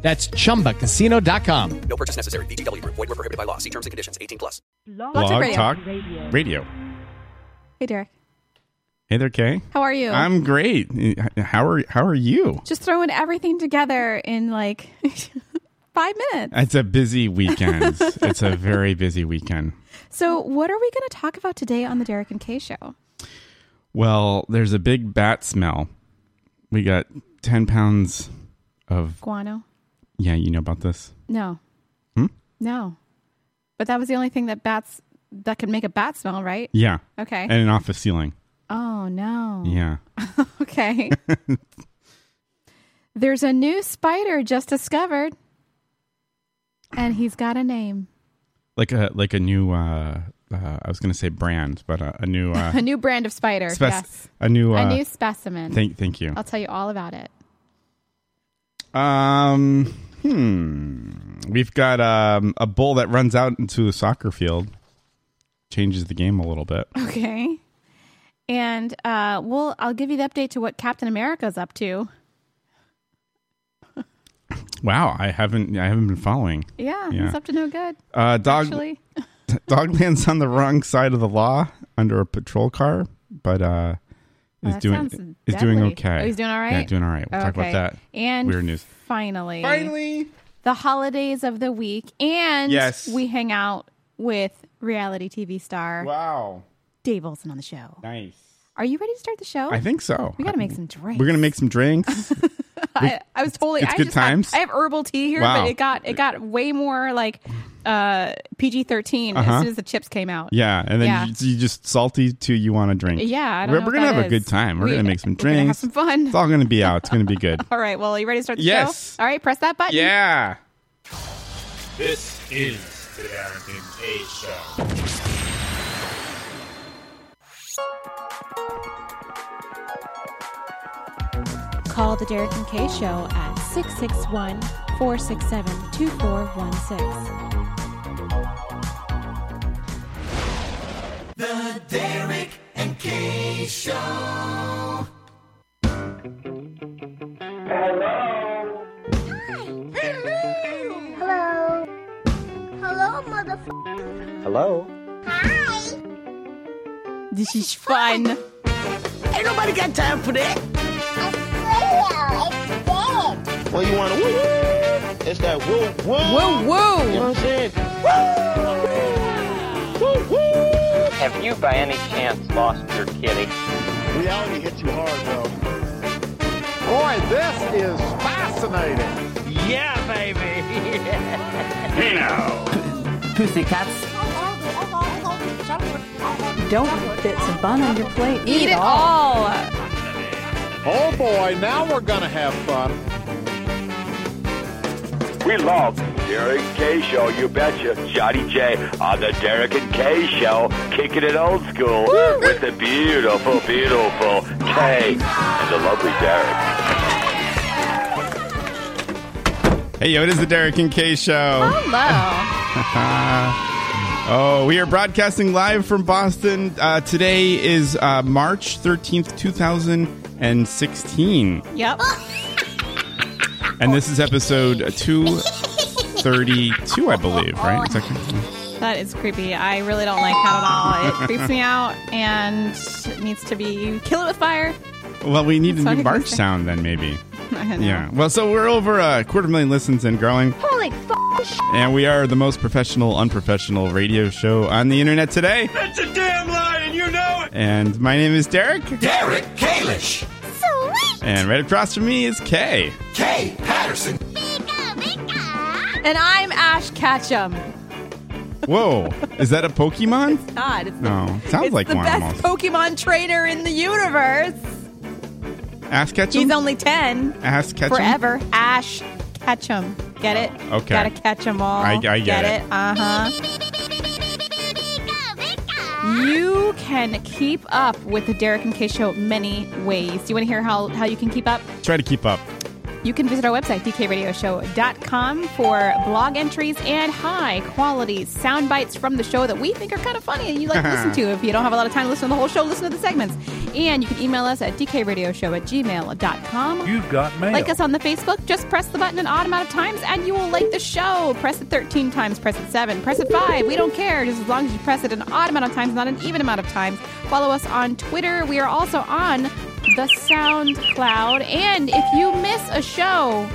That's chumbacasino.com. No purchase necessary. VGW Group. Void were prohibited by law. See terms and conditions. 18 plus. Lots of Blog radio. Talk Radio. Hey, Derek. Hey there, Kay. How are you? I'm great. How are How are you? just throwing everything together in like five minutes. It's a busy weekend. it's a very busy weekend. So, what are we going to talk about today on the Derek and Kay show? Well, there's a big bat smell. We got ten pounds of Guano? yeah. You know about this? No. Hmm? No. But that was the only thing that bats that could make a bat smell, right? Yeah, Okay. and an office ceiling. oh no. Yeah, Okay. There's a new spider just discovered, and he's got a name. like a like a new. uh, uh I was gonna say brand, but uh, a new uh, A new brand of spider. spec- yes. a new. Uh, a new specimen. Thank thank you. I'll tell you all about it. Um, hmm. We've got um, a bull that runs out into the soccer field, changes the game a little bit. Okay. And uh, well, I'll give you the update to what Captain America's up to. Wow, I haven't I haven't been following. Yeah, Yeah. he's up to no good. Uh, dog Actually, dog lands on the wrong side of the law under a patrol car, but uh, Well, is that doing sounds is doing deadly. okay. Oh, he's doing all Yeah, right? doing all right. We'll talk Okay. about that. And weird news. Finally, Finally, the holidays of the week, and Yes. we hang out with reality TV star wow, Dave Olson on the show. nice. Are you ready to start the show? I think so. we got to make some drinks. We're gonna make some drinks. I, I was totally. it's I good just had- times. I have herbal tea here, Wow. but it got it got way more like uh, PG 13 as Uh-huh. soon as the chips came out. yeah, and then Yeah. You, you just salty to you want to drink. Yeah, I don't we're, we're know what gonna that have a is. good time. We're We- gonna make some we're gonna have drinks. some fun. It's all gonna be out. It's gonna be good. All right. Well, are you ready to start the Yes. show? All right. Press that button. yeah. This is the Derek and Kay Show. Call the Derek and Kay Show at 661 467 2416. Hello. Hello, motherfucker. Hello. Hi. This is fun. Ain't nobody got time for that. I swear, it's dead. Well, you want to woo? It's that woo woo. Woo You know woo. what I'm saying? Have you by any chance lost your kitty? Reality hits you hard, though. Boy, this is fascinating. Don't fit some bun on your plate. Eat it all. Oh boy, now we're gonna have fun. We love Derek K Show, you betcha. Johnny J on the Derek and K Show, kicking it old school with the beautiful, beautiful K and the lovely Derek. Hey, yo, it is the Derek and Kay Show. Hello. Oh, we are broadcasting live from Boston. Uh, today is uh, March 13th, 2016. yep. Oh. And this is episode 232, I believe, right? It's like- That is creepy. I really don't like that at all. It creeps me out and it needs to be kill it with fire. well, we need That's a what I new March was saying. sound then, maybe. I don't know. Yeah. Well, so we're over a quarter million listens and growing. Holy fucking shit. And we are the most professional, unprofessional radio show on the internet today. That's a damn lie, and you know it. And my name is Derek. Derek Kalish. Sweet. And right across from me is Kay. Kay Patterson. Bigga, bigga. And I'm Ash Ketchum. Whoa, is that a Pokemon? God, it's the, No, Oh, sounds it's like the one best almost. Pokemon trainer in the universe. Ass Ketchum. He's only 10 Ass Ketchum. forever. Ash Ketchum. Get it? Oh, Okay. Gotta catch 'em all. I- I get get it. it? Uh huh. You can keep up with the Derek and Kay Show many ways. Do you want to hear how, how you can keep up? Try to keep up. You can visit our website, dkradioshow.com, for blog entries and high quality sound bites from the show that we think are kind of funny and you like to listen to. If you don't have a lot of time to listen to the whole show, listen to the segments. And you can email us at dkradioshow at gmail.com. You've got mail. Like us on the Facebook. Just press the button an odd amount of times and you will like the show. Press it 13 times, press it 7, press it 5. We don't care, just as long as you press it an odd amount of times, not an even amount of times. Follow us on Twitter. We are also on the SoundCloud. And if you miss a show,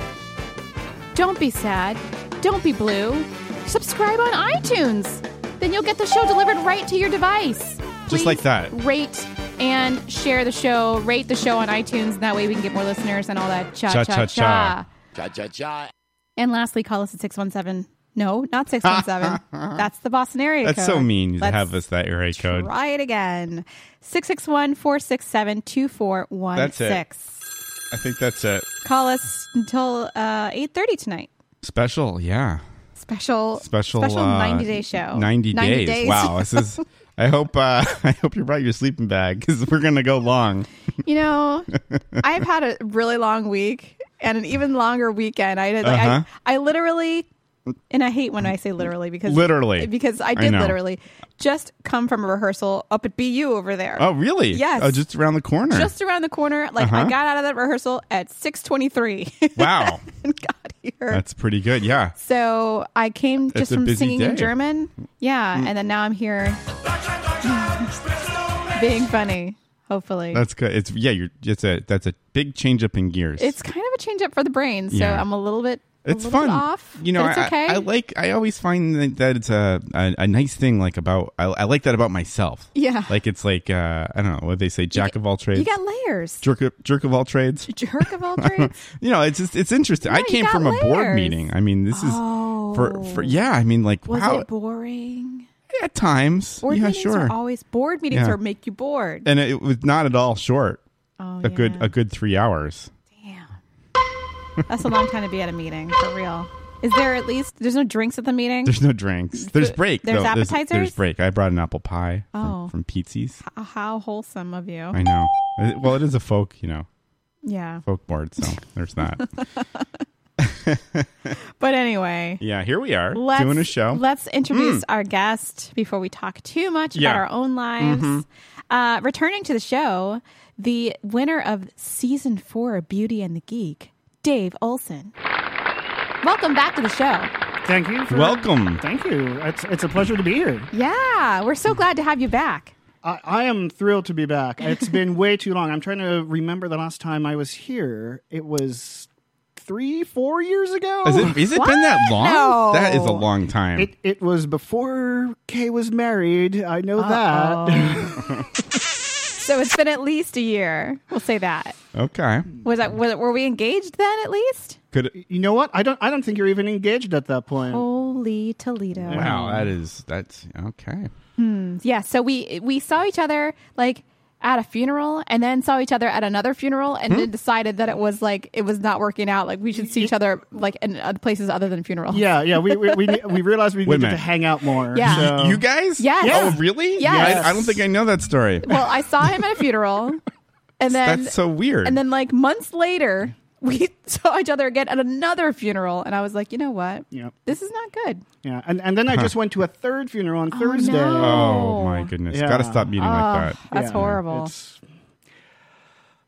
don't be sad. Don't be blue. Subscribe on iTunes. Then you'll get the show delivered right to your device. Just like that. Rate and share the show. Rate the show on iTunes. And that way we can get more listeners and all that cha cha cha. Cha-cha-cha. Cha cha cha. And lastly, call us at 617. No, not 617. That's the Boston area That's code. so mean to Let's have us that area code. Try it again. 661 467 2416. I think that's it. Call us until uh, 8.30 tonight. Special, yeah. Special Special, special uh, 90 day show. 90, days. Wow, this is I hope uh I hope you brought your sleeping bag cuz we're going to go long. You know, I've had a really long week and an even longer weekend. I did, like, Uh-huh. I, I literally, and I hate when I say literally because Literally. because I I did know. literally just come from a rehearsal up at BU over there. Oh, really? Yes. Oh, just around the corner. just around the corner. Like I Uh-huh. got out of that rehearsal at six twenty three wow. and got here. That's pretty good. Yeah. so I came That's just a from busy singing in day. German. Yeah, and then now I'm here being funny. Hopefully, That's good. It's yeah, you're it's a that's a big change up in gears. it's kind of a change up for the brain. So Yeah. I'm a little bit. a it's little fun. bit off. you know, but it's I- okay. I, I like. I always find that, that it's a, a a nice thing. Like about, I, I like that about myself. Yeah. like it's like uh, I don't know what they say, jack of all trades, you got layers. jerk of- jerk of all trades. Jerk of all trades. You know, it's just it's interesting. No, I you came got from a board layers. Oh. meeting. I mean, this is for for yeah. I mean, like Was wow, it boring? at times, Board yeah, meetings sure. are always board meetings Yeah. are make you bored. and it was not at all short. Oh, a good uh, yeah. a good three hours. That's a long time to be at a meeting, for real. Is there at least there's no drinks at the meeting? There's no drinks. There's break. There's though. There's, appetizers? break. I brought an apple pie from, Oh. from Pizzi's. Uh, How wholesome of you. I know. It- Well, it is a folk, you know, Yeah. folk board, so there's that. But anyway, yeah, here we are let's doing a show. Mm. Let's introduce our guest before we talk too much Yeah. Mm-hmm. about our own lives. Uh, returning to the show, the winner of season four of Beauty and the Geek, Dave Olson. Welcome back to the show. Thank you. For, Welcome. Thank you. It's, it's a pleasure to be here. Yeah, we're so glad to have you back. I, I am thrilled to be back. It's been way too long. I'm trying to remember the last time I was here. It was three, four years ago. Has it, has it been that long? No. That is a long time. It it was before Kay was married. I know that. So it's been at least a year. We'll say that. okay. Was that was, were we engaged then at least? Could it, you know what? I don't I don't think you're even engaged at that point. Holy Toledo! wow, that is that's okay. Yeah, so we we saw each other like at a funeral, and then saw each other at another funeral, and then decided that it was like it was not working out. Like we should see each other like in other places other than funerals. Yeah, yeah. We we we, we realized we Wait a needed to minute. hang out more. Yeah. so- you guys? Yes. Oh, really? Yes. I, I don't think I know that story. Well, I saw him at a funeral, and then that's so weird. and then like months later. We saw each other again at another funeral, and I was like, you know what? Yeah. This is not good. yeah. And and then I just went to a third funeral on Thursday. no. oh my goodness. Yeah. Got to stop meeting like that. That's Yeah. horrible. It's,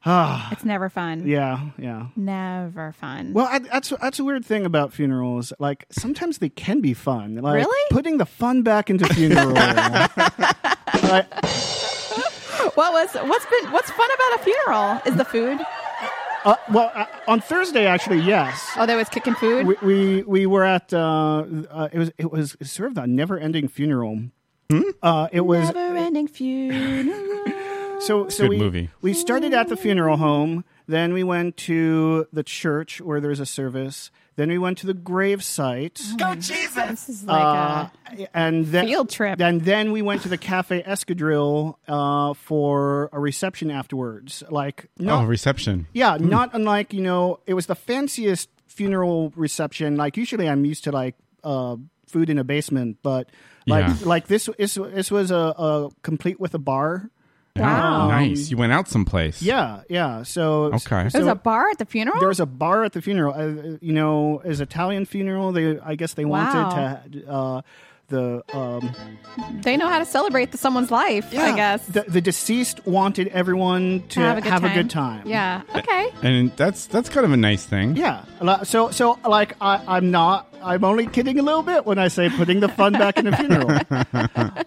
It's, never fun. yeah, yeah. Never fun. Well, I, that's that's a weird thing about funerals. Like sometimes they can be fun. Like Really? putting the fun back into uh, funerals. Like, What was what's been what's fun about a funeral is the food. uh, well, uh, on Thursday actually, yes. Oh, there was kicking food. We, we we were at uh, uh, it was it was sort of a never ending funeral. Hmm? Uh, it was Never-ending funeral. So, so Good we, movie. We started at the funeral home. Then we went to the church where there's a service. Then we went to the grave site. this is like Uh, and then Field trip. And then we went to the Cafe Escadrille uh, for a reception afterwards. Like, Oh, Hmm. not, reception. yeah, not unlike you know, it was the fanciest funeral reception. Like, usually I'm used to like. Uh, food in a basement, but like Yeah. like this this, this was a, a complete with a bar. Um, nice. You went out someplace. Yeah, yeah. So Okay. so There's a bar at the funeral. there was a bar at the funeral. Uh, you know, as Italian funeral, they I guess they Wow. wanted to uh, the um, they know how to celebrate the, someone's life. I guess. the, the deceased wanted everyone to have a good, time. Yeah. Okay. And that's that's kind of a nice thing. Yeah. A lot- So so like I, I'm not I'm only kidding a little bit when I say putting the fun back in the funeral.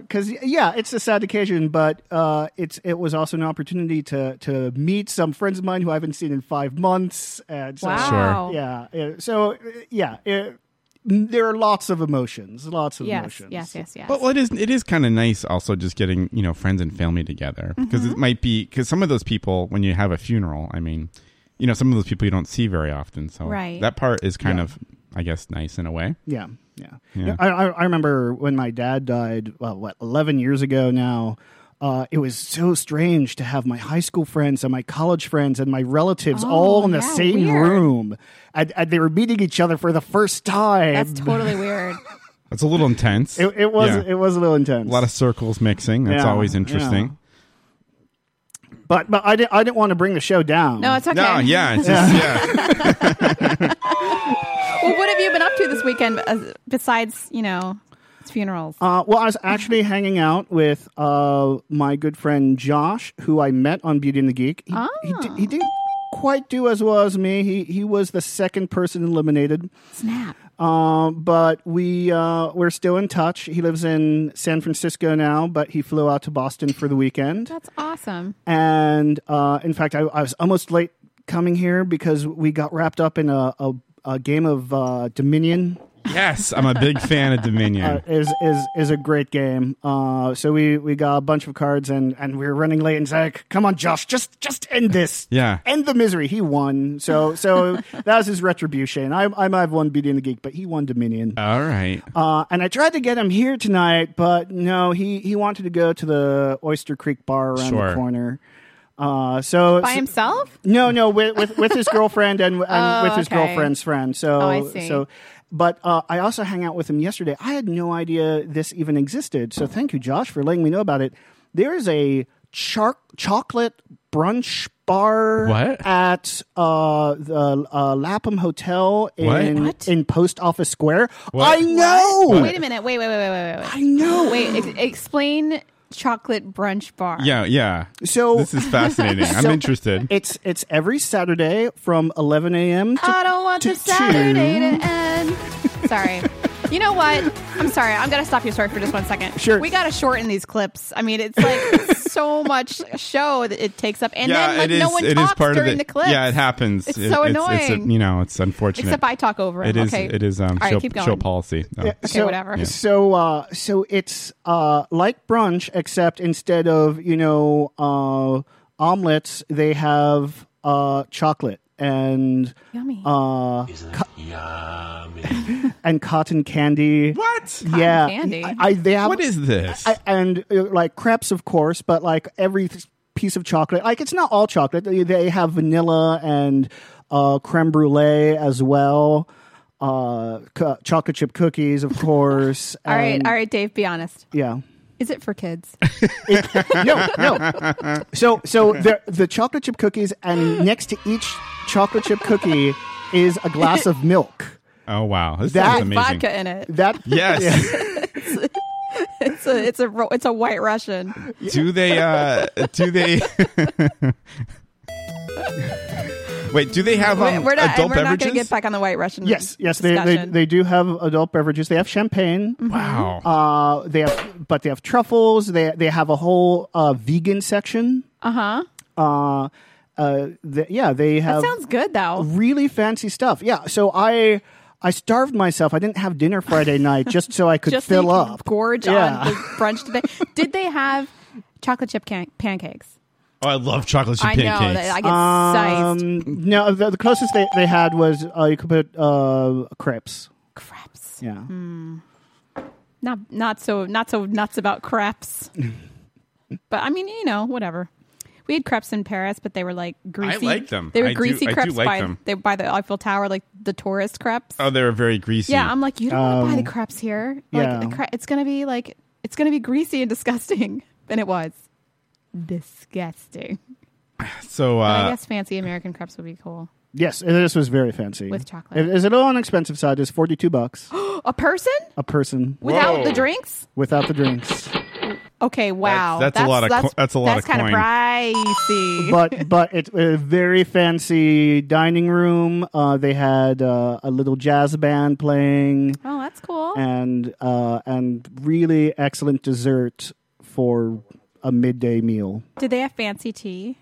Because yeah, it's a sad occasion, but uh, it's it was also an opportunity to to meet some friends of mine who I haven't seen in five months. And so, Wow. Yeah. uh, So uh, yeah, it, there are lots of emotions. Lots of Yes. emotions. Yes. Yes. Yes. But well, it is it is kind of nice also just getting you know friends and family together Mm-hmm. because it might be because some of those people when you have a funeral, I mean, you know, some of those people you don't see very often. So Right. that part is kind of I guess nice in a way. Yeah, yeah. Yeah. Yeah, I, I I remember when my dad died. Well, what eleven years ago now. Uh, it was so strange to have my high school friends and my college friends and my relatives Oh, all in the yeah, same weird. room, and, and they were meeting each other for the first time. That's totally weird. That's a little intense. it, it was Yeah. it was a little intense. a lot of circles mixing. That's Yeah, always interesting. but but I didn't I didn't want to bring the show down. No, it's okay. No, yeah, it's just, yeah. Well, what have you been up to this weekend as, besides you know it's funerals? Uh, well, I was actually hanging out with uh, my good friend Josh, who I met on Beauty and the Geek. He, he, di- he didn't quite do as well as me. He he was the second person eliminated, Snap. um, but we uh, we're still in touch. He lives in San Francisco now, but he flew out to Boston for the weekend. That's awesome. And uh, in fact, I, I was almost late coming here because we got wrapped up in a, a, a game of uh, Dominion yes, I'm a big fan of Dominion. uh, is is is a great game. Uh, so we we got a bunch of cards and and we were running late and Zach, come on, Josh, just just end this. Yeah. end the misery. He won. So so that was his retribution. I I might have won beating the geek, but he won Dominion. All right. Uh, and I tried to get him here tonight, but no, he he wanted to go to the Oyster Creek bar around Sure. the corner. Uh, so By so- himself? no, no, with with, with his girlfriend and, and with his Oh, okay. girlfriend's friend. So, Oh, I see. so, but uh, I also hang out with him yesterday. I had no idea this even existed. So, thank you, Josh, for letting me know about it. There is a char- chocolate brunch bar What? at uh, the uh, Lapham Hotel What? in What? in Post Office Square. What? I know. Wait a minute. Wait, wait, wait, wait, wait, wait. I know. Wait, ex- explain chocolate brunch bar. Yeah, yeah. So- this is fascinating. I'm So- interested. It's it's every Saturday from 11 a.m. to I don't want to the Saturday to end. Sorry. You know what? I'm sorry. I'm gonna stop your story for just one second. Sure. We gotta shorten these clips. I mean, it's like so much show that it takes up, and then like it is. no one it is talks part during of the the, clips. Yeah, it happens. It's It- so It's, annoying. a, you know, it's unfortunate. Except I talk over him. It is. Okay. It is. Um, All right, show, keep going. show policy. Oh. No. Okay, whatever. So, uh, so it's uh, like brunch, except instead of you know uh, omelets, they have uh, chocolate and Yummy. uh, co- and cotton candy. What? yeah, candy? I, I- they have What is this? I, and uh, like crepes, of course, but like every th- piece of chocolate, like it's not all chocolate. They, they have vanilla and uh, creme brulee as well. Uh, co- chocolate chip cookies, of course. all right, and- all right, Dave. Be honest. Yeah. Is it for kids? No, no. So, so the the chocolate chip cookies, and next to each chocolate chip cookie is a glass of milk. oh wow, this That- sounds amazing. Vodka in it. That Yes. It's a it's a ro- it's a White Russian. Do they? Uh, do they? Wait. Do they have um, we're not adult we're not beverages? going to get back on the White Russian. yes, yes, they, they Mm-hmm. discussion. Mm-hmm. they do have adult beverages. They have champagne. Wow. Uh, they have, but they have truffles. They they have a whole uh, vegan section. Uh-huh. Uh, uh, th- yeah, they That have sounds good though. really fancy stuff. Yeah, so I I starved myself. I didn't have dinner Friday night just so I could Just fill so you can up. Gorge Yeah. on the brunch today. Did they have chocolate chip can- pancakes? oh, I love chocolate chip I pancakes. know that I get sized Um, no, the, the closest they, they had was uh, you could put uh, crepes. crepes. Yeah. Not not so not so nuts about crepes. but I mean, you know, whatever. We had crepes in Paris, but they were like greasy. like them. They were I do- greasy I do crepes like by them. they by the Eiffel Tower, like the tourist crepes. Oh, they're very greasy. yeah, I'm like, you don't want to buy Um, the crepes here. yeah. Like, the cre- it's gonna be like it's gonna be greasy and disgusting. And it was disgusting. so But I uh, guess fancy American crepes would be cool. Yes, and this was very fancy. With chocolate. It- It's a little on the expensive side. It's forty two bucks A person a person without Whoa. the drinks? without the drinks. Okay, wow. that's a lot of co- that's a lot That's of kind of coin. pricey. But but it's a very fancy dining room. Uh, they had uh, a little jazz band playing oh, that's cool. and uh, and really excellent dessert for a midday meal. Did they have fancy tea?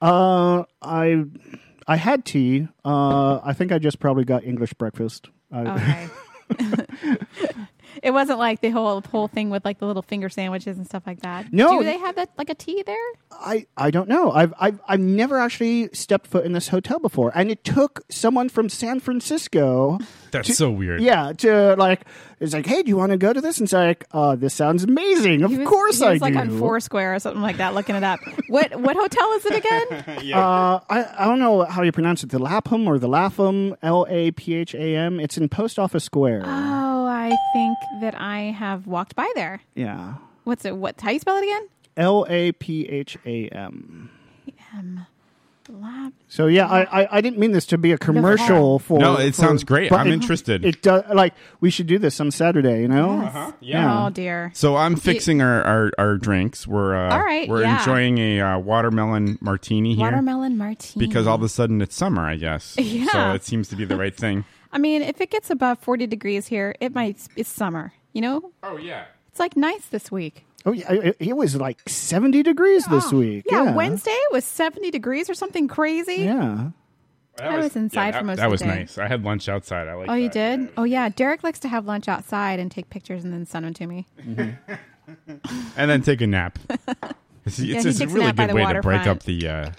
Uh, I I had tea. Uh, I think I just probably got English breakfast. I, Okay. it wasn't like the whole whole thing with like the little finger sandwiches and stuff like that. No. Do they have that like a tea there? I I don't know. I've I've I've never actually stepped foot in this hotel before, and it took someone from San Francisco. that's so weird. Yeah, to like, it's like, hey, do you want to go to this? And it's like, uh, this sounds amazing. Of He was- course he was, I like do. Uh, on Foursquare or something like that, looking it up. what what hotel is it again? Uh, I, I don't know how you pronounce it, the Lapham or the Lapham, L A P H A M. It's in Post Office Square. Oh, I think that I have walked by there. yeah, What's it? What? How you spell it again? L A P H A M. Lab. So yeah, I, I I didn't mean this to be a commercial for. No, it for- sounds great. but I'm it- interested. It does like we should do this some Saturday. You know. Uh-huh. Yeah. Oh dear. So I'm fixing our, our, our drinks. We're uh, All right, we're yeah. enjoying a uh, watermelon martini here Watermelon martini. because all of a sudden it's summer, I guess. So Yeah. it seems to be the right thing. I mean, if it gets above forty degrees here, it might. It's summer. You know, Oh yeah. it's like nice this week. Oh yeah, it, it was like seventy degrees this week. Yeah, Wednesday was seventy degrees or something crazy. Yeah. I was inside for that, most that of the was day. nice. I had lunch outside. I like. Oh, you that. did? Oh, yeah. Derek likes to have lunch outside and take pictures and then send them to me. And then take a nap. It's, it's, he it's a takes a really nap by good the way to break waterfront. up the, uh,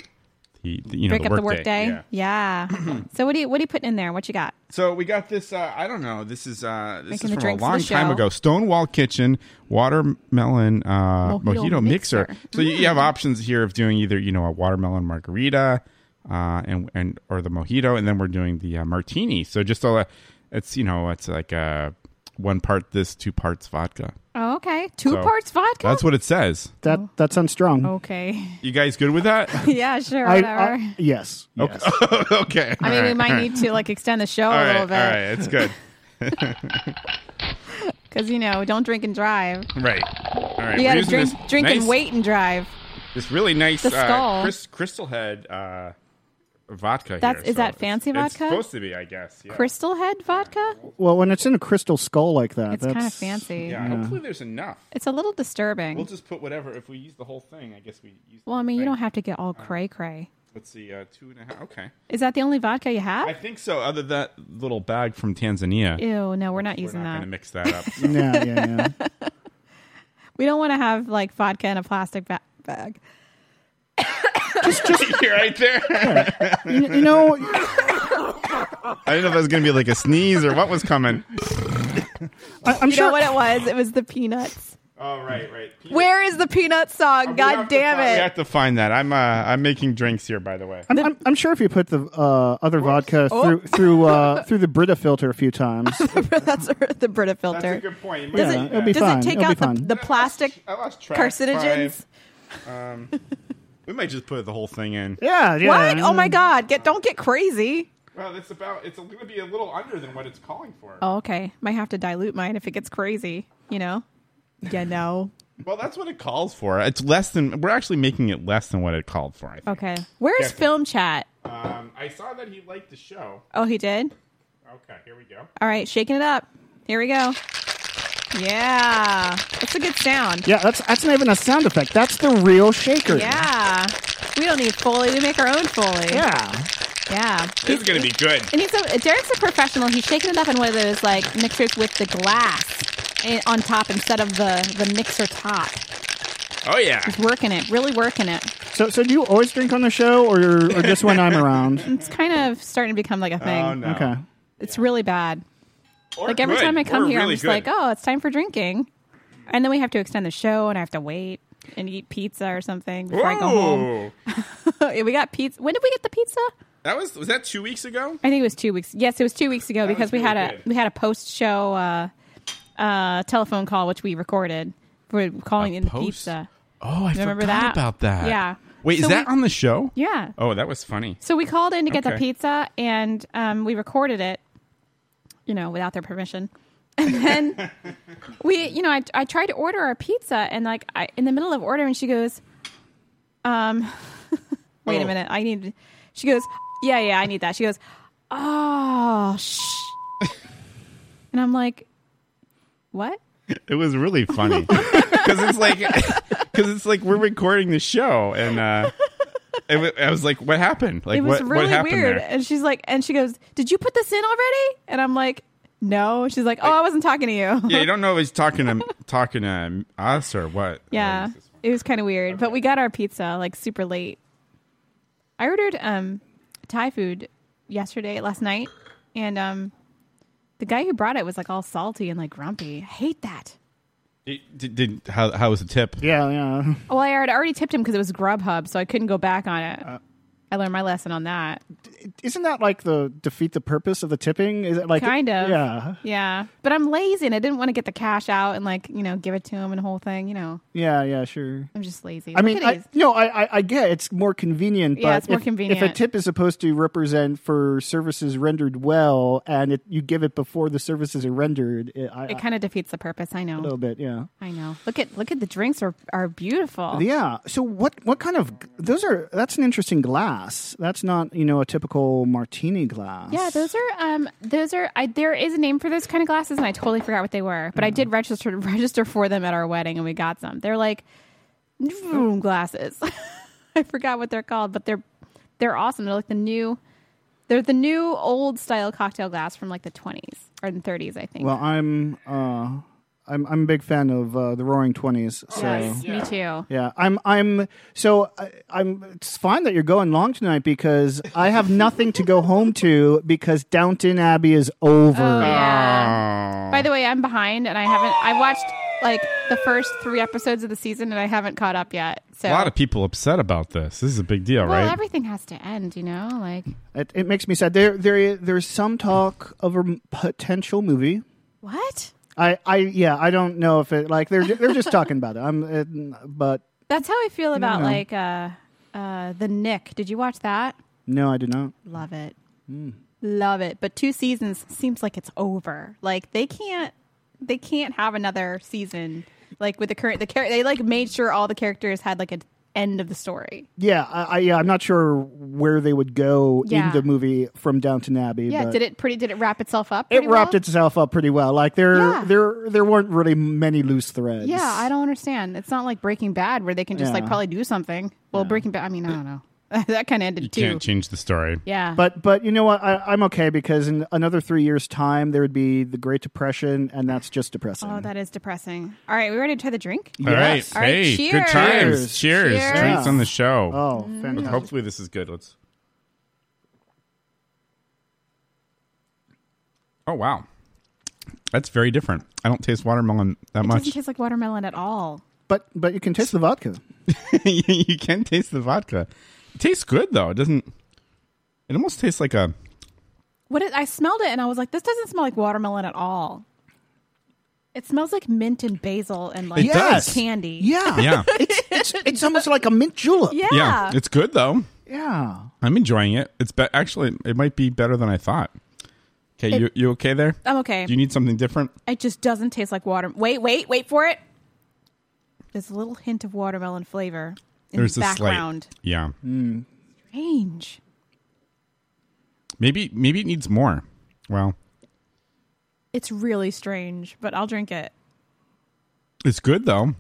the, the you know Break up the work day. Yeah. Yeah. so what do you what do you put in there? What you got? So we got this. Uh, I don't know. This is uh, this Making is from the a drinks for long the time show. ago. Stonewall Kitchen watermelon uh, Mojito mojito, mixer. mixer. Mm. So you, you have options here of doing either you know a watermelon margarita, uh, and and or the mojito, and then we're doing the uh, martini. So just a, it's you know it's like uh one part this, two parts vodka. Oh, okay. Two So parts vodka. That's what it says. Oh. That that sounds strong. okay. You guys good with that? yeah. Sure. I- Whatever. I, I- yes. Oh. yes. okay. I mean, we might need to like extend the show All a right, little all bit right, it's good. because you know don't drink and drive. Right, all right. You We're got to using drink this drink and nice- wait and drive. this really nice The uh, skull. Chris, crystal head uh, vodka. That's- here, is that it's- fancy It's vodka? supposed to be, I guess. Yeah. Crystal Head vodka. Well, when it's in a crystal skull like that, It's that's kind of fancy. yeah, Hopefully, there's enough. It's a little disturbing. We'll just put whatever. If we use the whole thing, I guess we use. the well, I whole mean, you thing. don't have to get all cray cray. Let's see, uh, two and a half. Okay, Is that the only vodka you I have? think so. Other than that little bag from Tanzania, Ew, no, we're not we're using not that. going to mix that up. so. Yeah, yeah, yeah. We don't want to have like vodka in a plastic ba- bag. You're right there. you, you know, I didn't know if that was going to be like a sneeze or what was coming. I, I'm You sure. know what it was? It was the peanuts. Oh right, right. Where is the peanut song? God damn We it! have to find that. I'm uh, I'm making drinks here, by the way. I'm, I'm, I'm sure if you put the uh, other vodka Oh. through through uh, through the Brita filter a few times, That's the Brita filter. That's a good point. You might Does do Yeah, it, it'll be does fine. it take It'll be out the, fine. the plastic I lost track. Um, carcinogens? We might just put the whole thing in. yeah, yeah. What? Oh my God! Get don't get crazy. Well, it's about. It's going to be a little under than what it's calling for. Oh, okay. Might have to dilute mine if it gets crazy. You know. You know. Well, that's what it calls for. It's less than. We're actually making it less than what it called for. I think. Okay. Where's Definitely. film chat? Um, I saw that he liked the show. Oh, he did. Okay, here we go. All right, shaking it up. Here we go. Yeah, it's a good sound. Yeah, that's that's not even a sound effect. That's the real shaker. Yeah. We don't need Foley. We make our own Foley. Yeah. Yeah. This is going to be good. And he's a, Derek's a professional. He's shaking it up in one of those like mixers with the glass in, on top instead of the, the mixer top. Oh yeah. He's working it, really working it. So so do you always drink on the show or or just when I'm around? It's kind of starting to become like a thing. Oh no. Okay. It's really bad. Or Like every good, time I come or here, I'm really just good. like, oh, it's time for drinking. And then we have to extend the show and I have to wait. and eat pizza or something before I go home. Yeah, we got pizza. When did we get the pizza? That was was that two weeks ago? I think it was two weeks. Yes, it was two weeks ago because we was had really a good. we had a post show uh, uh, telephone call which we recorded. We're calling in post- pizza. Oh, I Remember forgot that? about that. Yeah. Wait, So is that we- on the show? Yeah. Oh, that was funny. So we called in to get the Okay. pizza and um, we recorded it, you know, without their permission. And then we, you know, I, I tried to order our pizza and like I, in the middle of ordering, she goes, um, wait Oh. a minute. I need, she goes, yeah, yeah, I need that. She goes, oh, shh. and I'm like, what? It was really funny because it's like because it's like we're recording the show and uh, it wa- I was like, what happened? Like it was what what really happened weird. there? And she's like, and she goes, did you put this in already? And I'm like, no. She's like, oh, I wasn't talking to you. Yeah, you don't know if he's talking to talking to us or what. Yeah, it was kind of weird, but we got our pizza like super late. I ordered um Thai food yesterday, last night, and um the guy who brought it was like all salty and like grumpy. I hate that. Did, did how how was the tip? Yeah, yeah. Well, I had already tipped him because it was Grubhub, so I couldn't go back on it. Uh, I learned my lesson on that. Isn't that like the defeat the purpose of the tipping? Is it like Kind of. Yeah, Yeah. But I'm lazy and I didn't want to get the cash out and like, you know, give it to him and the whole thing, you know. yeah, yeah. Sure. I'm just lazy. I mean, Look at I, these. no, I, I, I get it's more convenient. Yeah, but it's more if, convenient. If a tip is supposed to represent for services rendered well, and it, you give it before the services are rendered, it, I, it kind of defeats the purpose. I a little know. bit, yeah, I know. Look at look at the drinks are are beautiful. yeah. So what, what kind of those are? That's an interesting glass. That's not you know a typical martini glass. Yeah, those are um those are I there is a name for those kind of glasses and I totally forgot what they were, Mm. but I did register register for them at our wedding and we got some. They're like vroom glasses. I forgot what they're called, but they're they're awesome. They're like the new they're the new old style cocktail glass from like the 20s or the 30s, I think. Well, I'm uh, I'm I'm a big fan of uh, the Roaring Twenties. So. yes, me too. Yeah, I'm. I'm. So I, I'm. It's fine that you're going long tonight because I have nothing to go home to because Downton Abbey is over. Oh yeah. By the way, I'm behind and I haven't I watched like the first 3 episodes of the season and I haven't caught up yet. So A lot of people upset about this. This is a big deal, well, right? everything has to end, you know? Like It, it makes me sad. There, there, there's some talk of a m- potential movie. what? I, I, yeah, I don't know if it like they're ju- they're just talking about it. I'm, uh, but That's how I feel about know. like uh uh the Nick. Did you watch that? no, I do not. Love it. Mm. Love it. But two seasons seems like it's over. Like they can't they can't have another season like with the current the character they like made sure all the characters had like an end of the story. Yeah, I, I, yeah, I'm not sure where they would go Yeah. in the movie from Downton Abbey. Yeah, but did it pretty did it wrap itself up? It pretty wrapped well? itself up pretty well. Like there, Yeah. there, there weren't really many loose threads. Yeah, I don't understand. It's not like Breaking Bad where they can just like Yeah. probably do something. Well, Breaking Bad I mean, I don't know. that kind of ended you too. can't change the story. yeah. But but you know what? I, I'm okay because in another three years' time, there would be the Great Depression, and that's just depressing. Oh, that is depressing. All right, we ready to try the drink? All right. Yes. All right, Hey, good cheers. times. Cheers. Cheers. Drinks on the show. Oh, Mm. fantastic. Hopefully this is good. Let's. Oh wow, that's very different. I don't taste watermelon that It much. doesn't taste like watermelon at all. But but you can taste the vodka. you can taste the vodka. It tastes good though. It doesn't. It almost tastes like a. What it, I smelled it and I was like, this doesn't smell like watermelon at all. It smells like mint and basil and like It does. candy. Yeah, Yeah. it's, it's it's almost like a mint julep. yeah, yeah, it's good though. Yeah. I'm enjoying it. It's be- actually it might be better than I thought. Okay, you you okay there? I'm okay. Do you need something different? it just doesn't taste like water. Wait, wait, wait for it. There's a little hint of watermelon flavor in There's the a slight. background. Yeah, Strange. maybe maybe it needs more. Well, It's really strange, but I'll drink it. it's good though.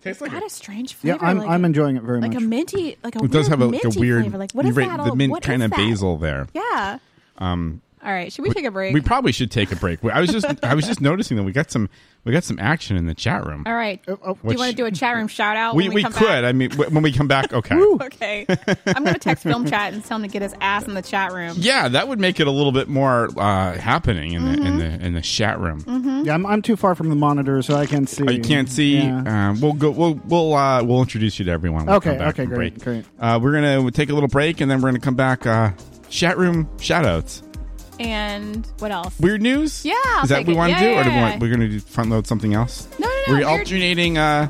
Tastes like What a strange Yeah, flavor. I'm like I'm a, enjoying it very like much. a minty, like a It does have a, like a minty weird flavor. Like what you're is right, that? the all- mint what is kind of that? basil there. Yeah. Um, All right, should we, take a break? We probably should take a break. I was just I was just noticing that we got some we got some action in the chat room. All right. do Oh, Which- you want to do a chat room shout out? we when we, we, come could. Back? I mean, w- when we come back, okay. okay. I'm going to text film chat and tell him to get his ass in the chat room. Yeah, that would make it a little bit more uh, happening in the Mm-hmm. in the in the chat room. Yeah, I'm, I'm too far from the monitor, so I can't see. Oh, you can't see. Yeah. Um, we'll go. We'll we'll uh, we'll introduce you to everyone. when we Okay, come back okay, from great, break. great. Uh, we're gonna take a little break and then we're gonna come back. Uh, chat room shoutouts. And what else? Weird news. Yeah, I'll is that what take we it. want to Yeah, do, yeah, or do we yeah. want, we're gonna do front load something else? No, no, no, We're weird- alternating. Uh,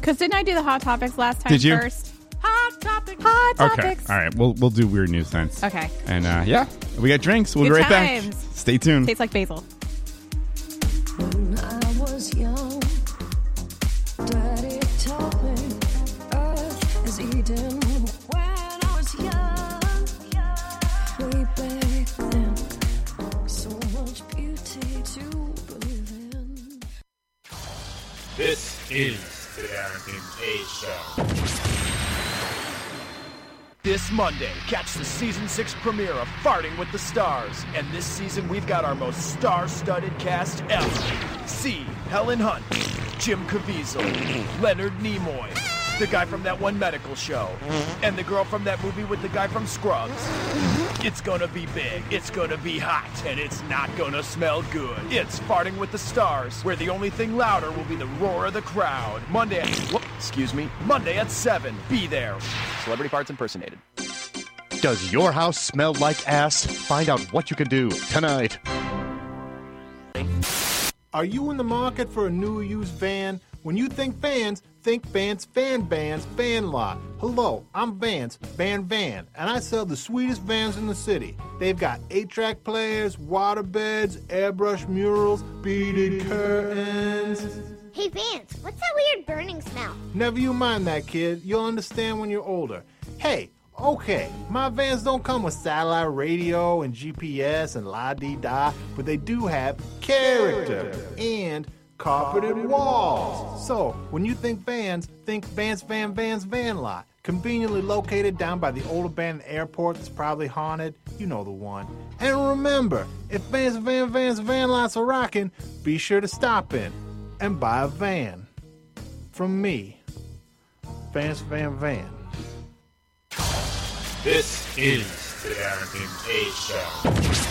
Because didn't I do the hot topics last time Did you? first? Hot topics. Hot okay. topics. All right. We'll we'll do weird news then. Okay. And uh, yeah, we got drinks. We'll be Good right back. times. Stay tuned. Tastes like basil. When I was young, Daddy taught me Earth is Eden. When I was young, way back then, so much beauty to believe in. This is the Darrington K Show. This Monday, catch the season six premiere of Farting with the Stars. And this season, we've got our most star studded cast ever. See Helen Hunt, Jim Caviezel, Leonard Nimoy, the guy from that one medical show, and the girl from that movie with the guy from Scrubs. It's gonna be big, it's gonna be hot, and it's not gonna smell good. It's Farting with the Stars, where the only thing louder will be the roar of the crowd. Monday at, whoop, excuse me, Monday at 7. Be there. Celebrity Farts impersonated. Does your house smell like ass? Find out what you can do tonight. Are you in the market for a new used van? When you think vans, think Vans Fan Bands Van Lot. Hello, I'm Vans Van Van, and I sell the sweetest vans in the city. They've got 8 track players, water beds, airbrush murals, beaded curtains. Hey Vance, what's that weird burning smell? Never you mind that, kid. You'll understand when you're older. Hey, okay, my vans don't come with satellite radio and GPS and la di da, but they do have character and carpeted walls. So when you think vans, think Vans Van Vans Van Lot. Conveniently located down by the old abandoned airport that's probably haunted. You know the one. And remember, if Vans Van Vans Van Lots are rocking, be sure to stop in and buy a van from me, Vance Van Van. This is the Darrington K Show.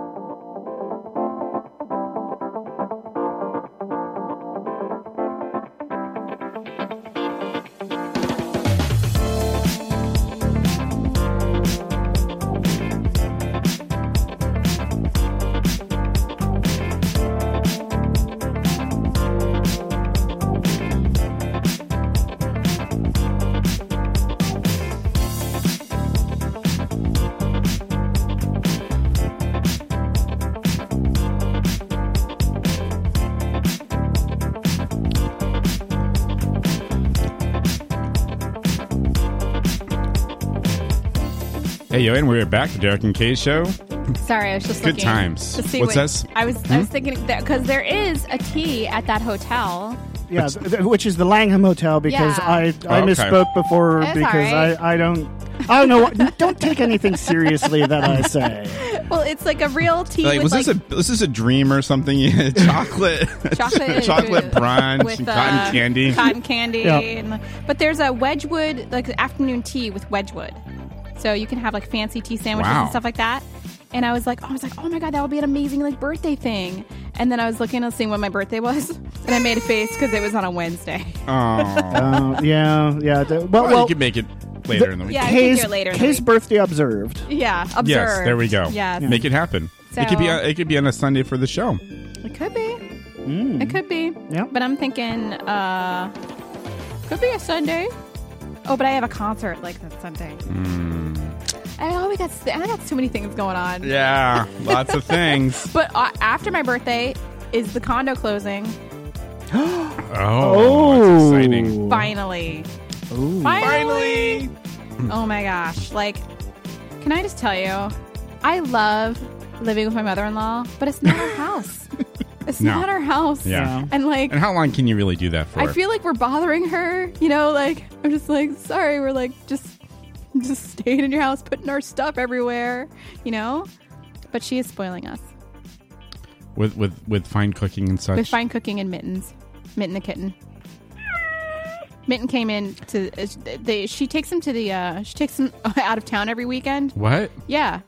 Hey yo, and we're back. The Derek and Kay Show. Sorry, I was just Good looking times. To see What's what- this? I was I was Hmm? thinking that because there is a tea at that hotel. Yeah, th- th- which is the Langham Hotel because Yeah. I Oh, I okay. misspoke before That's because all right. I, I don't I don't know what, don't take anything seriously that I say. Well, it's like a real tea Like, was with like this a was this a dream or something? Yeah, chocolate, Chocolate chocolate with- brunch, with and uh, cotton candy, cotton candy, Yeah. and like, but there's a Wedgwood like afternoon tea with Wedgwood, so you can have like fancy tea sandwiches Wow. and stuff like that. And I was like, oh, I was like, oh my god, that would be an amazing like birthday thing. And then I was looking and seeing when my birthday was, and I made a face because it was on a Wednesday. Uh, yeah, yeah. th- Well, well, well, you can make it later in the week. Yeah, you can Kay's, do it later in the Kay's birthday observed. Yeah, observe. Yes, there we go. Yes, make it happen. So- it could be a, it could be on a Sunday for the show. It could be. Mm. It could be. Yeah. But I'm thinking, uh, could be a Sunday. Oh, but I have a concert like that Sunday. Mm. I oh, we got I got so many things going on. Yeah, lots of things. But uh, after my birthday, is the condo closing. Oh, Oh. that's exciting. Finally. Ooh. Finally. oh my gosh. Like, can I just tell you? I love living with my mother in law, but it's not our house. It's No. not our house. Yeah. And like, And how long can you really do that for? I feel like we're bothering her. You know, like, I'm just like, sorry, we're like, just. Just staying in your house, putting our stuff everywhere, you know? But she is spoiling us with with with fine cooking and such. with fine cooking and mittens. Mitten the kitten. Mitten came in to they. She takes him to the. Uh, she takes him out of town every weekend. what? Yeah,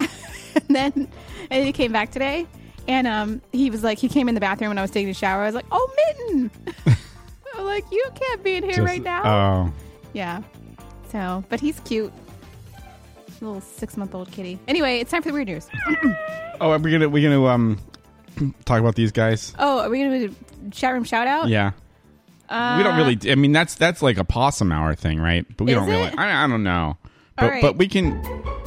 and then and he came back today, and um, he was like, he came in the bathroom when I was taking a shower. I was like, oh, Mitten. I'm like, you can't be in here Just- right now. Oh, yeah. So, but he's cute. Little six month old kitty. Anyway, it's time for the weird news. oh, are we gonna we gonna um talk about these guys? Oh, are we gonna do a chat room shout out? Yeah. Uh, we don't really. I mean, that's that's like a possum hour thing, right? But we Is don't really. it? I, I don't know. But All right. but we can.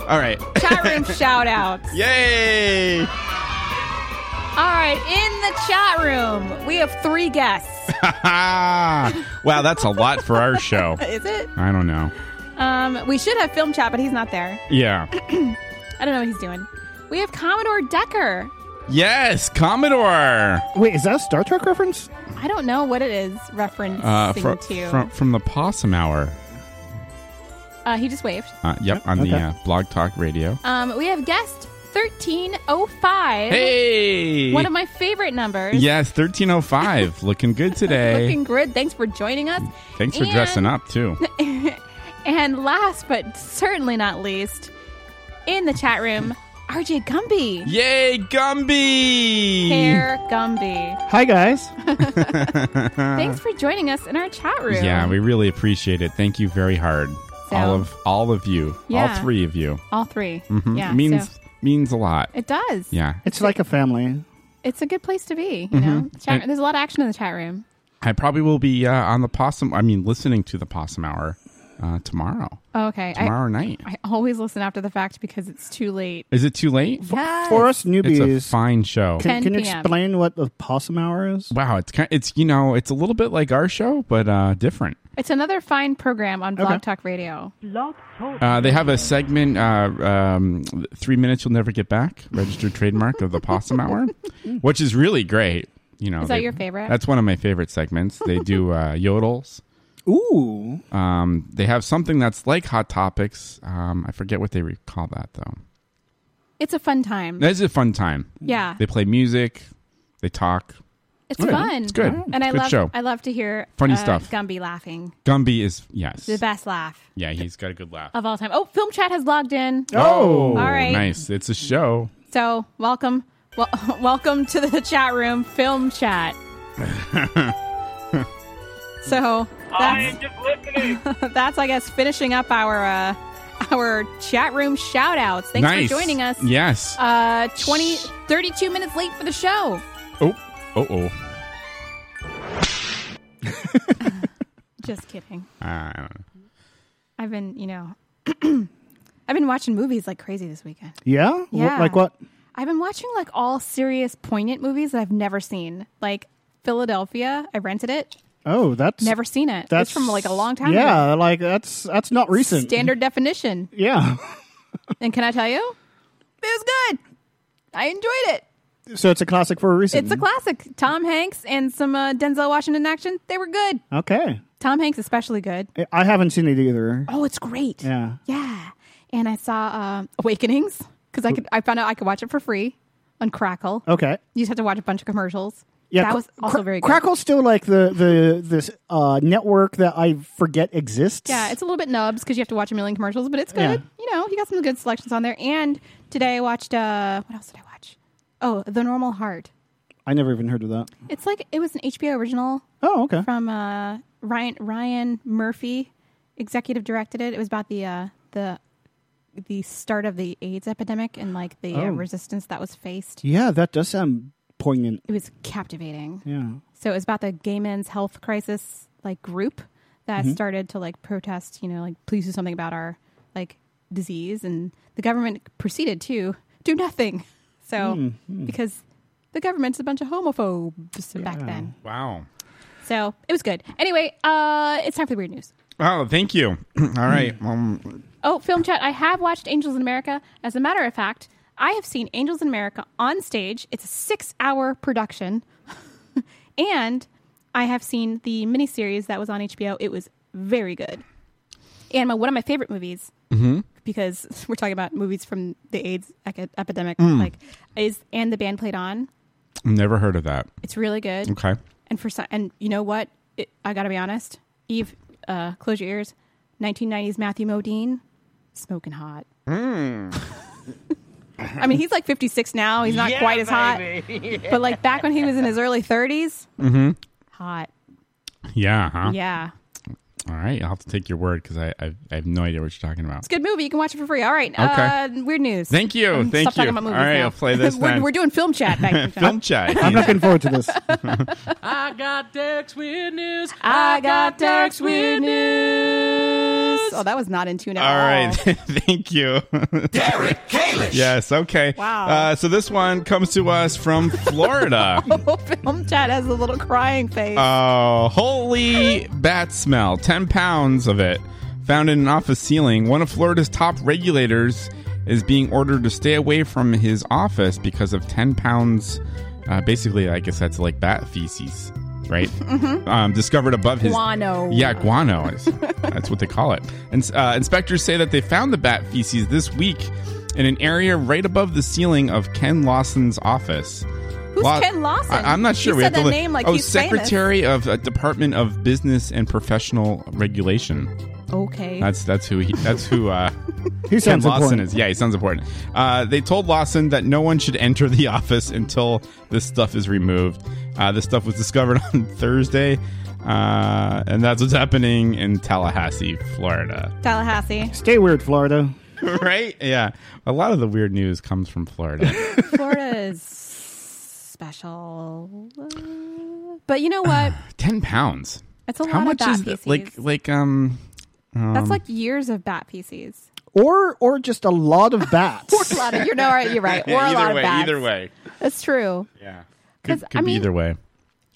All right. chat room shout outs. Yay! All right, in the chat room, we have three guests. Ah, wow, that's a lot for our show. Is it? I don't know. Um, we should have film chat, but he's not there. Yeah. I don't know what he's doing. We have Commodore Decker. Yes, Commodore. Wait, is that a Star Trek reference? I don't know what it is referencing Uh, from, to. from from the Possum Hour. uh, he just waved. Uh, yep, on the okay. uh, Blog Talk Radio. Um, we have guest thirteen oh five. Hey. one of my favorite numbers. Yes, thirteen oh five. Looking good today. looking good. Thanks for joining us. Thanks for And- dressing up too. And last but certainly not least, in the chat room, RJ Gumby. Yay, Gumby! Hair Gumby. Hi guys. Thanks for joining us in our chat room. Uh, Yeah, we really appreciate it. Thank you very hard. So- all of all of you, Yeah. all three of you. all 3 Mhm. Yeah, means so- means a lot. it does. Yeah, It's like a family. It's a good place to be. You Mhm. know, chat, And- there's a lot of action in the chat room. I probably will be uh, on the possum. I mean, listening to the possum hour uh, tomorrow. Oh, okay, I- Tomorrow night. I always listen after the fact because it's too late. Is it too late? Yes. For It's us a newbies, fine show. can, 10 can you PM. explain what the possum hour is? Wow, it's kind. It's you know, it's a little bit like our show, but uh, different. It's another fine program on Blog Talk Radio. Uh, they have a segment, uh, um, Three Minutes You'll Never Get Back, registered trademark of the Possum Hour, which is really great. You know, Is that they- your favorite? That's one of my favorite segments. They do uh, yodels. Ooh. Um, they have something that's like Hot Topics. Um, I forget what they re- call that, though. It's a fun time. That's a fun time. Yeah. They play music, they talk. It's Good. fun. Oh, It's good. And I Good love show. I love to hear Funny uh, stuff. Gumby laughing. Gumby is, yes. The best laugh Yeah, he's got a good laugh. of all time. Oh, film chat has logged in. Oh, All right. nice. It's a show. So, welcome wel- welcome to the chat room, film chat. So, that's just listening. that's I guess finishing up our uh, our chat room shout outs. Thanks nice. for joining us. Yes. Uh 20 32 minutes late for the show. oh, oh, oh. Just kidding. I don't know. I've been, you know, I've been watching movies like crazy this weekend. Yeah? Wh- Yeah. Like what? I've been watching like all serious, poignant movies that I've never seen. Like Philadelphia, I rented it, Oh, that's never seen it. that's it's from like a long time ago. Yeah, like that's that's not recent. Standard definition. Yeah. And can I tell you? It was good. I enjoyed it. So it's a classic for a reason. It's a classic. Tom Hanks and some uh, Denzel Washington action. They were good. Okay. Tom Hanks especially good. I- I haven't seen it either. Oh, it's great. Yeah. Yeah. And I saw um, Awakenings because I could. I found out I could watch it for free on Crackle. Okay. You just have to watch a bunch of commercials. Oh. Yeah, that Cra- was also Cra- very good. Crackle's still like the the this uh, network that I forget exists. Yeah, it's a little bit nubs because you have to watch a million commercials, but it's good. Yeah. You know, you got some good selections on there. And today I watched. uh What else did I watch? Oh, The Normal Heart. I never even heard of that. It's like it was an HBO original Oh, okay. from uh, Ryan Ryan Murphy, executive directed it. It was about the uh, the the start of the AIDS epidemic and like the uh, Oh. resistance that was faced. Yeah, that does sound poignant. It was captivating. Yeah. So it was about the gay men's health crisis like group that started to like protest, you know, like please do something about our like disease and the government proceeded to do nothing. So because the government's a bunch of homophobes back then. Wow. So it was good. Anyway, uh, it's time for the weird news. Oh, thank you. All right. Mm. Um, Oh, film chat. I have watched Angels in America. As a matter of fact, I have seen Angels in America on stage. It's a six hour production. and I have seen the miniseries that was on HBO. It was very good. And my, one of my favorite movies, Mm-hmm. because we're talking about movies from the AIDS eca- epidemic, Mm. like is And the Band Played On. never heard of that. It's really good. Okay. And for some, and you know what? It, I got to be honest. Eve, uh, close your ears. 1990s Matthew Modine, smoking hot. I mean, he's like 56 now. He's not Yeah, quite as hot. baby. But like back when he was in his early 30s, Mm-hmm. hot. Yeah. Huh. Yeah. All right. I'll have to take your word because I, I I have no idea what you're talking about. It's a good movie. You can watch it for free. All right. Okay. Uh, weird news. Thank you. Um, Thank stop talking you. about movies All right, now. I'll play this we're, then. we're doing film chat back in Film chat. I'm looking forward to this. I got Derek's weird news. I got Derek's weird news. Oh, that was not in tune at All all. right. Thank you. Derek Kalish. Yes. Okay. Wow. Uh, so this one comes to us from Florida. film chat has a little crying face. Oh, holy bat smell. 10 pounds of it found in an office ceiling. One of Florida's top regulators is being ordered to stay away from his office because of 10 pounds. Uh, basically, I guess that's like bat feces, right? Mhm. Um, discovered above his. Guano. Yeah, guano. is- that's what they call it. And uh, inspectors say that they found the bat feces this week in an area right above the ceiling of Ken Lawson's office. Who's Ken Lawson? I, am not You sure. said that look- name like oh, he's famous. Secretary of uh, Department of Business and Professional Regulation. Okay. That's that's who he. That's who. Uh, He Ken sounds Lawson important. is. Yeah, he sounds important. Uh, they told Lawson that no one should enter the office until this stuff is removed. Uh, this stuff was discovered on Thursday, uh, and that's what's happening in Tallahassee, Florida. Tallahassee. Stay weird, Florida. right? Yeah, a lot of the weird news comes from Florida. Florida is special. But you know what? Ten pounds. That's a How lot much of bat is that? feces. like like um? That's um, like years of bat feces. Or or just a lot of bats. Or a lot of, you know, right, you're right. Or a lot either of way, bats. either way. That's true. Yeah. 'Cause, Could, I could be mean- either way.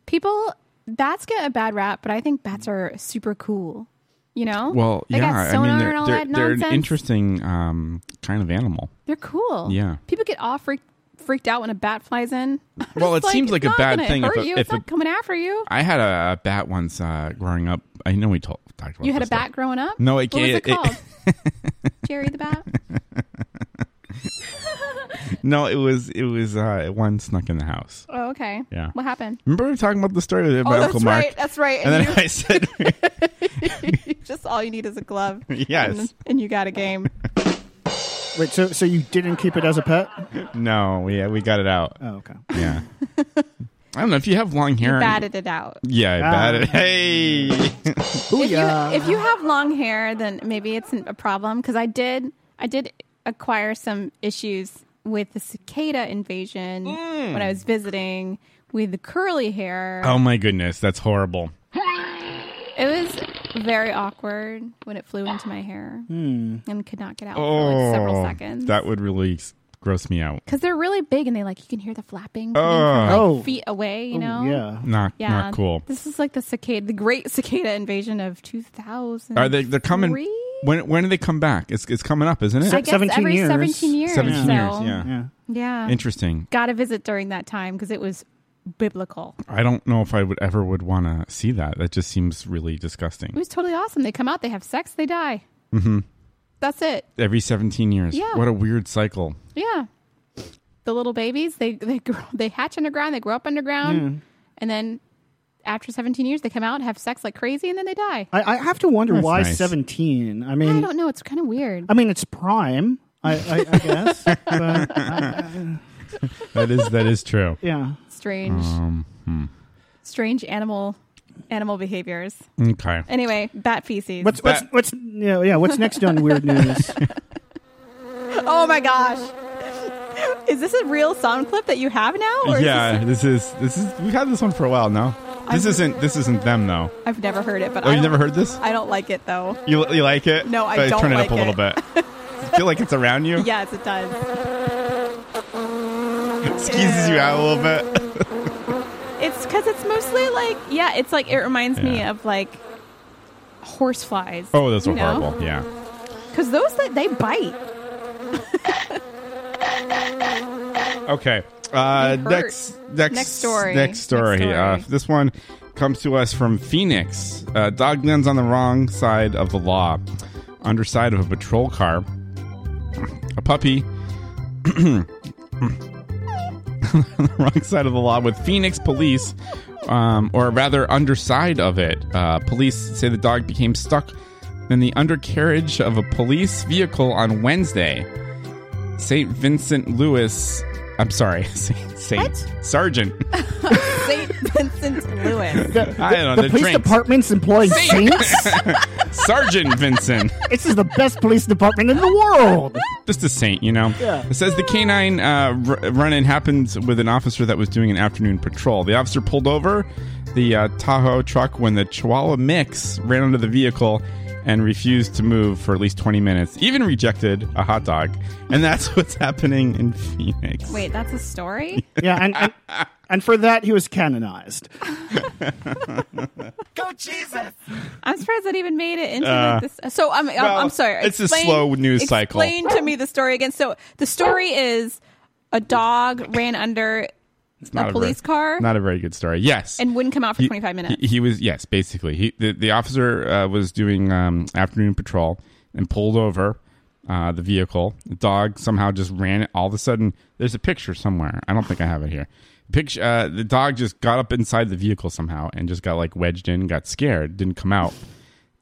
People, bats get a bad rap, but I think bats are super cool. You know? Well, they yeah. got I sonar mean, and they're, all they're, that they're nonsense. an interesting um, kind of animal. They're cool. Yeah. People get all freaked freaked out when a bat flies in. Well, it It's seems like it's a not bad gonna thing if Hurt a- you. if it's not a- coming after you. I had a, bat once uh, growing up. I know we told, talked about You had a this stuff. bat growing up. No, it what was gave- it it- called? Jerry the bat. No, it was it was uh, one snuck in the house. Oh, okay. Yeah. What happened? Remember we were talking about the story with my oh, uncle that's Mark? right. That's right. And, then I said, you, just all you need is a glove. Yes. And, and you got a game. Wait, so so you didn't keep it as a pet? "No, we uh, we got it out." Oh, okay. Yeah. I don't know if you have long hair. You batted it out. Yeah, I Ah. batted. Hey. If you, if you have long hair, then maybe it's a problem. Because I did, I did acquire some issues with the cicada invasion when I was visiting with the curly hair. Mm. Oh my goodness, that's horrible. It was very awkward when it flew into my hair Hmm. and could not get out for Oh, like several seconds. that would really s- gross me out. because they're really big and they like you can hear the flapping coming Oh. from, like, Oh. feet away, you Oh, know? yeah. Not- not cool. This is like the cicada, the great cicada invasion of 2000. Are they? They're coming. When when do they come back? It's it's coming up, isn't it? I guess 17 every years. 17 years, 17 years. so- Yeah. Yeah. Yeah. Interesting. Got to visit during that time because it was biblical. I don't know if I would ever would want to see that. That just seems really It disgusting. was totally awesome. They come out, they have sex, they die. hmm That's it. Every seventeen years. Yeah. What a weird cycle. Yeah. The little babies, they they grow, they hatch underground, they grow up underground, Yeah. and then after 17 years, they come out, have sex like crazy, and then they die. I, I have to wonder That's why nice. 17. I I mean, don't know. It's kind of weird. I mean, it's prime, I, I, I guess. but, That is that is true. yeah. Strange, Um, hmm. strange animal animal behaviors. Okay. Anyway, bat feces. What's what's what's yeah, yeah what's next on weird news? oh my gosh. Is this a real sound clip that you have now? Or Is Yeah. This is this is we've had this one for a while now. This isn't this isn't them though. this- I've never heard it, but Oh, I you've don't- never heard this? I don't like it though. You you like it? No, I Should don't Turn it up like a little bit. Feel like it's around you. Yes, it does. skeezes you out a little bit. It's because it's mostly like yeah, it's like it reminds me of like horseflies. Oh, those you were know? horrible. Yeah. Because those that they bite. Okay. Uh, They hurt. next, next, Next story. Next story. Next story. Uh, this one comes to us from Phoenix. Uh, dog lands on the wrong side of the law, underside of a patrol car. A puppy. on the wrong side of the law with Phoenix police, um, or rather, underside of it. Uh, police say the dog became stuck in the undercarriage of a police vehicle on Wednesday. St. Vincent Lewis. I'm sorry, Saint, Saint Sergeant. Saint Vincent I Lewis. don't know. the they're police drinks. department's employing saints. Sergeant Vincent. this is the best police department in the world. Just a saint, you know. Yeah. It says the canine uh, r- run-in happened with an officer that was doing an afternoon patrol. The officer pulled over the uh, Tahoe truck when the Chihuahua mix ran under the vehicle and refused to move for at least 20 minutes. Even rejected a hot dog, and that's what's happening in Phoenix. Wait, that's a story. Yeah, and, and and for that he was canonized. Go Jesus! I'm surprised that even made it into like Uh, this. So I'm I'm, well, I'm sorry. it's a slow news cycle. Explain to me the story again. So the story is a dog ran under Not very- a police car Not a very good story. Yes. and wouldn't come out for He- 25 minutes. He, he was yes, basically. He the, the officer uh, was doing um, afternoon patrol and pulled over uh, the vehicle. The dog somehow just ran it. All of a sudden, there's a picture somewhere. I don't think I have it here. Picture uh, the dog just got up inside the vehicle somehow and just got like wedged in, got scared, didn't come out.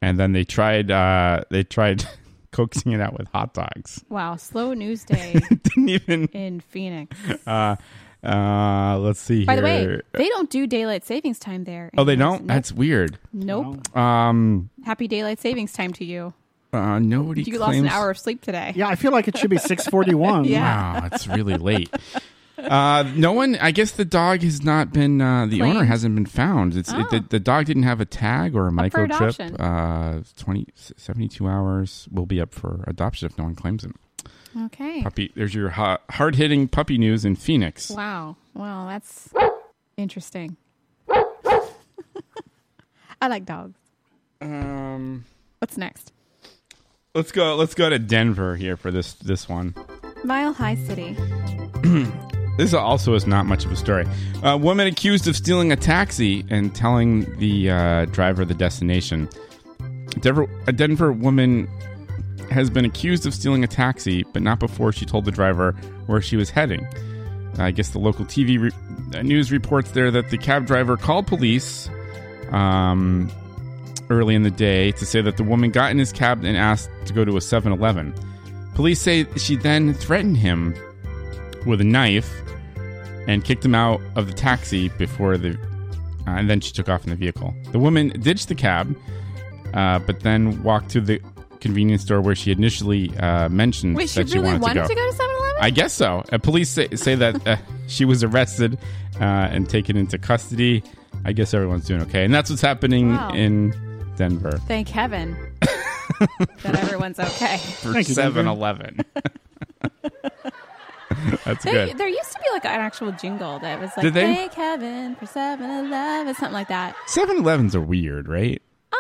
And then they tried uh, they tried coaxing it out with hot dogs. wow, slow news day Didn't even in Phoenix. uh, uh, let's see By the here. way, they don't do daylight savings time there. oh, they Anyways, don't. That's weird. Nope. Um Happy daylight savings time to you. Uh, nobody You claims. lost an hour of sleep today. Yeah, I feel like it should be six forty one. Wow, it's really late. Uh, no one. I guess the dog has not been. Uh, the owner Claimed. hasn't been found. It's it, the, the dog didn't have a tag or a Oh. for microchip. adoption. Uh, 20, 72 hours will be up for adoption if no one claims him. Okay. Puppy. There's your ha- hard hitting puppy news in Phoenix. Wow. Well, that's interesting. I like dogs. Um, What's next? let's go. Let's go to Denver here for this this one. Mile High City. This also is not much of a story. A woman accused of stealing a taxi and telling the uh, driver the destination. Denver, a Denver woman has been accused of stealing a taxi, but not before she told the driver where she was heading. I guess the local TV re- uh, news reports there that the cab driver called police um, early in the day to say that the woman got in his cab and asked to go to a 7 Eleven. Police say she then threatened him with a knife and kicked him out of the taxi before the. Uh, and then she took off in the vehicle. The woman ditched the cab, uh, but then walked to the convenience store where she initially uh, mentioned Wait, she that she really wanted, wanted to go to 7 Eleven? I guess so. Uh, police say, say that uh, she was arrested uh, and taken into custody. I guess everyone's doing okay. And that's what's happening Wow. in Denver Thank heaven that everyone's okay. for Thank you, Denver. 7 Eleven. That's There, good. there used to be like an actual jingle that was like, Did they? thank heaven for 7 Eleven, something like that. 7 Elevens are weird, right? Um,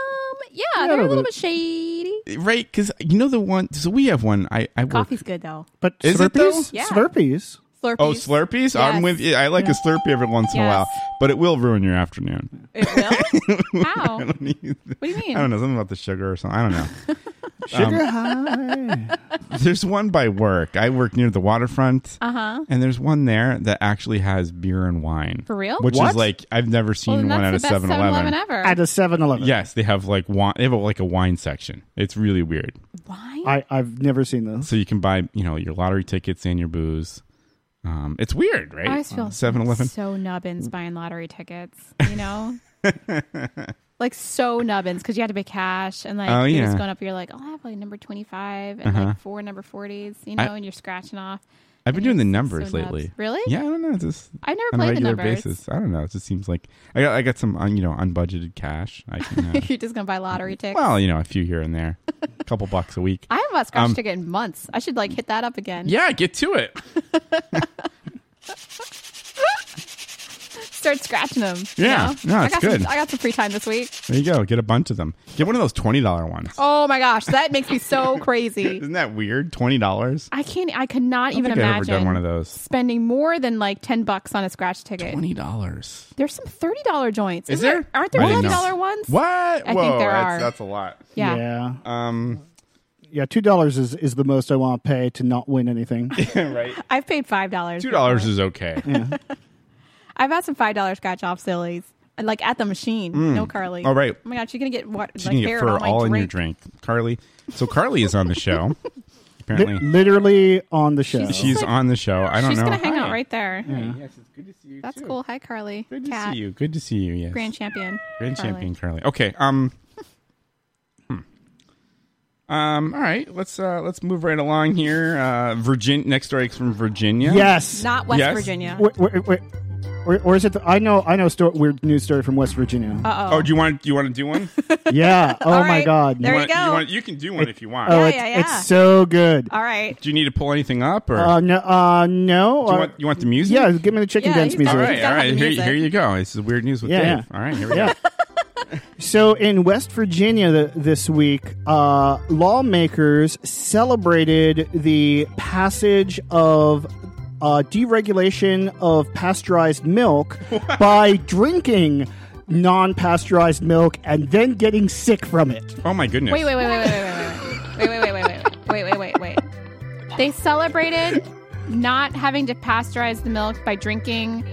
yeah, Yeah, they're a little but- bit shady. Right? Because you know the one. So we have one. I, I work. Coffee's good though. But Is it, though? Slurpees? Yeah. Slurpees. Slurpees. Oh, Slurpees? I'm Yes. with you. I like a Slurpee every once in a Yes. while, but it will ruin your afternoon. It will? How? I What don't need- do you mean? I don't know. Something about the sugar or something. I don't know. Sugar high. There's one by work. I work near the waterfront. Uh huh. And there's one there that actually has beer and wine. For real? Which is What? like I've never Well, seen then one at a that's the best 7 Eleven. ever. At a 7 Eleven. Yes, they have like wine they have like a wine section. It's really weird. Why? I, I've never seen this. So you can buy, you know, your lottery tickets and your booze. Um, it's weird, right? I always feel 7 Eleven. Mm. so nubbins buying lottery tickets, you know? like so nubbins because you had to pay cash and like Oh, you're yeah. just going up, you're like, oh, I have like number 25 and Uh-huh. like four number 40s, you know, and you're scratching off. I've been doing and the it's numbers so nubs. lately. Really? Yeah, I don't know. It's just I've never on a played the regular numbers. basis. I don't know. It just seems like I got I got some un, you know unbudgeted cash. I can, uh, you're just going to buy lottery tickets. well, you know, a few here and there, a couple bucks a week. I haven't bought a scratch Um, ticket in months. I should like hit that up again. Yeah, get to it. start scratching them. Yeah. you know? No, I it's got some- good. I got some free time this week. There you go. Get a bunch of them. Get one of those twenty dollar ones. Oh my gosh, that makes me so crazy. Isn't that weird? Twenty dollars. I can't. I could not even think I've ever imagine done one of those. spending more than like ten bucks on a scratch ticket. Twenty dollars. There's some thirty dollar joints. Is Isn't there? Aren't there I didn't fifty know. dollar ones? What? I Whoa, think there that's, are. that's a lot. Yeah. Yeah. Um. Yeah, two dollars is, is the most I want to pay to not win anything. right. I've paid five dollars. Two dollars is okay. I've had some five dollar scratch off sillies, and, like at the machine. Mm. No Carly. All right. Oh my god, she's gonna get what? She like can get hair fur on my all in your drink. drink, Carly. So Carly is on the show. Li- Apparently, literally on the show. she's, on the show. I don't She's know. gonna hang out Hi. right there. Yeah. Yes, it's good to see you. That's cool. Hi, Carly. Good Good to see you. Good to see you. Yes. Grand champion. Grand Carly. champion Carly. Okay. Um. hmm. Um. All right. Let's uh. Let's move right along here. Uh. Virgin. Next story is from Virginia. Yes. Not West Yes. Virginia. Wait, wait, wait. Or, or is it? The, I know. I know. Sto- weird news story from West Virginia. Uh-oh. Oh, do you want? Do you want to do one? yeah. Oh All my right. God. There you, want- go. You, want, you can do one if you want. Oh, it's, it's so good. All right. Do you need to pull anything up or? Uh, no. Uh, no. do you uh, want, you want the music? yeah. Give me the chicken Yeah, dance he's got music. All He's right, gotta all right. have the Here, music. here you go. This is weird news with Yeah, Dave. yeah. All right, here we Yeah. go. So in West Virginia th- this week, uh, lawmakers celebrated the passage of uh, deregulation of pasteurized milk by drinking non-pasteurized milk and then getting sick from it. Oh my goodness. Wait, wait, wait, wait, wait, wait, wait, wait, wait, wait, wait, wait, wait, wait, wait. They celebrated not having to pasteurize the milk by drinking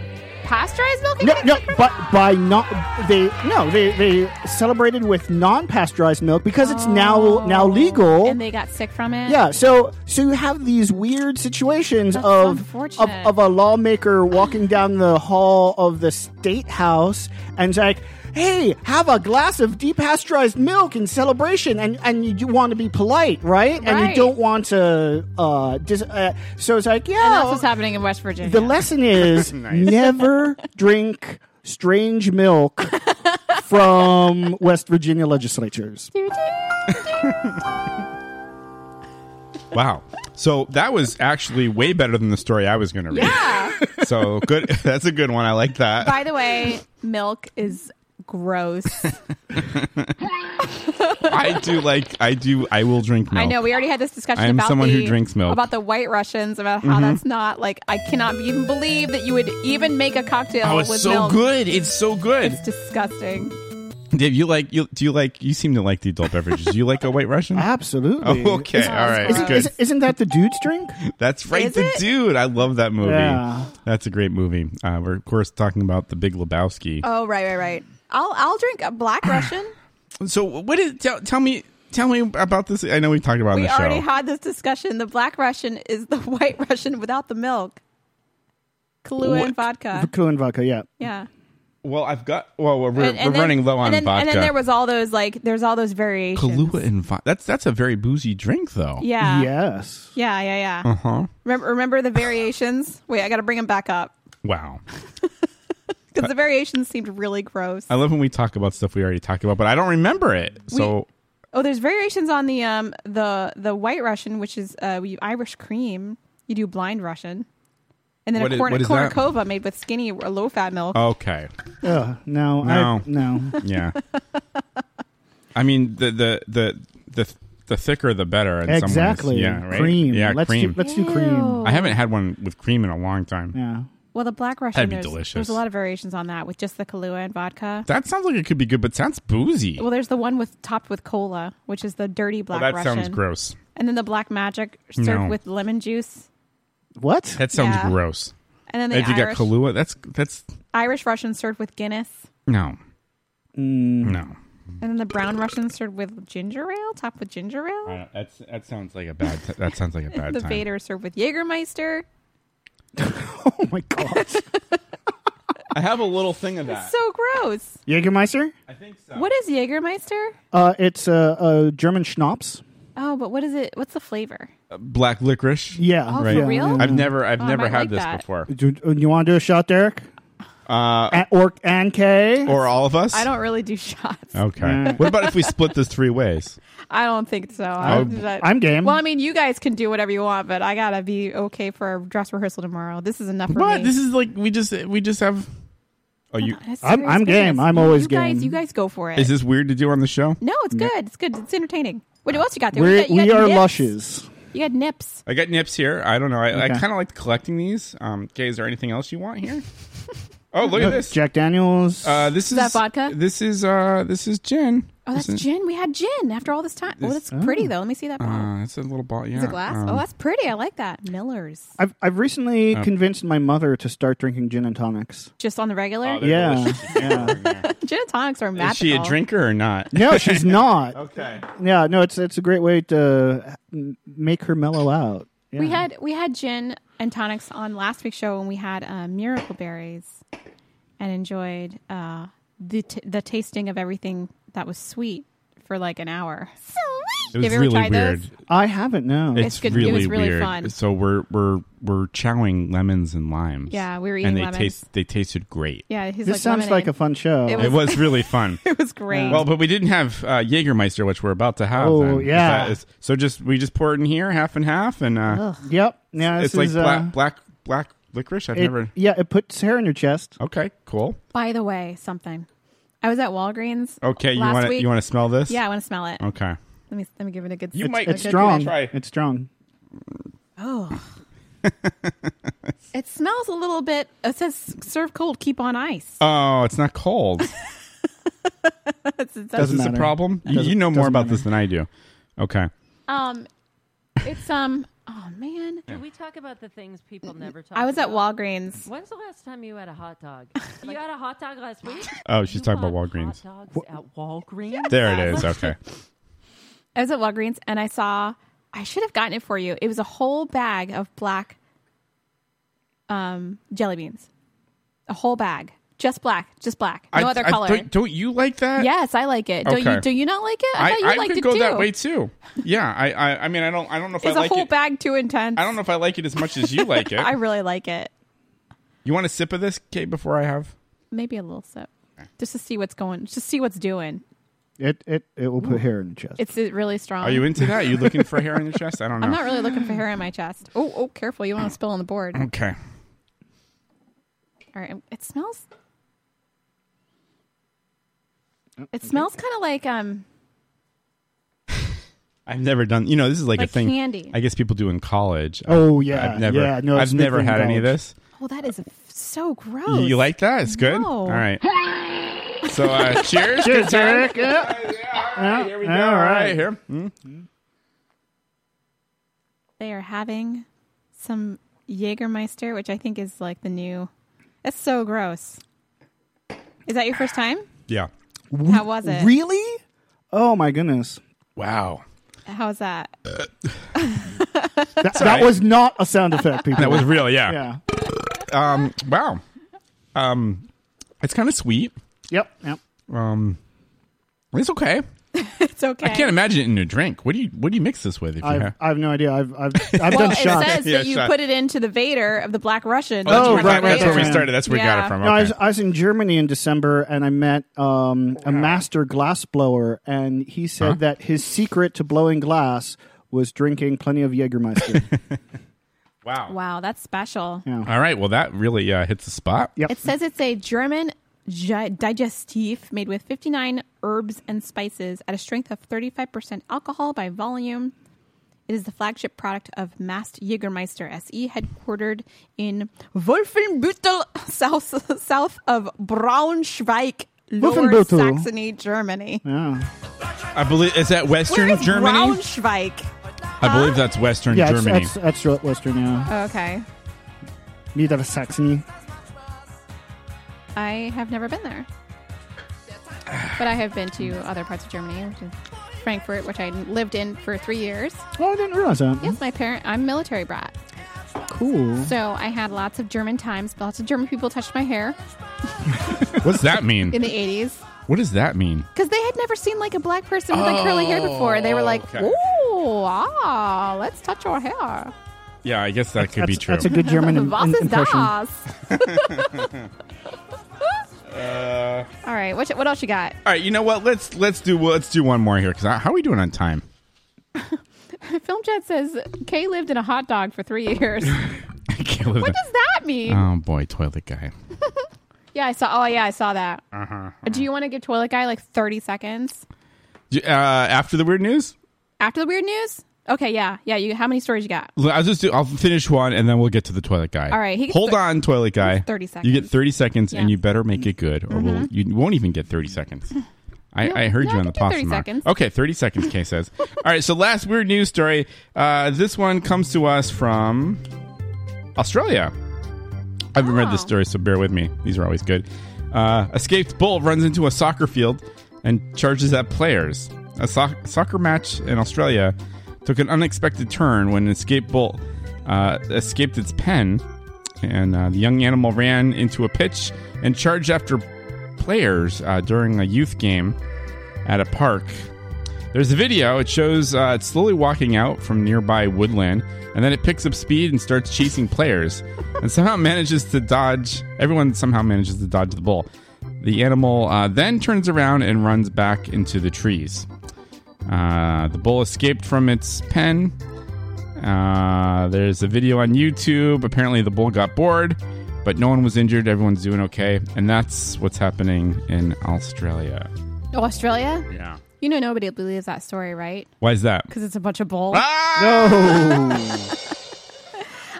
pasteurized milk. No, no, but by not they no they they celebrated with non-pasteurized milk because it's now now legal. Oh. and they got sick from it. Yeah, so so you have these weird situations That's of, of unfortunate. of a lawmaker walking down the hall of the state house and it's like, "Hey, have a glass of depasteurized milk in celebration," and and you do want to be polite, right? And you Right. don't want to. Uh, dis- uh, so it's like, and that's what's yeah. happening in West Virginia. The lesson is never drink strange milk from West Virginia legislatures. Wow. So that was actually way better than the story I was going to read. Yeah. So good. That's a good one. I like that. By the way, milk is gross. I do like. I do. I will drink milk. I know we already had this discussion I am about someone who the- drinks milk. about the White Russians about how Mm-hmm. Mhm. that's not like I cannot even believe that you would even make a cocktail Oh, it's with so milk. good. It's so good. It's disgusting. Dave, you like? You do you like? You seem to like the adult beverages. Do you like a White Russian? Absolutely. Oh, okay. Is- All right. Isn't, Good. isn't- isn't that the dude's drink? That's right, the dude. I love that movie. Yeah. That's a great movie. Uh, we're of course talking about the Big Lebowski. Oh right, right, right. I'll I'll drink a Black Russian. Oh. So what is? Tell, tell me. Tell me about this. I know we talked about it on we the show. already had this discussion. The Black Russian is the White Russian without the milk. Kahlua and vodka. Cool and vodka, yeah. Yeah. well, I've got. Well, we're, And- and we're then- running low on and then, vodka. And then there was all those like there's all those variations. Kahlua and vodka. That's that's a very boozy drink, though. Yeah. Yes. Yeah, yeah, yeah. Uh huh. Remember, remember the variations? Wait, I got to bring them back up Wow. because the variations seemed really gross. I love when we talk about stuff we already talked about, but I don't remember it. So Oh, there's variations on the um the the White Russian, which is uh you Irish cream. You do blind Russian, and then What a is- corn- what is that? Oh. cornucopia made with skinny or low fat milk. okay, Ugh, no, I, No. no. yeah. I mean the the the the the thicker the better. In exactly. Some ways. Yeah. Right. Cream. Yeah. Let's cream. Do, let's do cream. I haven't had one with cream in a long time. Yeah. Well, the Black Russian. be there's, delicious. There's a lot of variations on that with just the Kahlua and vodka. That sounds like it could be good, but sounds boozy. well, there's the one with topped with cola, which is the dirty Oh, Black that Russian. sounds gross. And then the Black Magic served No. with lemon juice, What? That sounds Yeah. gross. and then the If you got Irish Kahlua, that's that's Irish Russian served with Guinness, no, Mm. no. and then the brown Russian served with ginger ale, topped with ginger ale. I don't- That's that sounds like a bad. T- that sounds like a Oh, bad the time. Vader served with Jägermeister. Oh my god. I have a little thing of that. So gross. Jägermeister. I think so. What is Jägermeister? Uh, it's a uh, uh, German schnapps. Oh, but what is it? What's the flavor? black licorice? Yeah. Oh, for Right. real? I've never, I've Oh, I never might had like this that. before. Do, do you want to do a shot, Derek? Uh, A- or and K? or all of us? I don't really do shots. Oh. Okay. what about if we split this three ways? I don't think so. I- do that. Oh, I'm game. Well, I mean, you guys can do whatever you want, but I gotta be okay for a dress rehearsal tomorrow. This is enough for What? me. This is like we just, we just have. Oh, you. That's I'm- serious I'm game. business. I'm always you Guys, game. you guys go for it. Is this weird to do on the show? no, it's good. It's good. It's entertaining. What else you got there? We're, You got- you we got are nips. lushes. You got nips. I got nips here. I don't know. I, I Okay. kind of like collecting these. Um, okay, is there anything else you want here? oh, look at this. Jack Daniels. Uh, this is, Is that vodka? This is uh, this is gin. Oh, that's This is- gin. We had gin after all this time. Oh, This- that's pretty though. Let me see that. bottle. Uh, it's a little bottle. Yeah. Is it glass? um, oh, that's pretty. I like that. Miller's. I've I've recently Uh, convinced my mother to start drinking gin and tonics. Just on the regular. they're Yeah, delicious. yeah. gin and tonics are magical. Is she a drinker or not? no, she's not. okay. Yeah, no, it's it's a great way to uh, make her mellow out. Yeah. We had we had gin and tonics on last week's show, and we had uh, miracle berries, and enjoyed uh, the t- the tasting of everything that was sweet for like an hour. It was Have you ever really tried those? weird. I haven't. No, It's, It's good- it really, was really weird. fun. So we're we're we're chowing lemons and limes. Yeah, we were and eating they lemons. taste they tasted great. Yeah, his this like sounds like a fun show. It It was really fun. It was great. Well, but we didn't have uh, Jägermeister, which we're about to have. Oh, then. Is yeah. that- is- so just we just pour it in here, half and half, and uh, yep. Yeah, it's this like is, black, uh, black black licorice. I've it- never. Yeah, it puts hair in your chest. Okay, cool. By the way, something. I was at Walgreens. Okay, you last want to week. you want to smell this? Yeah, I want to smell it. Okay. Let me let me give it a good. You sip. might- A It's good- strong. try. It's strong. Oh. it smells a little bit. It says serve cold, keep on ice. Oh, it's not cold. It's- it's- Is Doesn't this a matter. problem? You, Doesn't- you know more doesn't about matter. this than I do. Okay. um, it's um. Oh man, Can we talk about the things people never talk about? I was at Walgreens. When's the last time you had a hot dog? you had a hot dog last week? Oh, she's You talking about bought Walgreens. Hot dogs at Walgreens? There it is. Okay. I was at Walgreens and I saw. I should have gotten it for you. It was a whole bag of black, um, jelly beans. A whole bag, just black, just black, no I- other I- color. don't, don't you like that? yes, I like it. Do Okay. you? Do you not like it? I, I, thought you I liked could it go too. that way too. Yeah. I, I I mean I don't I don't know if Is I a like whole it. bag too intense? I don't know if I like it as much as you like it. I really like it. you want a sip of this, Kate, before I have? Maybe a little sip, just to see what's going, just to see what's doing. It it it will put hair in your chest. It's uh, really strong. Are you into that? Are you looking for hair on your chest? I don't know. I'm not really looking for hair in my chest. Oh, oh, careful! You want to spill on the board. All Okay. right, um, it smells. Oh, It smells kind of like um. I've never done. You know, this is like, Like a thing. candy. I guess people do in college. Oh, I- yeah, I've never. yeah, no, it's I've never big in had any of college. this. Oh, that is so You, gross. you like that? It's good. No. All right. So uh, cheers. Cheers, Good time. Eric. Yeah. All right, here we go. All right, here. Mm. They are having some Jägermeister, which I think is like the new. That's so gross. Is that your first time? Yeah. How was it? Really? Oh my goodness. Wow. How's that? Uh, That, right. that was not a sound effect, people. That was real. Yeah. Yeah. Um. Wow. Um. It's kind of sweet. Yep. Yep. Um. It's okay. It's okay. I can't imagine it in a drink. What do you What do you mix this with? If you I've, have? I've no idea. I've I've, I've Well, done it shots. says Yeah, that you shot. put it into the Vader of the Black Russian. Oh, That's where- right, right, That's where we right. started. That's where we got Yeah. it from. No, I, Okay. was, I was in Germany in December, and I met um, a master glass blower, and he said that his secret to blowing glass was drinking plenty of Jägermeister. wow. Wow, that's special. Yeah. All right. Well, that really uh, hits the spot. Yep. It says it's a German gi- digestif made with 59 herbs and spices at a strength of 35% alcohol by volume. It is the flagship product of Mast Jägermeister SE, headquartered in Wolfenbüttel, south, south of Braunschweig, Lower Wolfenbüttel. Saxony, Germany. yeah. I believe is that Western Where is Germany. Braunschweig? I believe that's Western Yeah, it's, Germany. that's, that's right, Western, yeah. Okay. Neither Saxony. I have never been there. But I have been to other parts of Germany, which is Frankfurt, which I lived in for three years. Oh, I didn't realize that. Yes, my parent, I'm a military brat. Cool. So I had lots of German times. Lots of German people touched my hair What's that mean? in the 80s What does that mean? because they had never seen like a black person with like curly hair before. They were like, okay. "Ooh, ah, let's touch your hair." Yeah, I guess that could be that's, true. That's a good German im- Was ist das? impression. All right, what, what else you got? All right, you know what? Let's let's do let's do one more here because how are we doing on time? Film Jet says Kay lived in a hot dog for three years. what I can't live does that mean? Oh boy, toilet guy. Yeah, I saw. Oh, yeah, I saw that. Uh-huh. Do you want to give Toilet Guy like 30 seconds Do- Uh, after the weird news, after the weird news? Okay, yeah. Yeah, you how many stories you got? Look, I'll just do. I'll finish one, and then we'll get to the toilet guy. All right, he gets hold thir- on, toilet guy. 30 seconds. You get thirty seconds, and Yeah. you better make it good, or we'll, Mhm. you won't even get thirty seconds. I, No, I heard no, you I on the can do 30 possum. hour. seconds. Okay, thirty seconds. Kay says. All right, so last weird news story. Uh, this one comes to us from Australia. I haven't read this story, so bear with me. These are always good. Uh, escaped bull runs into a soccer field and charges at players. A soc- soccer match in Australia took an unexpected turn when an escaped bull uh, escaped its pen, and uh, the young animal ran into a pitch and charged after players uh, during a youth game at a park. There's a video. It shows uh, it slowly walking out from nearby woodland, and then it picks up speed and starts chasing players, and somehow manages to dodge. Everyone somehow manages to dodge the bull. The animal uh, then turns around and runs back into the trees. Uh, the bull escaped from its pen. Uh, there's a video on YouTube. Apparently, the bull got bored, but no one was injured. Everyone's doing okay, and that's what's happening in Australia. Oh, Australia? Yeah. You know nobody believes that story, right? Why is that? Because it's a bunch of bull. No.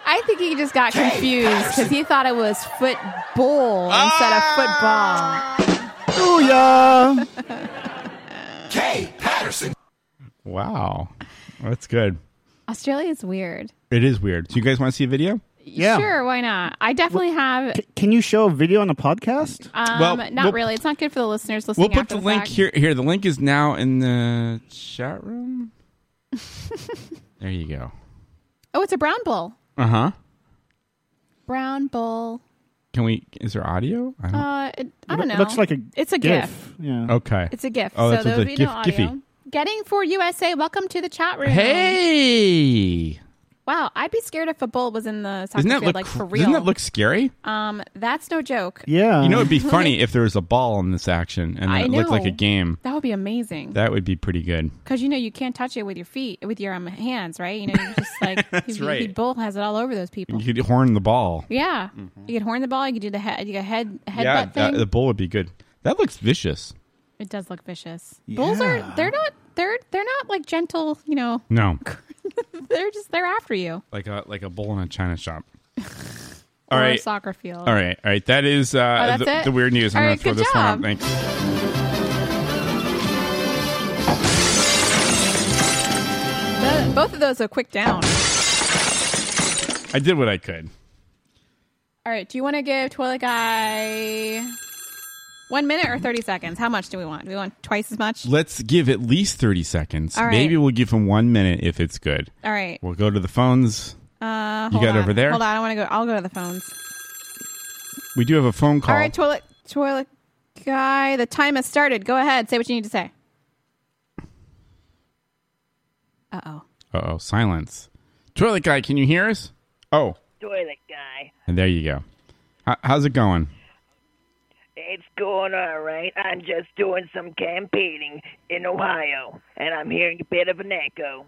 I think he just got confused because he thought it was football instead of Ah! football. Booyah! K. Patterson. Wow. That's good. Australia's weird. It is weird. Do you guys want to see a video? Yeah. Sure, why not? I definitely have. Can you show a video on the podcast? Um, Well, not we'll- really. It's not good for the listeners We'll listening. put after the, the, link fact. here. Here, the link is now in the chat room. there you go. Oh, it's a brown bull. Uh huh. Brown bull. Can we? Is there audio? I don't. Uh, it, I don't know. It looks like a It's a gif. gif. Yeah. okay. It's a gif. Oh, so that's there what will the be gif no audio. giphy. Getting for USA. Welcome to the chat room. Hey. Wow, I'd be scared if a bull was in the soccer Doesn't that field, look? like for cr- real. Doesn't that look scary? um, that's no joke. Yeah. You know, it'd be funny if there was a ball in this action and I it looked like know. a game. That would be amazing. That would be pretty good. Because you know you can't touch it with your feet, with your um, hands, right? You know, you just like That's he, right. he bull has it all over those people. You could horn the ball. yeah, you could horn the ball. You could do the head, you could head headbutt yeah, thing. that- the bull would be good. That looks vicious. it does look vicious. Bulls are they're not they're they're not like gentle. You know, No. they're just they're after you. like a like a bowl in a china shop. Or All a right, soccer field. All right, all right. That is uh, that's the, it? the weird news. I'm All gonna right, throw good this job. one. Out. Thanks. The- both of those are quick down. I did what I could. All right, do you want to give Toilet Guy one minute or thirty seconds? How much do we want? Do we want twice as much? Let's give at least thirty seconds. All right. Maybe we'll give him one minute if it's good. All right. We'll go to the phones. Uh, You hold got on. over there? Hold on, I want to go. I'll go to the phones. We do have a phone call. All right, toilet, toilet guy. The time has started. Go ahead. Say what you need to say. Uh oh. Uh oh, silence. Toilet guy, can you hear us? Oh, Toilet guy. and there you go. H- how's it going? It's going all right. I'm just doing some campaigning in Ohio, and I'm hearing a bit of an echo.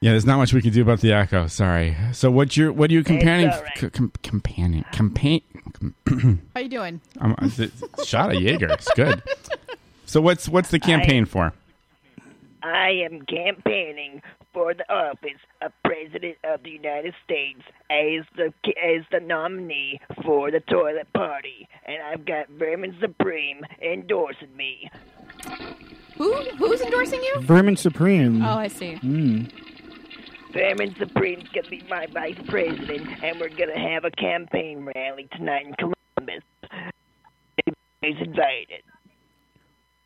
Yeah, there's not much we can do about the echo. Sorry. So what's your what are you companion all right. c- com- companion campaign? Com- How you doing? I'm, I did- shot a Jaeger. It's good. So what's what's the campaign for? I am campaigning for the office of President of the United States as the as the nominee for the toilet party, and I've got Vermin Supreme endorsing me. Who who's endorsing you? Vermin Supreme. Oh, I see. Mm. Vermin Supreme's gonna be my vice president, and we're gonna have a campaign rally tonight in Columbus. Everybody's invited.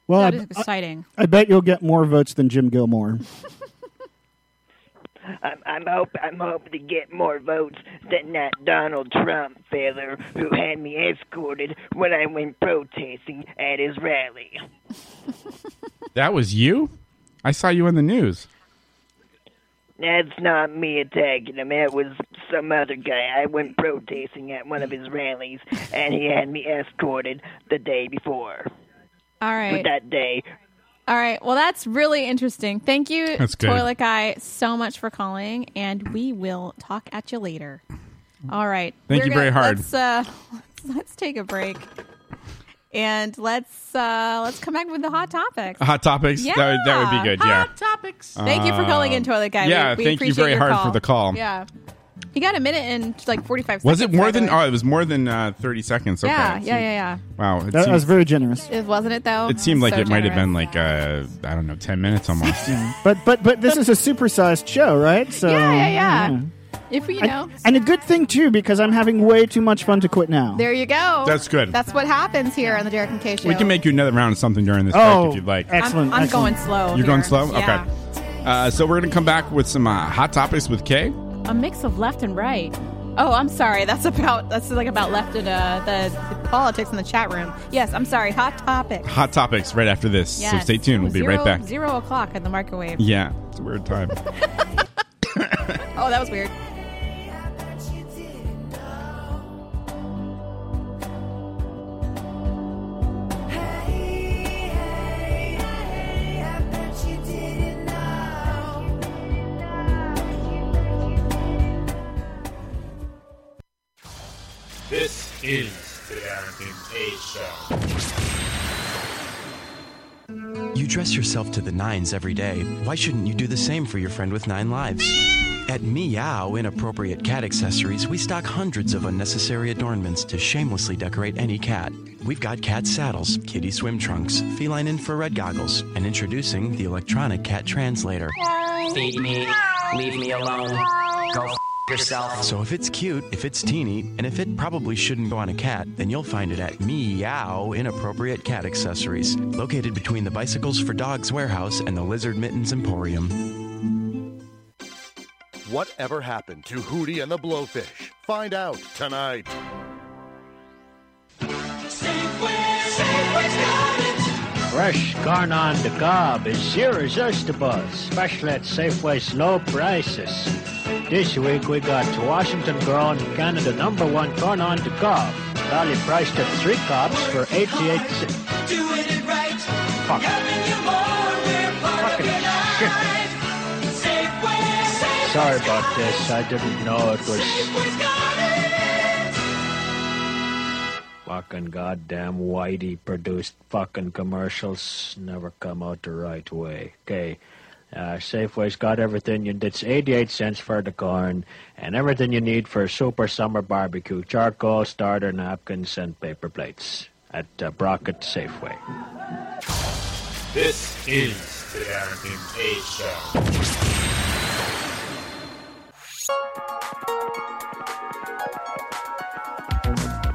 Well, I, that is exciting. I bet you'll get more votes than Jim Gilmore. I'm, I'm hope I'm hoping to get more votes than that Donald Trump feller who had me escorted when I went protesting at his rally. That was you? I saw you on the news. That's not me attacking him. That was some other guy. I went protesting at one of his rallies, and he had me escorted the day before. All But right. that day, All right. Well, that's really interesting. Thank you, That's good. Toilet Guy, so much for calling, and we will talk at you later. All right. Thank We're you very gonna- hard. Let's, uh, let's take a break. And let's uh, let's come back with the hot topics. Hot topics. Yeah. That would, that would be good. yeah. Hot topics. Thank you for calling in, Um, Toilet Guy. We- yeah, we, thank you appreciate very your hard call. for the call. Yeah, you got a minute and like forty five. Was it more than? Oh, it was more than uh, thirty seconds. Okay. Yeah, It yeah, seemed- yeah, Wow. It That, seemed, was very generous. yeah. It wasn't it though. it seemed like So it might have generous. been like uh, I don't know, ten minutes almost. But but but this is a supersized show, right? So Yeah, yeah, yeah. If we, you And- know, and a good thing too because I'm having way too much fun to quit now. there you go. That's good. That's what happens here on the Derek and K show. we can make you another round of something during this Oh, break if you'd like. excellent, I'm excellent. going slow. You're here. going slow. Yeah. Okay. Uh, so we're gonna come back with some uh, hot topics with Kay. A mix of left and right. Oh, I'm sorry. That's about that's like about left and uh, the, the politics in the chat room. Yes, I'm sorry. Hot topic. Hot topics right after this. So Yes. stay tuned. We'll be Zero- right back. Zero o'clock in the microwave. Yeah, it's a weird time. Oh, that was weird. This is the Derek and Kay Show. You dress yourself to the nines every day. Why shouldn't you do the same for your friend with nine lives? At Meow Inappropriate Cat Accessories, we stock hundreds of unnecessary adornments to shamelessly decorate any cat. We've got cat saddles, kitty swim trunks, feline infrared goggles, and introducing the electronic cat translator. Feed me. Leave me alone. Go f- yourself. So if it's cute, if it's teeny, and if it probably shouldn't go on a cat, then you'll find it at Meow Inappropriate Cat Accessories, located between the Bicycles for Dogs warehouse and the Lizard Mittens Emporium. Whatever happened to Hootie and the Blowfish? Find out tonight. Fresh Garnon de Gob is irresistible, especially at Safeway's low prices. This week we got Washington grown Canada number one Garnon de Gob, value priced at three cops for 88 cents. Doing it right. Fuck. Having you more. We're part of your life. Safeway, Safeway. Sorry about this, I didn't know it was Safeway's got it. fucking goddamn Whitey produced fucking commercials. Never come out the right way. Okay. Uh, Safeway's got everything. You, it's 88 cents for the corn and everything you need for a super summer barbecue. Charcoal, starter, napkins, and paper plates at uh, Brockett Safeway. This is the Derek and Kay Show.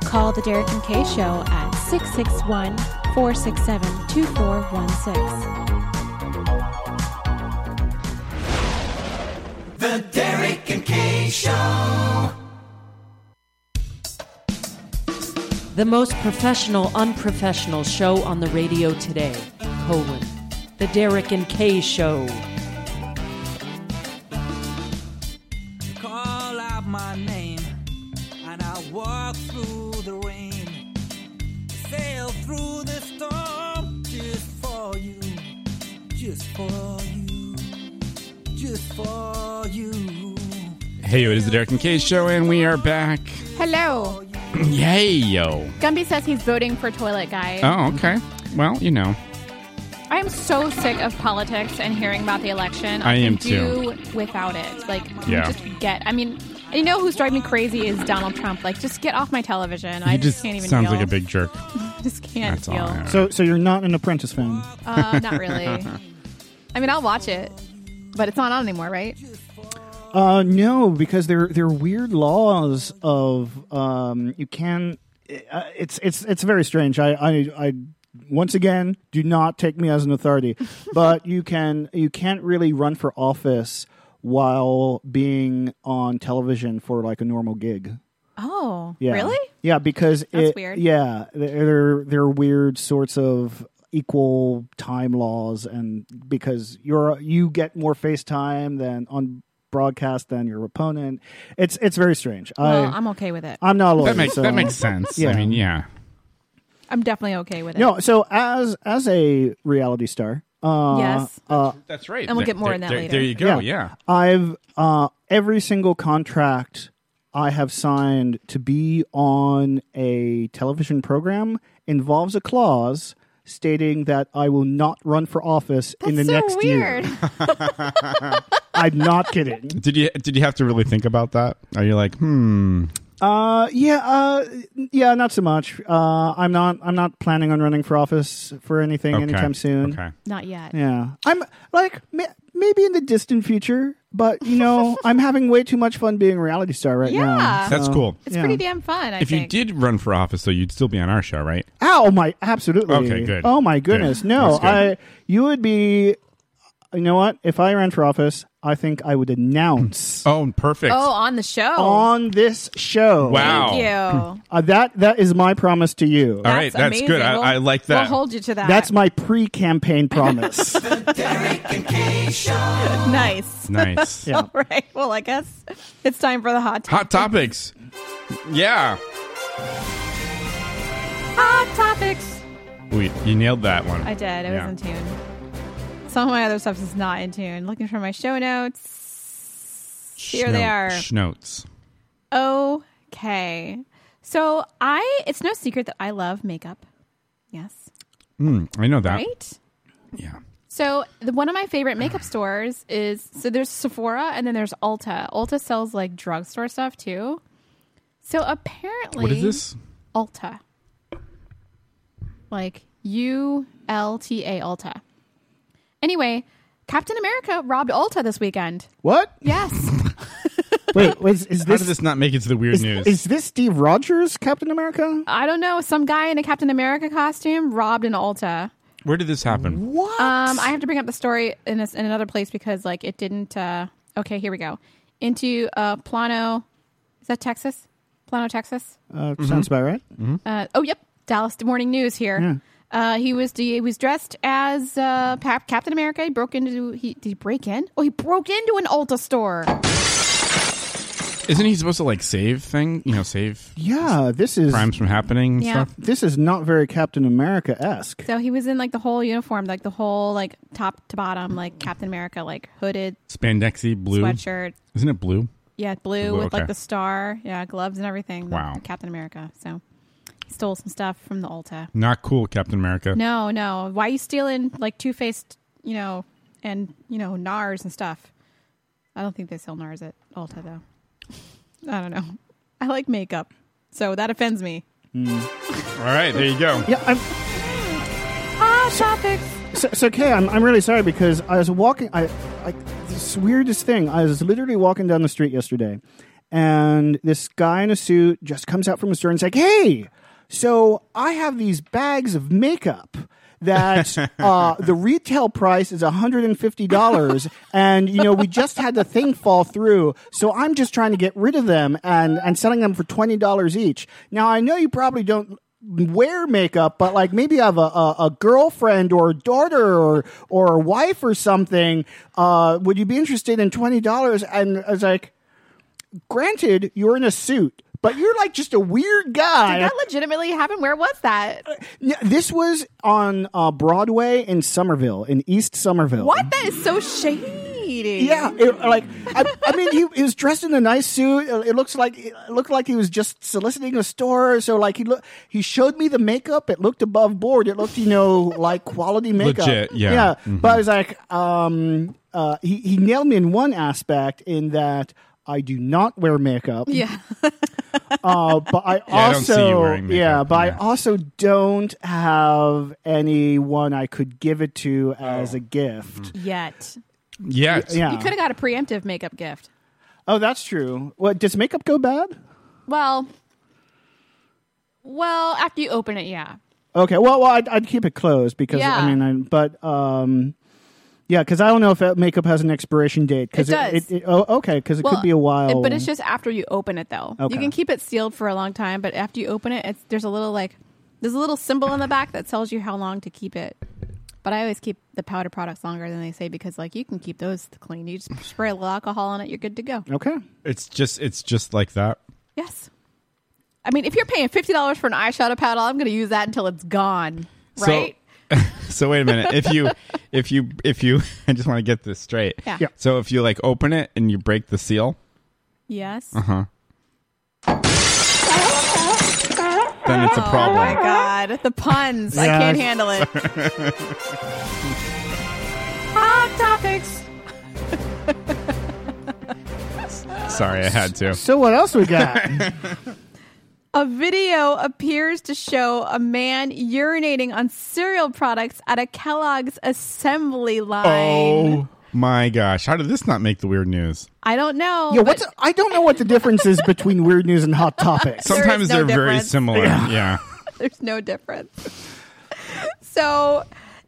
Call the Derek and Kay Show at 661 467 2416. The Derek and Kay Show. The most professional, unprofessional show on the radio today. Colon. The Derek and Kay Show. Call out my name, and I walk through the rain. Sail through the storm just for you, just for you, just for you. hey, yo, it is the Derek and Kay show, and we are back. Hello. Yay, yo. Gumby says he's voting for Toilet Guy. Oh, okay. Well, you know. I am so sick of politics and hearing about the election. I am can Do without it, like Yeah. just get. I mean, and you know who's driving me crazy is Donald Trump. Like, just get off my television. I he just, just can't even. sounds deal. like a big jerk. just can't That's all deal. I am. So so you're not an apprentice fan. Uh, not really. I mean, I'll watch it, but it's not on anymore, right? Uh, no, because there there are weird laws of um, you can. Uh, it's it's it's very strange. I, I I once again do not take me as an authority, but you can you can't really run for office while being on television for like a normal gig. Oh, Yeah. really? Yeah, because That's it, weird. Yeah, there there are weird sorts of equal time laws, and because you're you get more face time than on broadcast than your opponent. It's it's very strange. I Well, I'm okay with it. I'm not a lawyer. That makes so- that makes sense. Yeah. I mean, yeah. I'm definitely okay with it. no. So as as a reality star, uh, Yes. uh, That's right. And we'll get more in that there, later. There you go. Yeah. I've uh, every single contract I have signed to be on a television program involves a clause stating that I will not run for office in the so next weird. year. I'm not kidding. Did you did you have to really think about that? Are you like, hmm? Uh, yeah, uh, yeah, not so much. Uh, I'm not, I'm not planning on running for office for anything Okay, anytime soon. okay. Not yet. Yeah, I'm like ma- maybe in the distant future, but you know, I'm having way too much fun being a reality star right now. Yeah. That's so- cool. It's pretty damn fun, I if think. you did run for office, though, you'd still be on our show, right? Oh my, absolutely. Okay, good. Oh my goodness, Good. no, That's I good. you would be. You know what? If I ran for office, I think I would announce Oh, perfect. Oh, on the show. on this show. Wow. Thank you. Uh, that that is my promise to you. All right, that's amazing. good. I, We'll- I like that. We'll hold you to that. That's my pre-campaign promise. nice. Nice. Yeah. All right. Well, I guess it's time for the hot topic. Hot topics. Yeah. Hot topics. We, you nailed that one. I did. It Yeah. was in tune. Some of my other stuff is not in tune. Looking for my show notes. Here they are. Schnotes. Okay. So I it's no secret that I love makeup. Yes. Mm, I know that. Right? Yeah. So the, one of my favorite makeup stores is so there's Sephora and then there's Ulta. Ulta sells like drugstore stuff too. So apparently What is this? Ulta. Like U L T A Ulta. Anyway, Captain America robbed Ulta this weekend. what? Yes. Wait, was, is How this did this not make it to the weird is, news? is this Steve Rogers Captain America? Uh, I don't know. Some guy in a Captain America costume robbed an Ulta. Where did this happen? What? Um, I have to bring up the story in, this in another place because like it didn't. Uh, okay, here we go. Into uh, Plano, is that Texas? Plano, Texas. Uh, Mm-hmm. Sounds about right. Uh, oh, yep. Dallas Morning News here. Uh, he was he was dressed as uh, Pap- Captain America. He broke into he did he break in? Oh, he broke into an Ulta store. Isn't he supposed to like save thing? You know, save Yeah, this is crimes from happening and Yeah. stuff? this is not very Captain America esque. So he was in like the whole uniform, like the whole like top to bottom, like Captain America, like hooded Spandexy blue. sweatshirt, Isn't it blue? Yeah, blue Blue, with like okay. the star. Yeah, gloves and everything. Wow. Captain America. So he stole some stuff from the Ulta. Not cool, Captain America. No, no. Why you stealing like Two Faced, you know, and, you know, NARS and stuff? I don't think they sell NARS at Ulta, though. I don't know. I like makeup. So that offends me. All right, there you go. Yeah, I'm, Ah, topics. so, so Kay, I'm, I'm really sorry because I was walking. I like this weirdest thing. I was literally walking down the street yesterday, and this guy in a suit just comes out from a store and's like, "Hey, so I have these bags of makeup." that uh, the retail price is $150 and you know we just had the thing fall through so i'm just trying to get rid of them and and selling them for $20 each now i know you probably don't wear makeup, but like maybe have a, a, a girlfriend or a daughter or or a wife or something. Uh, would you be interested in twenty dollars? And I was like, granted, you're in a suit, but you're like just a weird guy. Did that legitimately happen? Where was that? Yeah, this was on uh, Broadway in Somerville, in East Somerville. What? That is so shady. Yeah, it, like I, I mean, he, he was dressed in a nice suit. It, it looks like it looked like he was just soliciting a store. So like he look, he showed me the makeup. It looked above board. It looked you know like quality makeup. Legit, yeah. yeah. Mhm. But I was like, um, uh, he he nailed me in one aspect in that. I do not wear makeup. Yeah. Uh, but I also, Yeah, I don't see you wearing makeup. yeah, but Yeah. I also don't have anyone I could give it to Oh. as a gift. Mm-hmm. Yet. Yes. Yeah. You could have got a preemptive makeup gift. Oh, that's true. What does makeup go bad? Well, well, after you open it, yeah. Okay. Well, well, I'd, I'd keep it closed because Yeah. I mean, I, but um, yeah, because I don't know if that makeup has an expiration date. Because It does. It, it- oh, okay, because it could be a while. But it's just after you open it, though. Okay. You can keep it sealed for a long time, but after you open it, it's, there's a little like there's a little symbol on the back that tells you how long to keep it. But I always keep the powder products longer than they say because like you can keep those clean. You just spray a little alcohol on it, you're good to go. okay. It's just it's just like that. Yes. I mean, if you're paying fifty dollars for an eyeshadow paddle, I'm going to use that until it's gone. So- Right? So wait a minute. If you if you if you I just want to get this straight. Yeah. Yeah. So if you like open it and you break the seal, yes. uh-huh. then it's a problem. Oh my god, the puns! I Yeah, can't I'm handle it. Hot topics. Sorry, I had to. So what else we got? A video appears to show a man urinating on cereal products at a Kellogg's assembly line. Oh my gosh! How did this not make the weird news? I don't know. yeah, Oh, but- what's I don't know what the difference is between weird news and hot topics. There is Sometimes no they're very difference. similar. Yeah. yeah. There's no difference. so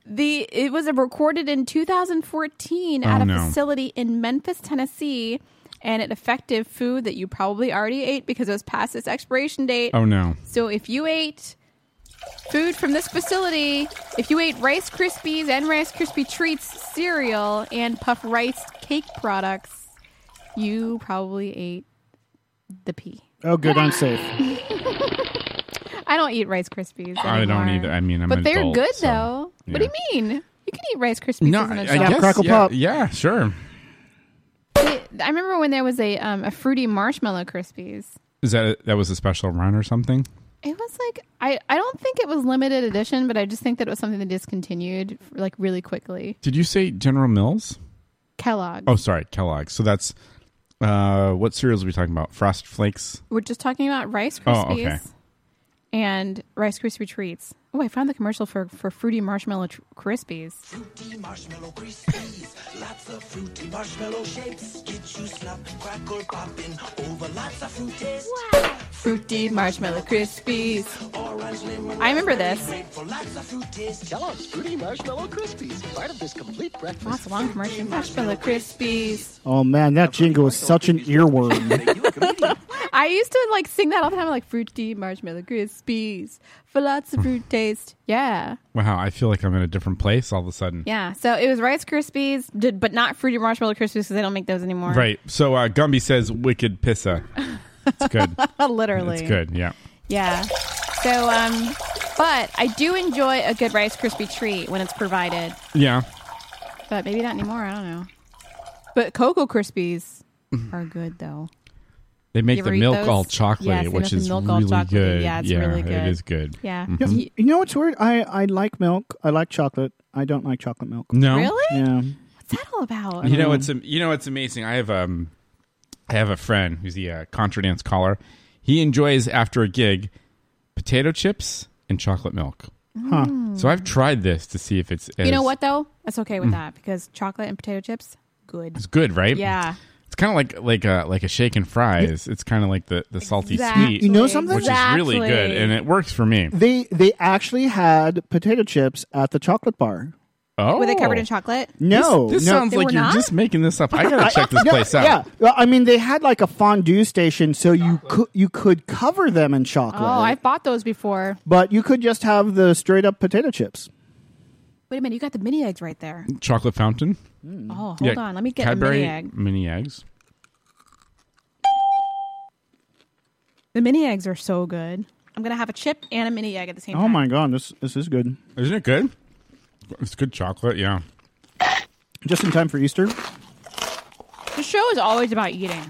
the it was recorded in 2014 at Oh, a no. facility in Memphis, Tennessee, and it affected food that you probably already ate because it was past its expiration date. Oh no. So if you ate food from this facility, if you ate Rice Krispies and Rice Krispie Treats cereal and puff rice cake products, you probably ate the pee. Oh, good, I'm safe. I don't eat Rice Krispies. I don't anymore. either. I mean, I'm but an they're adult, good so, though. What do you mean? You can eat Rice Krispies No, as an I, I adult. guess. Crackle yeah, Pop. Yeah, sure. I remember when there was a um, a fruity marshmallow Krispies. Is that that was a special run or something? It was like I, I don't think it was limited edition, but I just think that it was something that discontinued like really quickly. Did you say General Mills? Kellogg. Oh, sorry, Kellogg's. So that's uh, what cereals are we talking about? Frost Flakes. We're just talking about Rice Oh, Krispies okay. and Rice Krispie treats. Oh, I found the commercial for for fruity marshmallow tr- Krispies. Fruity marshmallow crispies, lots of fruity marshmallow shapes. Get you slop, crackle popping over lots of fruit taste. Fruity marshmallow Krispies. Orange lemon. I remember this. For lots of fruit taste. Kellogg's Fruity Marshmallow Krispies, part of this complete breakfast. Lots of long commercial marshmallow Krispies. Oh man, that jingle is such an earworm. I used to like sing that all the time, like fruity marshmallow Krispies for lots of fruit taste. Yeah. Wow, I feel like I'm in a different place all of a sudden. Yeah. So it was Rice Krispies, did, but not fruity marshmallow Krispies because they don't make those anymore. Right. So uh, Gumby says, "Wicked pissa." It's good. Literally. It's good. Yeah. Yeah. So, um, but I do enjoy a good Rice Krispie treat when it's provided, Yeah. but maybe not anymore. I don't know. But Cocoa Krispies are good though. They You Mm-hmm. make ever the eat milk those? all Yes, chocolatey, they make which the is milk all really chocolatey. good. Yeah, it's really good. It is good. Yeah. Yeah, Mhm. You know what's weird? I, I like milk. I like chocolate. I don't like chocolate milk. No. Really? Yeah. What's that all about? You know it's am- you know it's amazing. I have um I have a friend who's the uh, contra dance caller. He enjoys after a gig potato chips and chocolate milk. Huh. So I've tried this to see if it's You know as- what though? That's okay with that because chocolate and potato chips, good. Mm. It's good, right? Yeah. It's kind of like like a like a shake and fries. It's kind of like the the salty Exactly. sweet. You know something? which is really good, Exactly. and it works for me. They they actually had potato chips at the chocolate bar. Oh, Were they covered in chocolate? No, This Oh, no. sounds They like were you're not? just making this up. I gotta check this No, place out. Yeah, Well, I mean they had like a fondue station, so you could you could cover them in chocolate, Oh, I've bought those before. but you could just have the straight up potato chips. Wait a minute, you got the mini eggs right there. Chocolate fountain. Oh, hold Mm. Yeah, on. Let me get Cadbury a mini egg. Mini eggs. The mini eggs are so good. I'm gonna have a chip and a mini egg at the same Oh time. my god, this this is good. Isn't it good? It's good chocolate, yeah. Just in time for Easter. The show is always about eating.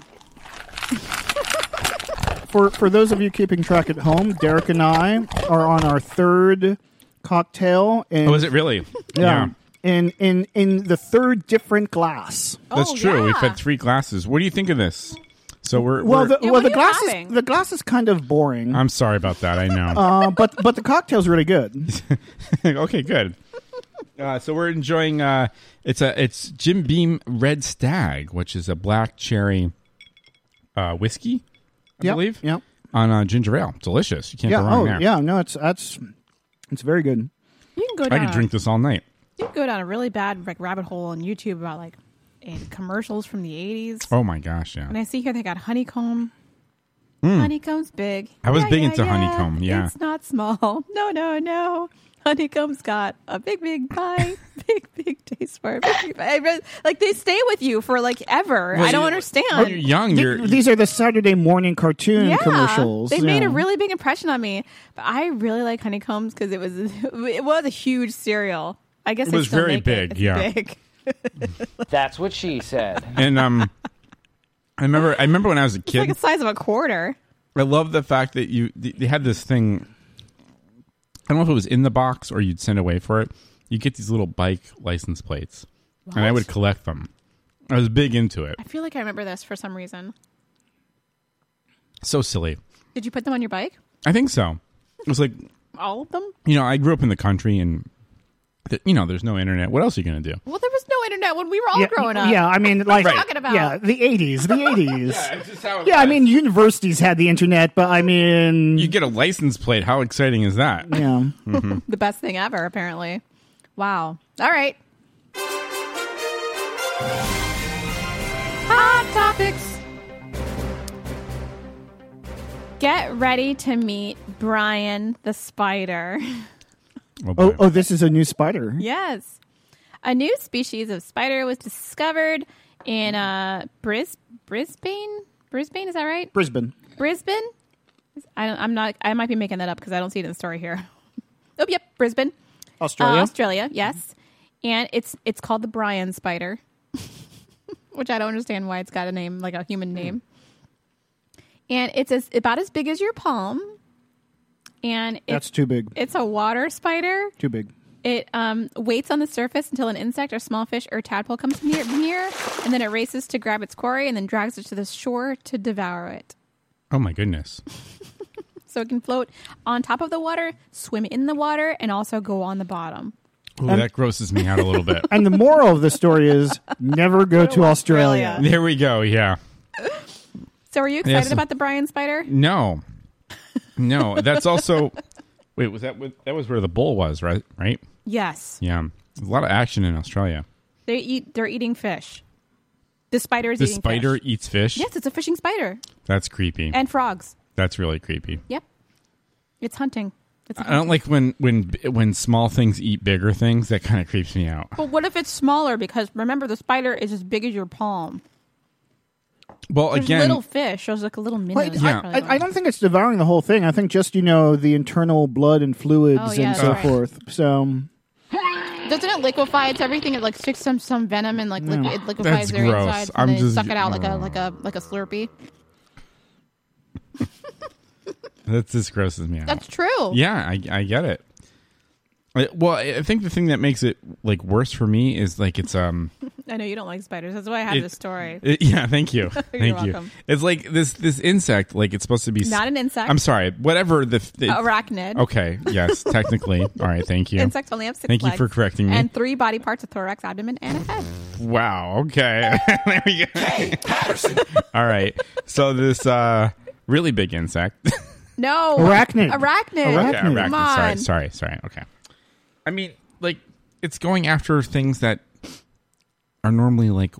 For for those of you keeping track at home, Derek and I are on our third cocktail. And Oh, is it really? Yeah. In in in the third different glass. That's Oh, true. We've yeah. had three glasses. What do you think of this? So we're, Well, we're- the, Yeah, well, what are the you glass is having? the glass is kind of boring. I'm sorry about that. I know. Uh, but but the cocktail's really good. okay, good. Uh, so we're enjoying uh, it's a it's Jim Beam Red Stag, which is a black cherry uh, whiskey, I Yep, believe. yep. On uh, ginger ale, delicious. You can't yeah. go wrong Oh, there. yeah. No, it's that's it's very good. You can go I down. could drink this all night. You can go down a really bad like rabbit hole on YouTube about like and commercials from the '80s. Oh my gosh, yeah. And I see here they got honeycomb. Honeycomb's big. Hmm. I was big into honeycomb, yeah. It's not small. No, no, no. Honeycomb's got a big, big pie, big, big taste for it. Big, big pie. I read- Like they stay with you for like ever. Well, I don't you- understand. When you're young, Th- you're these are the Saturday morning cartoon yeah, commercials. They yeah. made a really big impression on me. But I really like honeycombs because it was it was a huge cereal. I guess It they was still very make big, It's yeah. big. That's what she said. and um I remember I remember when I was a It's like kid. the size of a quarter. I love the fact that you they they had this thing I don't know if it was in the box or you'd send away for it. You get these little bike license plates, and I What? would collect them. I was big into it. I feel like I remember this for some reason. So silly. Did you put them on your bike? I think so. It was like All of them? you know I grew up in the country and th- you know there's no internet. What else are you gonna do? Well, there was no internet when we were all yeah, growing up. Yeah, I mean, What like, are you talking about? yeah, the eighties, the eighties. it's just how it yeah, I mean, universities had the internet, but I mean, You get a license plate. How exciting is that? Yeah. Mhm. The best thing ever, apparently. Wow. All right. Hot topics. Get ready to meet Brian the Spider. oh, oh, this is a new spider. yes. A new species of spider was discovered in uh, Bris- Brisbane. Brisbane, is that right? Brisbane. Brisbane. I don't, I'm not. I might be making that up because I don't see it in the story here. oh, yep, Brisbane, Australia? Australia, yes. And it's it's called the Brian spider, which I don't understand why it's got a name like a Hmm. human name. And it's as, about as big as your palm. And it- That's too big. It's a water spider. Too big. It um, waits on the surface until an insect or small fish or tadpole comes near, near, and then it races to grab its quarry and then drags it to the shore to devour it. Oh my goodness. So it can float on top of the water, swim in the water, and also go on the bottom. Ooh, that grosses me out a little bit. And the moral of the story is never go to Australia. There we go. Yeah. So are you excited Yes. about the Brian spider? No, no. That's also. wait, was that with- that was where the bull was, right? Right. Yes. Yeah. There's a lot of action in Australia. They eat. They're eating fish. The spider is The eating spider fish. eats fish. Yes, it's a fishing spider That's creepy. and frogs. That's really creepy. Yep. It's hunting. It's I don't like when when when small things eat bigger things. That kind of creeps me out. But what if it's smaller? Because remember, the spider is as big as your palm. Well, There's again, little fish. There's like a little minnow. Well, I, I don't think it's devouring the whole thing. I think just you know the internal blood and fluids Oh, yeah, and that's so right. forth. So Doesn't it liquefy? It's everything. It like sticks some some venom and like liqu- No. it liquefies That's their gross. insides I'm and they just- suck it out like a like a like a slurpee. that just grosses me out. That's true. Yeah, I, I get it. I- well, I I think the thing that makes it like worse for me is like it's um. I know you don't like spiders. That's why I have it- this story. it- Uh, yeah, thank you, You're thank you. welcome. It's like this this insect, like it's supposed to be s- Not an insect. I'm sorry, whatever the, the Arachnid. Okay, yes, technically. All right, thank you. Insects only have six Thank legs. you for correcting me. And three body parts: a thorax, abdomen, and a head. Wow. Okay. there we go. All right. So this uh really big insect. No, Arachnid. Arachnid. Okay, Come arachnid. Sorry. on. Sorry. Sorry. Okay. I mean, like it's going after things that are normally like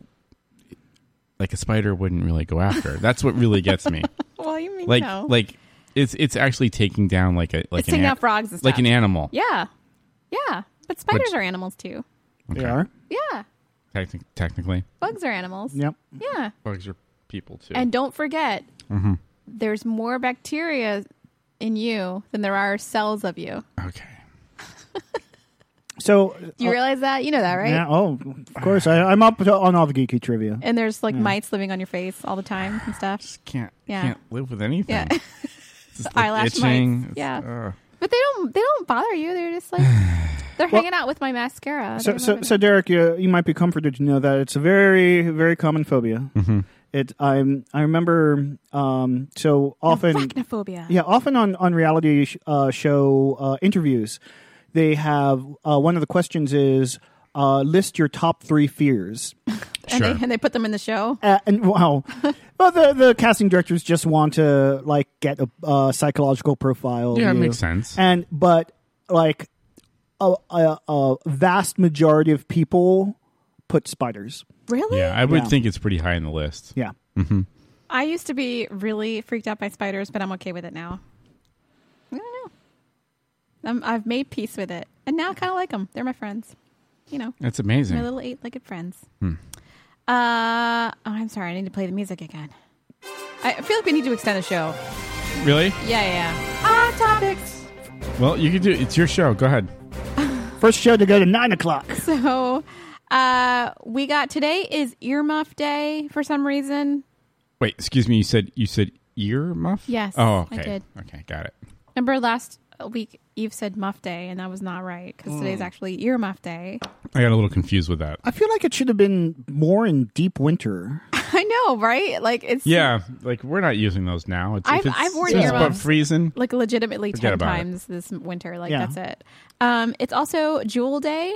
like a spider wouldn't really go after. That's what really gets me. Well, you mean like no. like it's it's actually taking down like a like it's an taking an- out frogs and stuff. like an animal. Yeah, yeah. But spiders are animals too. They are Yeah, Technic- technically bugs are animals. Yep. Yeah. bugs are people too. And don't forget, Mhm. there's more bacteria in you than there are cells of you. so uh, Do you realize that? You know that, right? Oh. yeah, oh, of course I, I'm up to, on all the geeky trivia. And there's like Yeah. mites living on your face all the time and stuff. Just can't Yeah. Can't live with anything. Yeah. It's like Eyelash itching. mites. It's- uh, Yeah. ugh. But they don't they don't bother you. They're just like they're hanging out with my mascara. So, They're so, loving so Derek, you, you might be comforted to know that it's a very, very common phobia. Mm-hmm. It, I'm, I remember, um, so often Arachnophobia. Yeah, often on on reality sh- uh, show uh, interviews, they have uh, one of the questions is uh, list your top three fears. it. and, they, and they put them in the show. Uh, and wow, well, the the casting directors just want to like get a uh, psychological profile. of Yeah, it you. makes sense. And but like a, a, a vast majority of people put spiders. Really? Yeah, I would Yeah. think it's pretty high in the list. Yeah. hmm I used to be really freaked out by spiders, but I'm okay with it now. I don't know. I'm, I've made peace with it, and now I kind of like them. They're my friends. You know, That's amazing. My little eight-legged friends. Hmm. Uh, oh, I'm sorry. I need to play the music again. I I feel like we need to extend the show. Really? Yeah, yeah, yeah. Hot topics. Well, you can do. It's your show. Go ahead. First show to go to nine o'clock. So, Oh, uh, we got today is earmuff day for some reason. Wait, excuse me. You said you said ear muff. Yes, Oh, I okay. did. Okay, got it. Remember last week Eve said Muff Day, and that was not right because Mm. today's actually Ear Muff Day. I got a little confused with that. I feel like it should have been more in deep winter. I know, right? Like it's Yeah, like we're not using those now. It's, if I've- it's, I've worn if it's above earmuffs. freezing. like legitimately Forget ten about it. times this winter. Like Yeah. that's it. Um, it's also Jewel Day,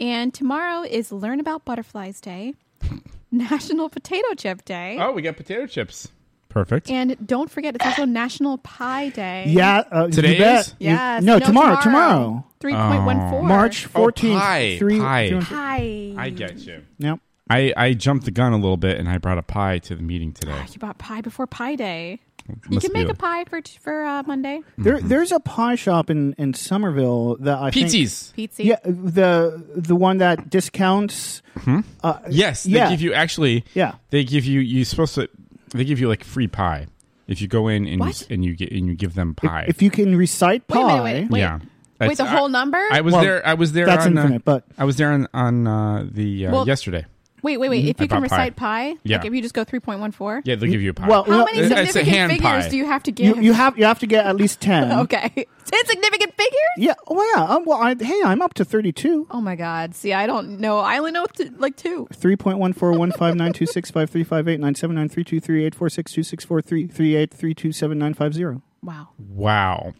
and tomorrow is Learn About Butterflies Day, National Potato Chip Day, Oh, we got potato chips. Perfect. and don't forget it's also National Pie Day. Yeah, uh, Today you bet. is? You- Yes. no, No, tomorrow. tomorrow. Tomorrow. 3.14. March Oh, fourteenth. pie, three. pie. Mm-hmm. two- Pie. I get you. Yep. I, I jumped the gun a little bit and I brought a pie to the meeting today. You bought pie before Pie Day. Ah, You Must can be make a- a pie for for uh, Monday. There, there's a pie shop in, in Somerville that I think- Peetsy's. Peetsy's. Yeah, the the one that discounts. Hmm? Uh, Yes, they yeah. give you actually. Yeah. they give you. You supposed to. They give you like free pie if you go in and you, s- and you get and you give them pie. If you can recite Wait a pie, minute, wait, wait. yeah, Wait, That's- the whole number? I, I was Well, there. I was there. that's on, infinite, but I was there on on uh, the uh, Well- yesterday. Wait, wait, wait. If Mm-hmm. I you can bought pie. recite pie, Yeah. like if you just go 3.14. Yeah, they'll give you a pie. Well, How no, many it's a significant hand figures pie. do you have to give? you, you have you have to get at least ten. okay. 10 significant figures? Yeah. Well, yeah. Um, well, I, hey, I'm up to thirty-two. Oh my God. See, I don't know. I only know t- like two. Three point one four one five nine two six five three five eight nine seven nine three two three eight four six two six four three three eight three two seven nine five zero. Wow. Wow.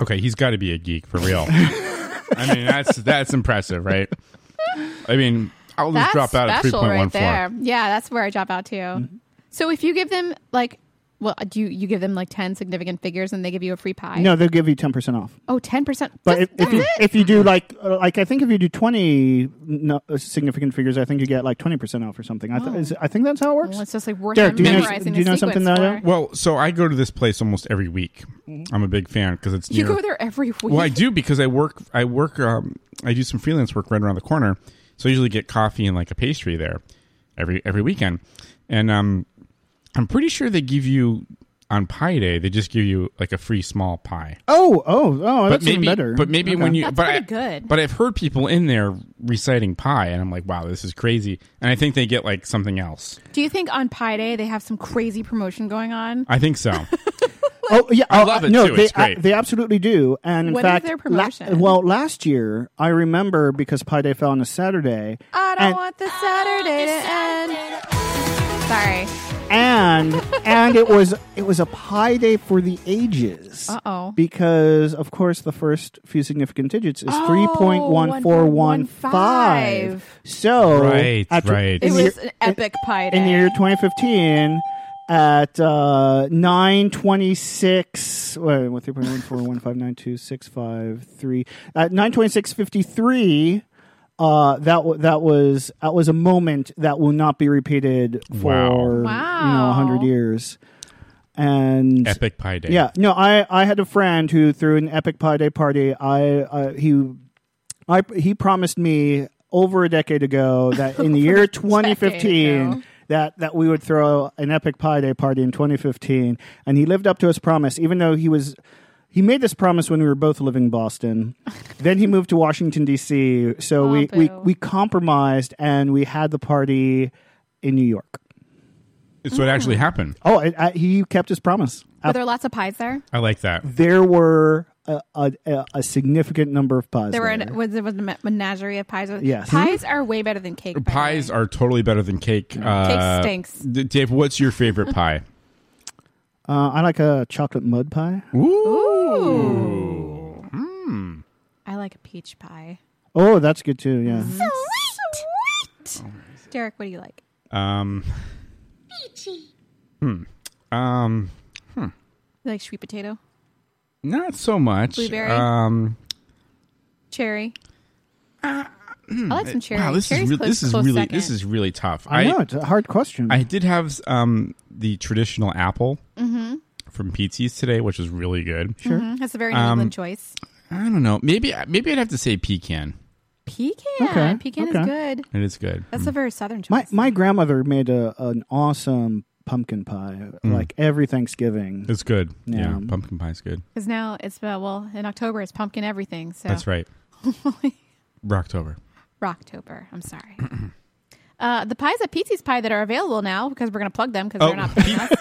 Okay, he's got to be a geek for real. I mean, that's that's impressive, right? I mean, I'll just That's drop out at three special point one right four. Mm-hmm. there. Yeah, that's where I drop out too. So if you give them like, well, do you, you give them like 10 significant figures and they give you a free pie? No, they'll give you ten percent off. Oh, 10%. But if, if that's you it? if you do like uh, like I think if you do twenty no, uh, significant figures, I think you get like twenty percent off or something. I, th- Oh. is, I think that's how it works. Well, it's just like worth Derek, do you know- memorizing do you the know something sequence that I for- Well, so I go to this place almost every week. I'm a big fan because it's Mm-hmm. You near- go there every week. Well, I do because I work. I work. Um, I do some freelance work right around the corner, so I usually get coffee and like a pastry there every every weekend. And um, I'm pretty sure they give you on Pie Day. They just give you like a free small pie. Oh, oh, oh, that's maybe, even better. But maybe when Okay. you That's but pretty I, good. But I've heard people in there reciting pie, and I'm like, wow, this is crazy. And I think they get like something else. Do you think on Pi Day they have some crazy promotion going on? I think so. Oh yeah, I oh, love it, no, too. They, It's great. uh, they absolutely do. And in What is fact, their la- promotion? well, last year I remember because Pi Day fell on a Saturday, I don't And- want the Saturday to end. Sorry. and and it was it was a Pi Day for the ages. Uh-oh. Because of course the first few significant digits is Oh, three point one four one five. 1.15. So Right, at- right. in It the was year- an epic Pi Day. in the year 2015 at uh, 926 wait, what, 3.1415926553 at 926.53 uh, that w- that was that was a moment that will not be repeated for Wow. you know Wow. 100 years and Epic Pie Day. yeah, no, I I had a friend who threw an epic Pi Day party. I uh, he I he promised me over a decade ago that in the year 2015 ago. that that we would throw an epic Pi Day party in 2015, and he lived up to his promise, even though he was. He made this promise when we were both living in Boston. then he moved to Washington D.C. So we, we Oh, boo. we compromised and we had the party in New York. So it actually happened. Oh, I, I, he kept his promise. Uh, Were there lots of pies there? I like that. there were a, a, a- a significant number of pies. There were there. an, was there was a me- menagerie of pies. Yes. Mm-hmm. Pies are way better than cake. by the way. Pies are totally better than cake. Uh, stinks. D- Dave, what's your favorite pie? Uh, I like a chocolate mud pie. Ooh. Mm. I like a peach pie. Oh, that's good too. Yeah. Sweet. Derek, what do you like? Um. Peachy. Hmm. Um. You like sweet potato, Not so much. Blueberry? Um. cherry. I like some cherry. Uh, hmm. Wow, this Cherry's is really close, this is close really second. this is really tough. I know it's a hard question. I did have um the traditional apple Mhm. from Peetsy's today, which was really good. Sure. Mhm, That's a very New Um, England choice. I don't know. Maybe maybe I'd have to say pecan. Pecan. Okay, Pecan is okay. good. It is good. That's a very southern choice. my my grandmother made a, an awesome pumpkin pie like every Thanksgiving. It's good. Yeah, Yeah. pumpkin pie's good. Because now it's uh, well in October it's pumpkin everything. So That's right. Rocktober. Rocktober. I'm sorry. Uh, the pies at Peetsy's Pie that are available now because we're going to plug them because Oh, they're not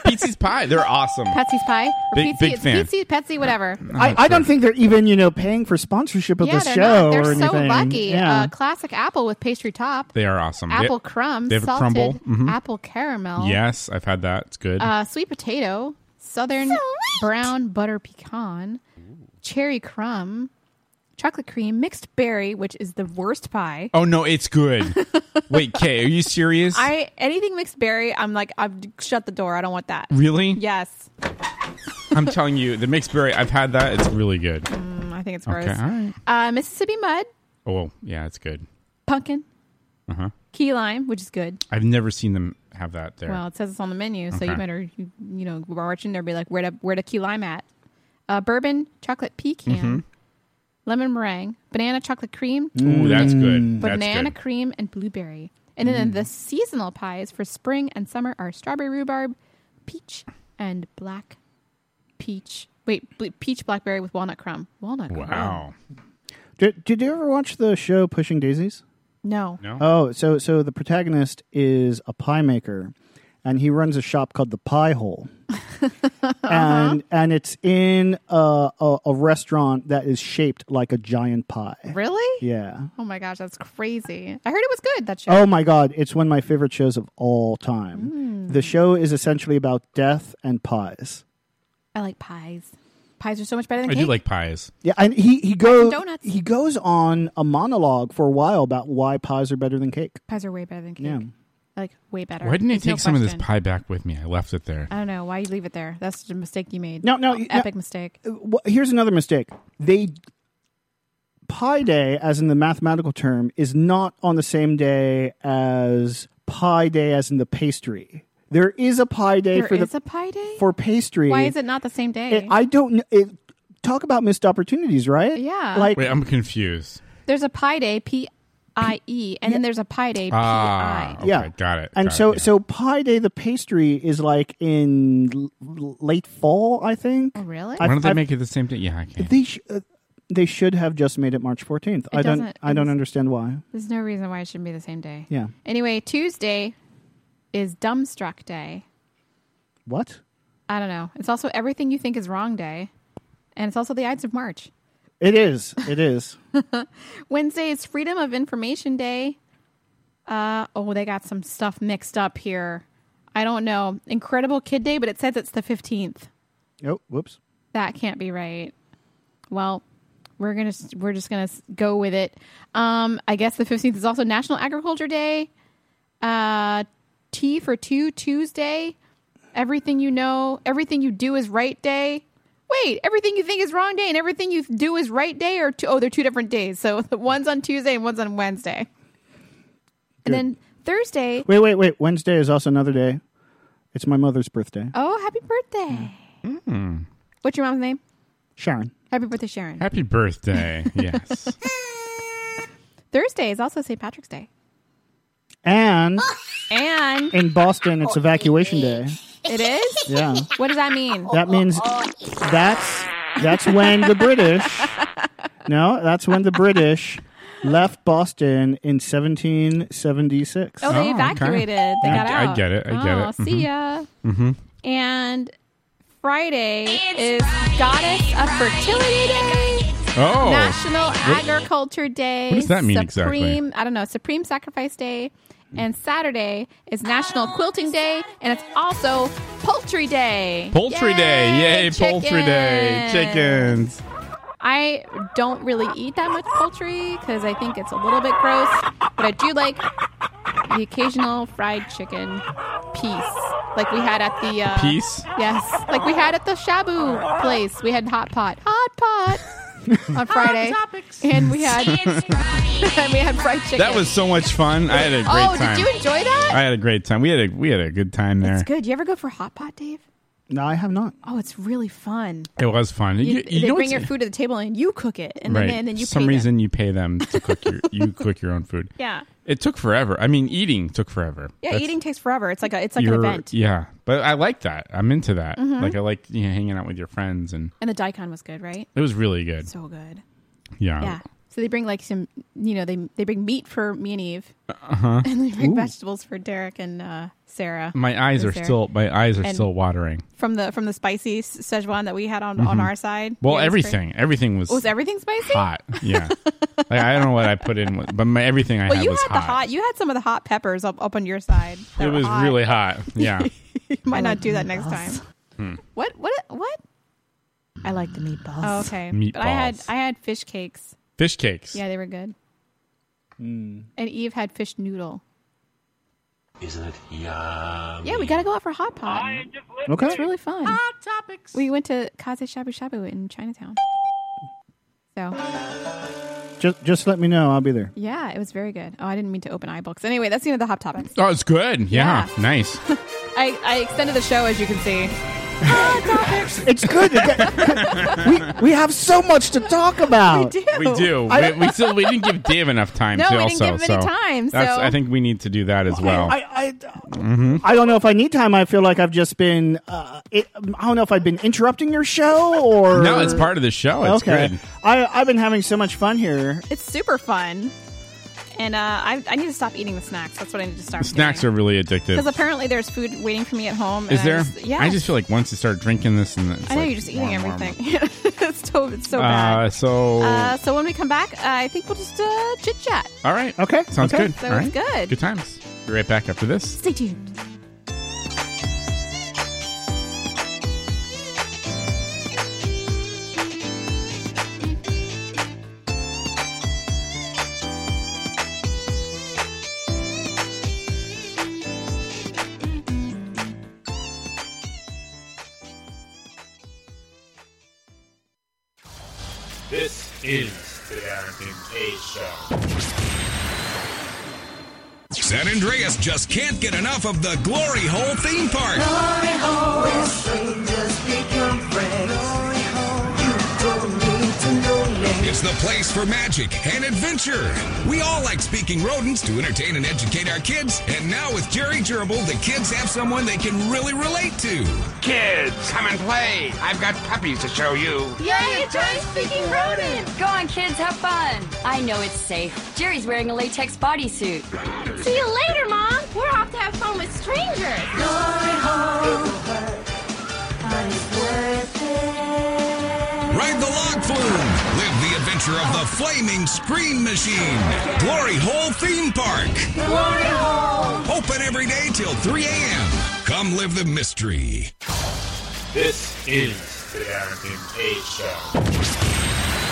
Pizzi's Pie. They're awesome. Patsy's Pie. Or Big- Peetsy, big it's fan. Peetsy, Petsy, whatever. I, I don't think they're even you know paying for sponsorship of yeah, the they're show not. They're or so anything. lucky. Yeah. Uh, classic apple with pastry top, They are awesome. apple they, crumb, They have salted Oh. a crumble. Mhm. apple caramel. Yes, I've had that. It's good. Uh, sweet potato, southern brown butter pecan, cherry crumb, chocolate cream, mixed berry, which is the worst pie. oh no, it's good. Wait, Kay, are you serious? I anything mixed berry, I'm like, I've shut the door. I don't want that. Really? Yes, I'm telling you, the mixed berry. I've had that. It's really good. Mm, I think it's Okay, gross. all right. uh, Mississippi mud, Oh yeah, it's good. pumpkin, Uh huh. key lime, which is good. I've never seen them have that there. Well, it says it's on the menu, so you Okay. better you, you know march in there and be like, where to where to key lime at? Uh, bourbon chocolate pecan, Mhm. lemon meringue, banana chocolate cream. Ooh, that's good. Mm. Mm. That's banana good. cream and blueberry. And then the seasonal pies for spring and summer are strawberry rhubarb, peach, and black peach. Wait, ble- peach blackberry with walnut crumb. Walnut crumb. Wow. Did, did you ever watch the show Pushing Daisies? No. Oh, so so the protagonist is a pie maker, and he runs a shop called the Pie Hole, Uh-huh. and and it's in a, a, a restaurant that is shaped like a giant pie. Really? Yeah. Oh my gosh, that's crazy. I heard it was good, that show. Oh my god, it's one of my favorite shows of all time. Mm. The show is essentially about death and pies. I like pies. Pies are so much better than I cake. do like pies. Yeah, and he he goes Donuts. he goes on a monologue for a while about why pies are better than cake. pies are way better than cake. Yeah. I like way better. Why didn't I There's no take some of this question. Uh, pie back with me? I left it there. I don't know why you leave it there. That's a mistake you made. No, no, you- no. epic mistake. Well, here's another mistake. They Pi Day, as in the mathematical term, is not on the same day as Pi Day, as in the pastry. There is a Pi Day There for is the a Pi Day? for pastry. Why is it not the same day? It- I don't know. It, talk about missed opportunities, right? Yeah. Like Wait, I'm confused. There's a Pi Day, P I E, and then there's a Pi Day, P I. Ah, okay, Yeah. got it. and got it, so yeah. so Pi Day, the pastry is like in l- l- late fall, I think. Oh, really? why don't they make it the same day? Yeah, I can. They sh- uh, they should have just made it March 14th. I don't doesn't- I don't understand why. There's no reason why it shouldn't be the same day. Yeah. Anyway, Tuesday is Dumbstruck Day. What? I don't know. It's also Everything You Think Is Wrong Day, and it's also the Ides of March. It is. It is. Wednesday is Freedom of Information Day. Uh oh, they got some stuff mixed up here. I don't know. Incredible Kid Day, but it says it's the 15th. oh, whoops. That can't be right. Well, we're gonna we're just gonna s- go with it. Um, I guess the fifteenth is also National Agriculture Day. Uh, T for two Tuesday. Everything you know, everything you do is right day. Wait, everything you think is wrong day, and everything you do is right day. Or two, oh, they're two different days. So one's on Tuesday and one's on Wednesday. Good. And then Thursday. Wait, wait, wait. Wednesday is also another day. It's my mother's birthday. Oh, happy birthday! Hmm. What's your mom's name? Sharon. Happy birthday, Sharon. Happy birthday. yes. Thursday is also St. Patrick's Day. And And in Boston, it's evacuation day. it is? Yeah. What does that mean? Oh, That means that's that's when the British. No, that's when the British left Boston in 1776. Oh, they evacuated. They I got g- I out. get it. I get oh, it. Mm-hmm. See ya. Mhm. And Friday is Goddess of Fertility Day. Oh. National What- Agriculture Day. what does that mean exactly? Supreme, I don't know. Supreme Sacrifice Day. And Saturday is National Quilting Day. And it's also Poultry Day. Poultry Day. Yay, poultry day. chickens. Chickens. I don't really eat that much poultry because I think it's a little bit gross, but I do like the occasional fried chicken piece, like we had at the uh, Piece? Yes, like we had at the Shabu place. We had hot pot, hot pot on Friday, and we had and we had fried chicken. That was so much fun. I had a great oh, time. did you enjoy that? I had a great time. We had a we had a good time there. It's good. You ever go for hot pot, Dave? No, I have not. Oh, it's really fun. It was fun. You, You, you they know bring what's- your food to the table and you cook it, and right. then and then you For some pay them. reason you pay them to cook your you cook your own food. Yeah. It took forever. I mean, eating took forever. Yeah, That's eating takes forever. It's like a, it's like an your- event. Yeah, but I like that. I'm into that. Mhm. Like I like you know, hanging out with your friends, and And the daikon was good, right? it was really good. So good. yeah. Yeah. So they bring like some, you know, they they bring meat for me and Eve, Uh-huh. and they bring Ooh. vegetables for Derek and uh, Sarah. My eyes And are Sarah. still my eyes are And still watering. from the from the spicy s- Szechuan that we had on on Mhm. our side. Well, Yeah, it was pretty- everything, everything was was everything spicy. hot. Yeah, like, I don't know what I put in, with- but my everything I well, had you was had the hot. You had some of the hot peppers up up on your side. that It were was hot. really hot. Yeah. You might not do that next time. Hmm. What? What? What? I like the meatballs. Oh, okay. But I had Meatballs. I had fish cakes. Fish cakes. Yeah, they were good. Hmm. And Eve had fish noodle. Isn't it yum? Yeah, we got to go out for hot pot. Okay. It's really fun. Hot topics. We went to Kaze Shabu Shabu in Chinatown. So, Just just let me know. I'll be there. yeah, it was very good. Oh, I didn't mean to open eye books. Anyway, that's the end of the hot topics. Oh, it's good. Yeah, nice. I, I extended the show, as you can see. It's good. we, we have so much to talk about. We do. We do. I- we, we still we didn't give Dave enough time. No, too, we didn't also, give him any so time, That's, so- I think we need to do that as well. I, I, I don't know if I need time. I feel like I've just been. Uh, it, I don't know if I've been interrupting your show or. no, it's part of the show. It's okay. good. I, I've been having so much fun here. It's super fun. And uh, I, I need to stop eating the snacks. That's what I need to start The snacks are really Because addictive. apparently there's food waiting for me at home. and Is I there? just- yeah. I just feel like once you start drinking this, and it's I know like you're just eating more and more and everything. it's, so, it's so bad. Uh, so Uh, so when we come back, I think we'll just uh, chit chat. all right. Okay. Sounds Okay. good. So all right. it's good. Good times. Be right back after this. Stay tuned. This is the Derek and Kay Show. San Andreas just can't get enough of the Glory Hole theme park. Glory hole. Where strangers become friends. Glory hole. You don't need to know me. It's the place for magic and adventure. We all like speaking rodents to entertain and educate our kids, and now with Jerry Gerbil, the kids have someone they can really relate to. Kids, come and play. I've got puppies to show you. Yay, a toy-speaking rodent! Go on, kids, have fun. I know it's safe. Jerry's wearing a latex bodysuit. See you later, Mom. We're off to have fun with strangers. Glory hole. But it's worth it. Ride the log flume. Live the adventure of the flaming scream machine. Glory Hole Theme Park. Glory hole. Open every day till 3 a.m. Come live the mystery. This is the Derek and Kay Show.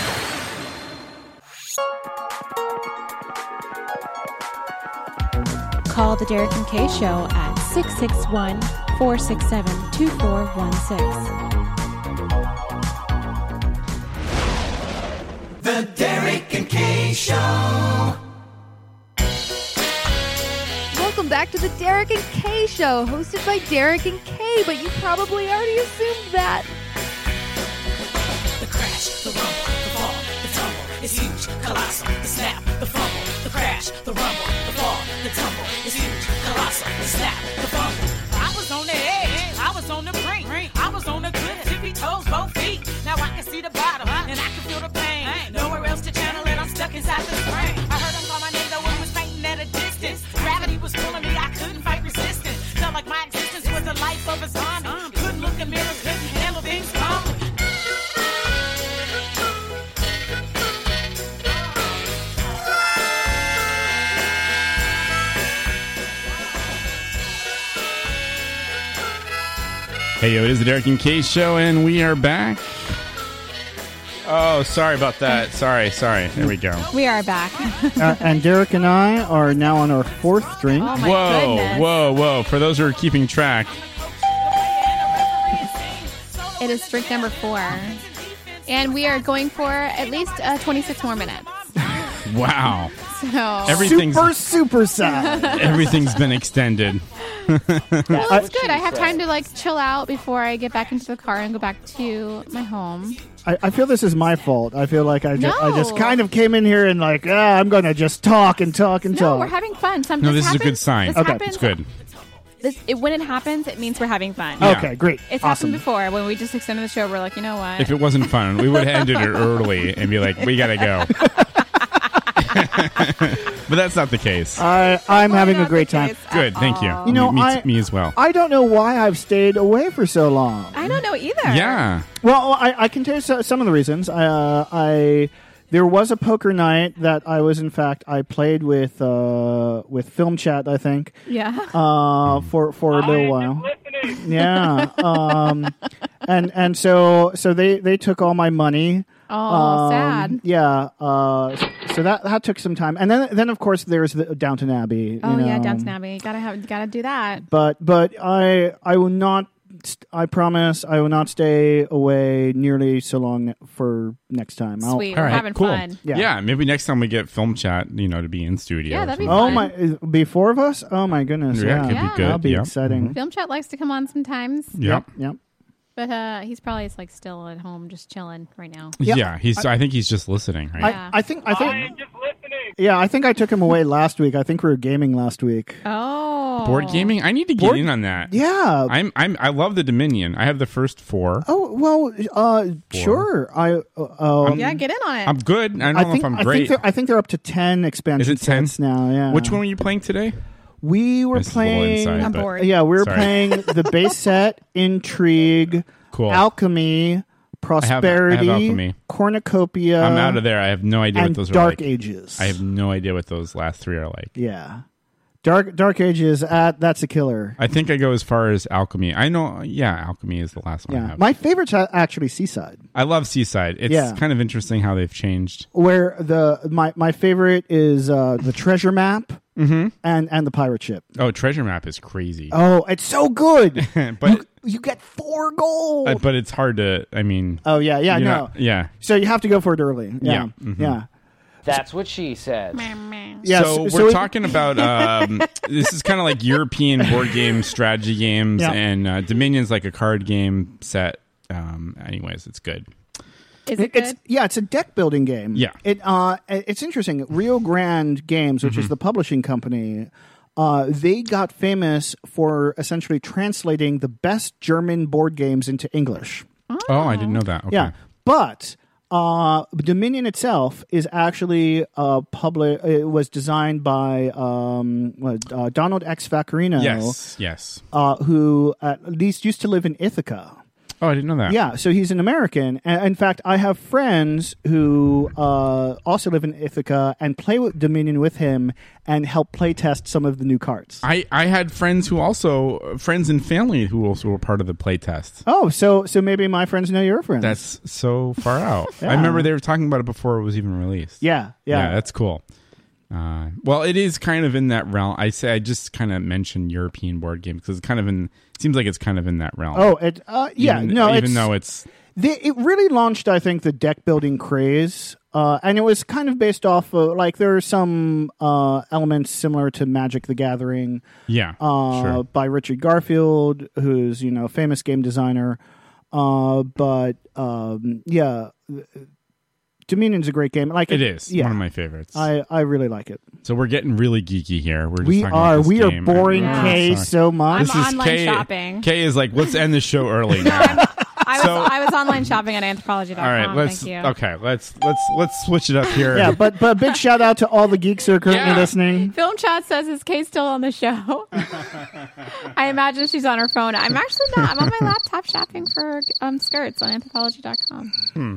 Call the Derek and Kay Show at 661 467 2416. The Derek and Kay Show. Welcome back to the Derek and Kay Show, hosted by Derek and Kay, but you probably already assumed that. The crash, the rumble, the fall, the tumble is huge, colossal. The snap, the fumble, the crash, the rumble, the fall, the tumble is huge, colossal. The snap, the fumble. I was on the edge, I was on the brink, I was on the cliff, tippy toes, both feet. Now I can see the bottom, and I can feel the pain. Nowhere else to channel it, I'm stuck inside the frame. I heard them call my name, though it was fainting at a distance. Gravity was pulling me, I couldn't fight resistance. Felt like my existence was the life of a zombie. Couldn't look in mirrors, couldn't handle things calmly. Hey, yo, it is the Derek and Kay Show, and we are back. Oh, sorry about that. Sorry, sorry. There we go. We are back. Uh, and Derek and I are now on our fourth drink. Oh, my whoa, goodness. whoa, whoa. For those who are keeping track, It is drink number four. And we are going for at least uh, 26 more minutes. wow. So Everything's- Super, super Everything's been extended. well, it's good. I have time to like chill out before I get back into the car and go back to my home. I, I feel this is my fault. I feel like I, ju- I just No. kind of came in here and like ah, I'm going to just talk and talk and No, talk. we're having fun. Some, No, this is a happens- good sign. This Okay. happens, It's good. This, it, when it happens, it means we're having fun. Yeah. Okay, great. It's Awesome. happened before when we just extended the show. We're like, you know what? If it wasn't fun, we would have ended it early and be like, we got to go. but that's not the case. I, I'm having a great time. Good, thank you. Uh, You know, me, me- I- me as well. I don't know why I've stayed away for so long. I don't know either. yeah. Well, I, I can tell you so- some of the reasons. I, uh, I there was a poker night that I was in fact I played with uh, with Film Chat, I think. Yeah. Uh, for for a little while. Yeah. Um, and and so so they they took all my money. Oh, Um, sad. Yeah. Uh, so that that took some time, and then then of course there's the Downton Abbey. Oh you yeah, know. Downton Abbey. Gotta have, gotta do that. But but I I will not. st- I promise I will not stay away nearly so long for next time. I'll- Sweet, we're All right, having cool. fun. Yeah. maybe next time we get film chat, you know, to be in studio. Yeah, or that'd be Oh fun. my! is- Be four of us? Oh my goodness! Yeah, Yeah, it could be Yeah. good, That'll be yeah. Mm-hmm. exciting. Film chat likes to come on sometimes. Yep. Yep. But uh, he's probably just, like still at home, just chilling right now. something. Yeah, he's. I, think he's just listening, right? Yeah. I, I think I think yeah I think I took him away last week. I think we were gaming last week. Oh, Board gaming. I need to get in on that. Yeah. I'm. I'm. I love the Dominion. I have the first four. Oh well, uh, sure. I uh, um, yeah, get in on it. I'm good. I don't know if I'm I great. think they're, I think they're up to ten expansion Is it 10? sets now. Yeah. Which one were you playing today? We were This is a little playing. inside, I'm but- bored. Yeah, we were Sorry. playing the base set, intrigue, Cool. alchemy, prosperity, alchemy. cornucopia. I'm out of there. I have no idea what and those are Dark like. Ages. I have no idea what those last three are like. Yeah, dark dark ages. At that's a killer. I think I go as far as alchemy. I know. Yeah, alchemy is the last one. I, Yeah, have. my favorite's a- actually Seaside, I love Seaside. It's Yeah. kind of interesting how they've changed. where the my my favorite is uh, the treasure map Mm-hmm. and and the pirate ship. Oh, treasure map is crazy. Oh, it's so good. but you get four gold. Uh, but it's hard to. I mean. Oh yeah, yeah, you're no. not- yeah. So you have to go for it early. Yeah, Yeah, mhm. yeah. That's what she said. Yeah, so, so- we're so it- talking about um, this is kind of like European board game strategy games, Yeah. and uh, Dominion's like a card game set. Um, anyways, it's good. Is it it's yeah, it's a deck building game. Yeah. It uh it's interesting. Rio Grande Games, which is Mm-hmm. the publishing company, uh they got famous for essentially translating the best German board games into English. Oh, I didn't know that. Okay. Ah. Yeah. But uh, Dominion itself is actually uh, public. It was designed by um, what, uh, Donald X. Vaccarino, Yes. Yes. uh, who at least used to live in Ithaca. Oh, I didn't know that. Yeah, so he's an American. And in fact, I have friends who uh, also live in Ithaca and play with Dominion with him and help play test some of the new cards. I, I had friends who also friends and family who also were part of the playtest. Oh, so so maybe my friends know your friends. That's so far out. I Yeah. remember they were talking about it before it was even released. Yeah, yeah. that's cool. Uh, well, it is kind of in that realm. I say I just kind of mentioned European board game because it's kind of in. Seems like it's kind of in that realm. oh, it uh, yeah, even, no, even it's, though it's they, it really launched, I think, the deck building craze, uh, and it was kind of based off of like there are some uh, elements similar to Magic: The Gathering, yeah, uh, sure. by Richard Garfield, who's you know a famous game designer. Uh, but um, yeah, Dominion's a great game. Like It is yeah, one of my favorites. I I really like it. so we're getting really geeky here. We're just We talking about are this we are game. boring I'm really Kay sorry. so much. This is online Kay. shopping. Kay is like, let's end the show early. now. I was I was online shopping at anthropology.com. All right, let's Oh, Thank you. okay, let's let's let's switch it up here. yeah, but but big shout out to all the geeks who are currently Yeah. listening. Film chat says is Kay still on the show? I imagine she's on her phone. I'm actually not. I'm on my laptop shopping for um, skirts on anthropology.com. Hmm.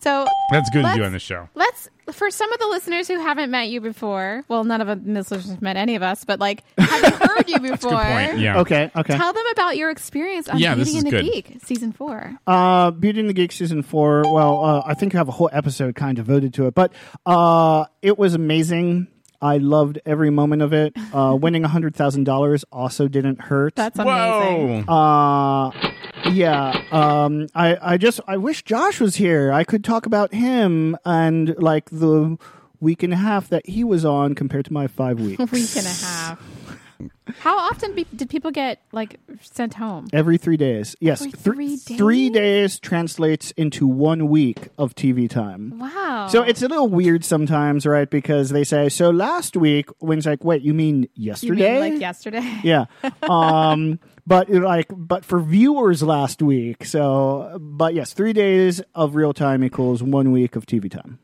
So That's good to do Let's- on the show. let's for some of the listeners who haven't met you before. Well, none of the listeners have met any of us, but like have you heard you before? point, yeah. Okay. Okay. Tell them about your experience on Yeah, this Beauty and is the good. Geek season four. Uh, Beauty and the Geek season four. Well, uh, I think I have a whole episode kind of devoted to it, but uh, it was amazing. I loved every moment of it. Uh, winning hundred thousand dollars also didn't hurt. That's amazing. Uh, yeah. Um, I I just I wish Josh was here. I could talk about him and like the week and a half that he was on compared to my five weeks. Week and a half. How often be- did people get like sent home? Every three days. Yes. Every thr- three days? three days translates into one week of TV time. Wow. So it's a little weird sometimes, right? Because they say, so last week, when it's like, wait, you mean You yesterday? mean like yesterday? yeah. Um, but you're like, but for viewers last week. So, but yes, three days of real time equals one week of TV time.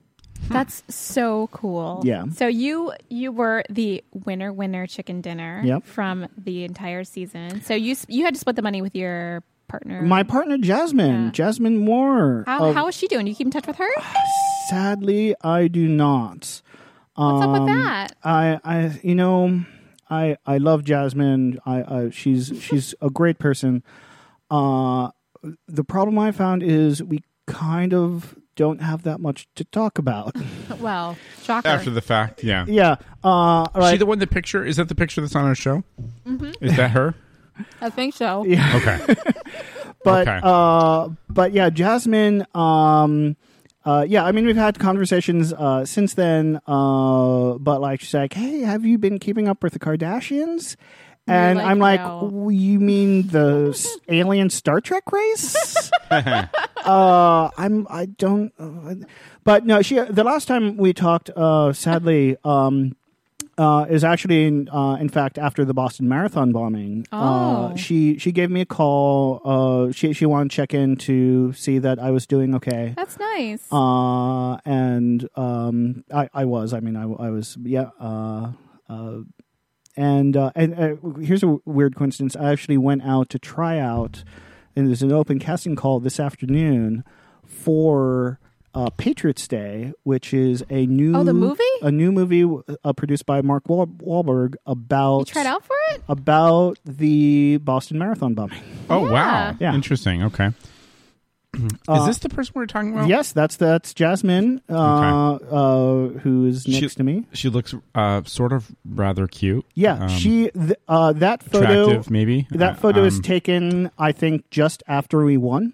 That's so cool. Yeah. So you you were the winner winner chicken dinner Yep. from the entire season. So you s- you had to split the money with your partner. My partner Jasmine, Jasmine Moore. how of- how is she doing? Do you keep in touch with her? Sadly, I do not. What's up with that? I, I, you know, I, I love Jasmine. I, I she's, she's a great person. Uh, the problem I found is we kind of don't have that much to talk about. well, shocker. After the fact, yeah. yeah. Uh, She right. the one the picture is that the picture that's on our show? Mm-hmm. Is that her? I think so. Yeah. Okay. but Okay. uh but yeah jasmine um uh, yeah, I mean we've had conversations uh, since then, uh, but like she's like, "Hey, have you been keeping up with the Kardashians?" You're And like, I'm like, "No." "W- "You mean the s- alien Star Trek race?" uh, I'm I don't, uh, but no, she. The last time we talked, uh, sadly, um, uh, is actually in, uh, in fact after the Boston Marathon bombing. Oh. Uh, she she gave me a call. Uh, she she wanted to check in to see that I was doing okay. That's nice. Uh, and um, I I was. I mean, I I was. Yeah. Uh, uh, and uh, and uh, here's a w- weird coincidence. I actually went out to try out, and there's an open casting call this afternoon for uh, Patriots Day, which is a new Oh, the movie? a new movie uh, produced by Mark Wahl- Wahlberg about you tried out for it? about the Boston Marathon bombing. Oh wow. Yeah. Interesting. Okay. is Uh, this the person we're talking about? Yes, that's that's Jasmine, uh, uh, who is She- next to me. She looks uh, sort of rather cute. Yeah, Um, she th- uh, that photo attractive, maybe? Uh, that photo is um, taken, I think, just after we won.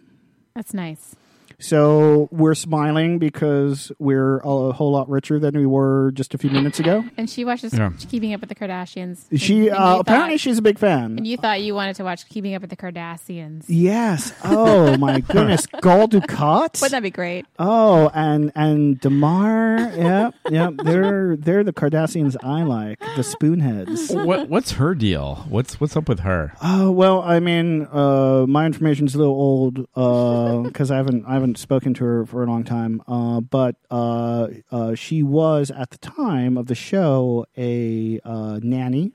That's nice. So we're smiling because we're a whole lot richer than we were just a few minutes ago. And she watches Yeah. Keeping Up with the Kardashians. She And you uh, apparently thought- she's a big fan. And you thought you wanted to watch Keeping Up with the Kardashians. Yes. Oh my goodness, Gul Dukat. Wouldn't that be great? Oh, and and Demar. Yep, yep. They're they're the Kardashians I like, the Spoonheads. what what's her deal? What's what's up with her? Uh, Oh well, I mean, uh, my information's a little old because I haven't I haven't spoken to her for a long time. Uh, but uh, uh, she was at the time of the show a uh, nanny.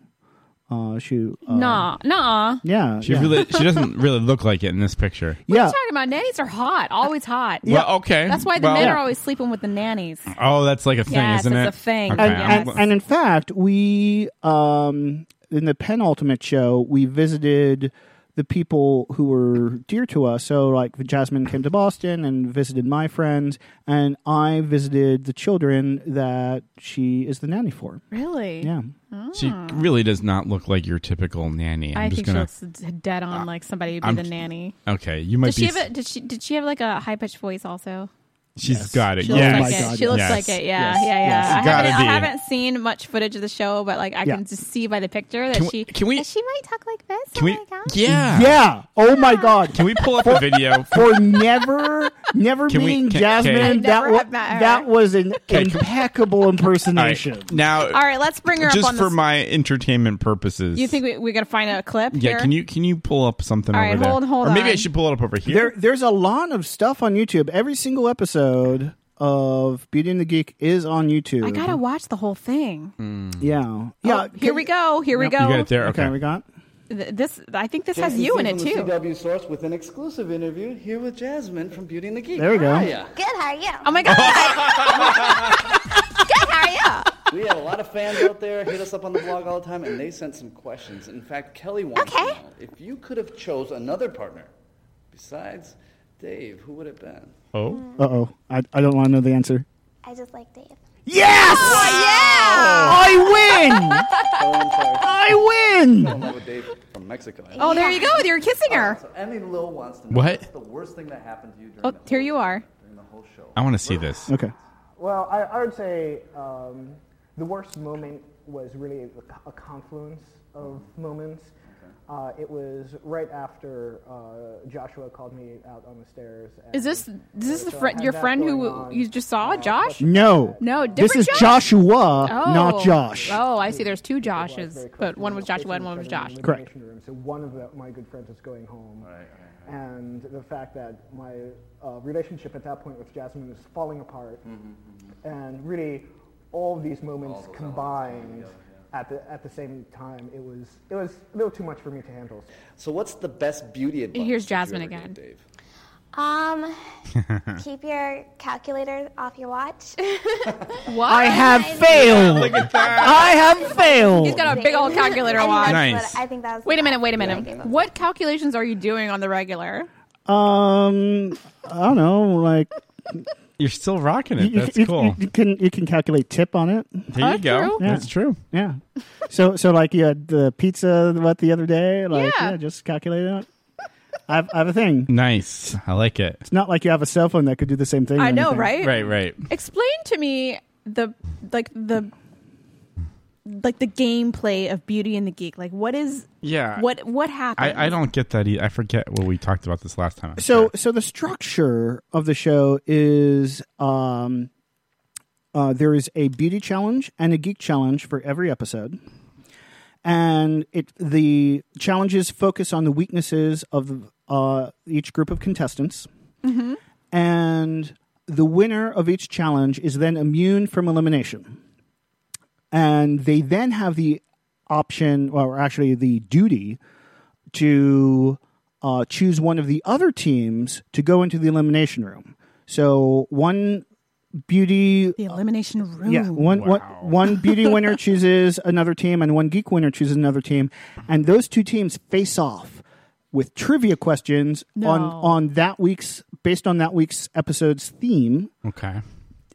Uh, she uh, nah, nah. yeah, She yeah. really she doesn't really look like it in this picture. What are you talking about? Nannies are hot, always hot. Well, Yeah. okay. That's why the Well- men Yeah. are always sleeping with the nannies. Oh, that's like a thing, Yes, isn't it? it's a thing. Okay, and, I'm- and, and in fact, we um, in the penultimate show we visited the people who were dear to us. So, like Jasmine came to Boston and visited my friends, and I visited the children that she is the nanny for. Really? Yeah. she really does not look like your typical nanny. I'm I just think gonna. Uh, she looks d- dead on like somebody would be I'm- the nanny. Okay, you might Does be. she have a, did she did she have like a high pitched voice also? She's got it. She yes. looks like it. She looks like it. Yeah, yeah, yeah. Yes. I, Gotta haven't, I be. haven't seen much footage of the show, but like I Yeah. can just see by the picture that Can we- she can we- that she might talk like this. Oh Can we? Yeah. Yeah. Oh my God. Can we pull up the video? For never, never Can we- meeting can- Jasmine, can- I never that, wa- have met her. that was an Okay, can- impeccable impersonation. Now, All right, let's bring her up just on for the- my entertainment purposes. You think we, we gotta find a clip? Yeah, here? can you can you pull up something All over right, there? hold- hold or maybe I on. should pull it up over here. There, there's a lot of stuff on YouTube. Every single episode of Beauty and the Geek is on YouTube. I gotta watch the whole thing. Mm. Yeah, yeah. Oh, Here we go. Here we go. we got. Th- This I think this has you in it too. CW Source with an exclusive interview here with Jasmine from Beauty and the Geek. There we go. Hiya. Good, how are you? Oh my god. We have a lot of fans out there hit us up on the blog all the time, and they sent some questions. In fact, Kelly wants to know if you could have chose another partner besides Dave, who would it have been? Oh. Uh oh. I, I don't want to know the answer. I just like Dave. Yes! I win! I win! with Dave from Mexico. Oh, there you go. You're kissing her. So Emmy Lil wants to know What? what's the worst thing that happened to you during Oh, here you are. the whole show. I want to see this. Okay. Well, I, I would say um, Mm-hmm. the worst moment was really a, co- a confluence of moments. Uh, it was right after uh, Joshua called me out on the stairs. and- Is this is this so the I friend had your that friend going who on. you just saw, Josh? No. No, This Oh, different is Josh? Joshua, Oh. not Josh. Oh, I see. There's two Joshes, but one was Joshua and one was Josh. Correct. room. So one of the, my good friends was going home, and the fact that my uh, relationship at that point with Jasmine was falling apart, and really all of these moments combined at the at the same time, it was it was a little too much for me to handle. So what's the best beauty advice? Here's that you Jasmine ever gave, again. Dave? Um, keep your calculator off your watch. what? I have failed. Look at I have failed. He's got a big old calculator I on. think that's Nice. what- I think that's Wait a minute. Wait a minute. What calculations are you doing on the regular? Um, I don't know, like You're still rocking it. That's you, cool. You can you can calculate tip on it. There you go. That's true. Yeah. So so like you had the pizza what the other day, like Yeah. yeah, just calculate it. I have, I have a thing. Nice. I like it. It's not like you have a cell phone that could do the same thing. or I know, anything. right? Right, right. Explain to me the like the like the gameplay of Beauty and the Geek. Like what is Yeah. What what happened? I, I don't get that either. I forget what we talked about this last time. So so the structure of the show is um uh, there is a beauty challenge and a geek challenge for every episode. And it the challenges focus on the weaknesses of uh, each group of contestants. Mm-hmm. and the winner of each challenge is then immune from elimination. And they then have the option, or actually the duty, to uh, choose one of the other teams to go into the elimination room. So one beauty the elimination room. yeah, one, one, one beauty winner chooses another team, and one geek winner chooses another team, and those two teams face off with trivia questions on No. on that week's based on that week's episode's theme, Okay.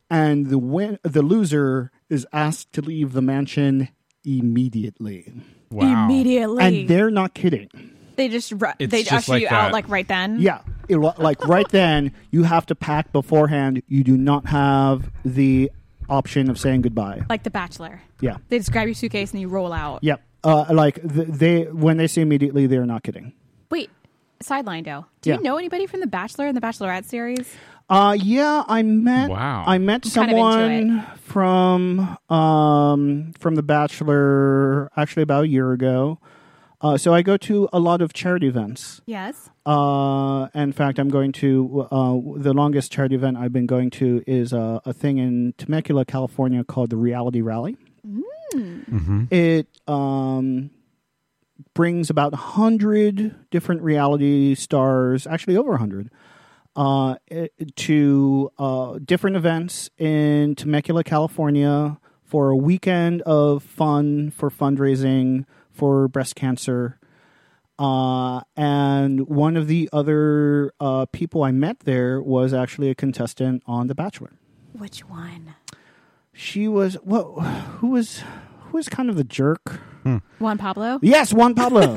and the win the loser is asked to leave the mansion immediately. Wow. Immediately. and they're not kidding. They just ru- It's they just usher like you that. out like right then. Yeah, it wa- like right then you have to pack beforehand. You do not have the option of saying goodbye. like The Bachelor. Yeah. They just grab your suitcase and you roll out. Yep. Uh, like th- they when they say immediately, they are not kidding. Wait, sideline though. Do Yeah. you know anybody from The Bachelor and The Bachelorette series? Uh, yeah, I met. Wow. I met I'm kind of into someone from um from The Bachelor actually about a year ago. Uh, so I go to a lot of charity events. Yes. Uh, in fact, I'm going to uh, the longest charity event I've been going to is uh, a thing in Temecula, California called the Reality Rally. It um, brings about 100 different reality stars, actually over 100, uh, i- to uh, different events in Temecula, California for a weekend of fun for fundraising for breast cancer. Uh, and one of the other uh, people I met there was actually a contestant on The Bachelor Which one? she was what who was who was kind of the jerk Juan Pablo. yes juan pablo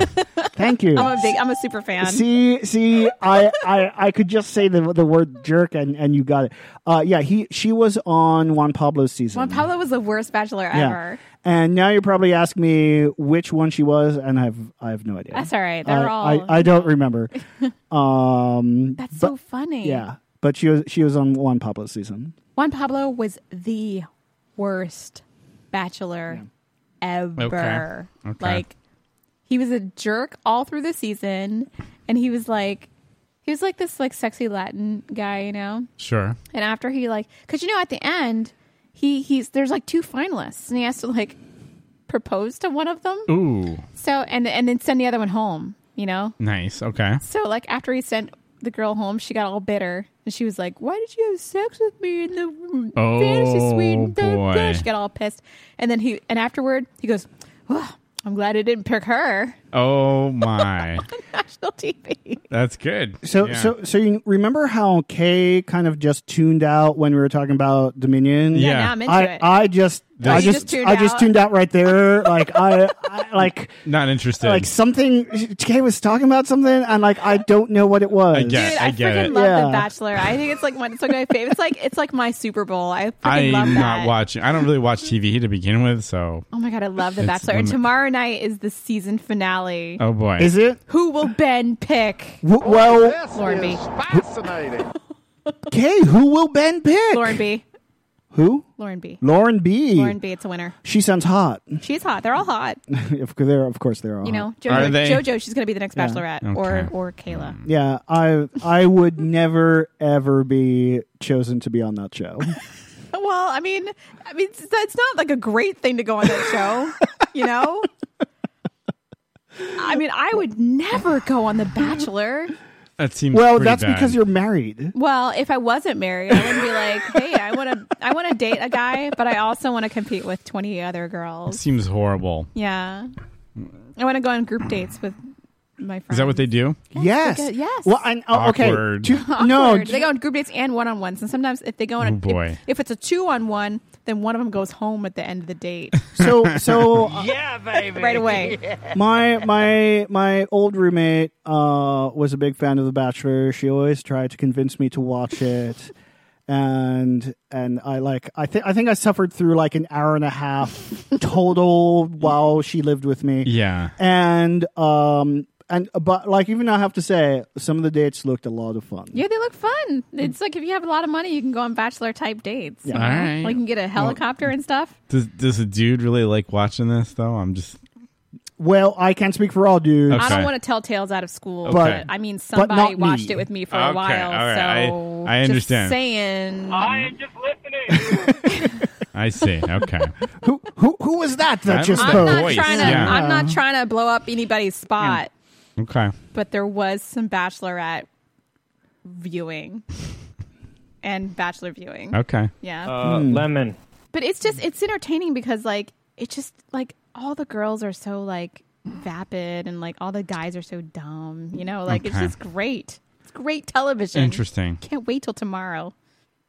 thank you I'm a big. I'm a super fan. see see I, I i could just say the the word jerk and and you got it uh yeah he she was on juan pablo's season Juan Pablo was the worst Bachelor ever. and now you're probably asking me which one she was and i've i have no idea That's all right. They're I, all. I, I don't remember um That's but- so funny. yeah but she was she was on juan pablo's season Juan Pablo was the worst Bachelor ever. Okay. Okay. Like he was a jerk all through the season, and he was like, he was like this like sexy Latin guy, you know. Sure. And after he like, because you know at the end, he he's there's like two finalists, and he has to like propose to one of them. Ooh. So and and then send the other one home, you know. Nice. Okay. So like after he sent the girl home, she got all bitter and she was like, "Why did you have sex with me in the Oh, fantasy suite?" and da- da- boy. She got all pissed, and then he and afterward he goes, oh, "I'm glad I didn't pick her." Oh my. National TV. That's good. So, Yeah. so, so you remember how Kay kind of just tuned out when we were talking about Dominion? Yeah, Yeah. now I'm into I, it. I just, This- I You just, just tuned I just out? tuned out right there. Like I, I like, Not interested. like something. Kay was talking about something, and like I don't know what it was. I get. it. I get I it. love The Bachelor. I think it's like one. It's like my favorite. It's like it's like my Super Bowl. I freaking I'm love that. not watching. I don't really watch TV to begin with, so Oh my god, I love The It's Bachelor. one And of- tomorrow night is the season finale. Oh boy, Is it? Who will Ben pick? W- well, Lauren B. fascinating. Okay, who will Ben pick? Lauren B. Who? Lauren B. Lauren B. Lauren B. It's a winner. She sounds hot. She's hot. They're all hot. if they're, of course, they're all. You Uh-huh. know, hot. JoJo. JoJo. She's going to be the next Yeah. Bachelorette, or or Kayla. Mm. Yeah, I I would never ever be chosen to be on that show. Uh, Well, I mean, I mean, it's, it's not like a great thing to go on that show, you know. I mean, I would never go on The Bachelor. That seems well, pretty that's bad. because you're married. Well, if I wasn't married, I wouldn't be like, "Hey, I want to, I want to date a guy, but I also want to compete with twenty other girls." seems horrible. Yeah, I want to go on group dates with my friends. Is that what they do? Yes. They go- yes. Well, I, oh, okay. Awkward. Two- no, No, they go on group dates and one on ones, and sometimes if they go on, a, Oh, boy. If, if it's a two on one, then one of them goes home at the end of the date. So so uh, yeah, baby, right away. my my my old roommate uh, was a big fan of The Bachelor. She always tried to convince me to watch it, and and I like I think I think I suffered through like an hour and a half total while she lived with me. Yeah. and um and but like even I have to say some of the dates looked a lot of fun. Yeah, they look fun. It's like if you have a lot of money, you can go on bachelor type dates. Yeah. you know? All right. Like you can get a helicopter and stuff. Does does a dude really like watching this though? I'm just Well, I can't speak for all dudes. I don't want to tell tales out of school, Okay. but I mean somebody not watched me. it with me for Okay, a all while. right. So I- I just understand. saying, I am just I see. Okay. Who who was that I that was just the posed? not voice. trying to. Yeah. I'm not trying to blow up anybody's spot, okay. but there was some bachelorette viewing and bachelor viewing. Okay. Yeah. Uh, Lemon. But it's just it's entertaining because like it's just like all the girls are so like vapid and like all the guys are so dumb, you know? Like it's Okay. just great. It's great television. Interesting. Can't wait till tomorrow.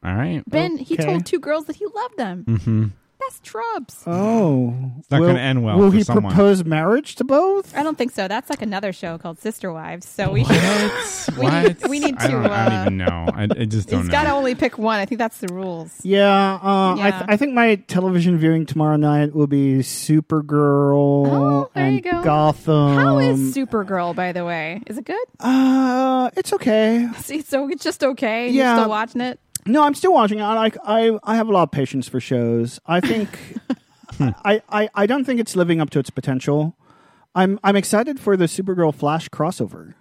All right. Ben, he Okay. told two girls that he loved them. Mm-hmm. That's Trubs. Oh, It's not Will- gonna end well Will for he someone. propose marriage to both? I don't think so. That's like another show called Sister Wives. So we we need we need I to don't, I don't uh even know. I, I just don't he's know. got to only pick one. I think that's the rules. Yeah, uh, I, Yeah. th- I think my television viewing tomorrow night will be Supergirl Oh, there and you go. Gotham. How is Supergirl, by the way? Is it good? Um, Uh, it's okay. See, so it's just okay. Yeah. You're still watching it. No, I'm still watching. it. I like. I I have a lot of patience for shows. I think. I, I I don't think it's living up to its potential. I'm I'm excited for the Supergirl Flash crossover.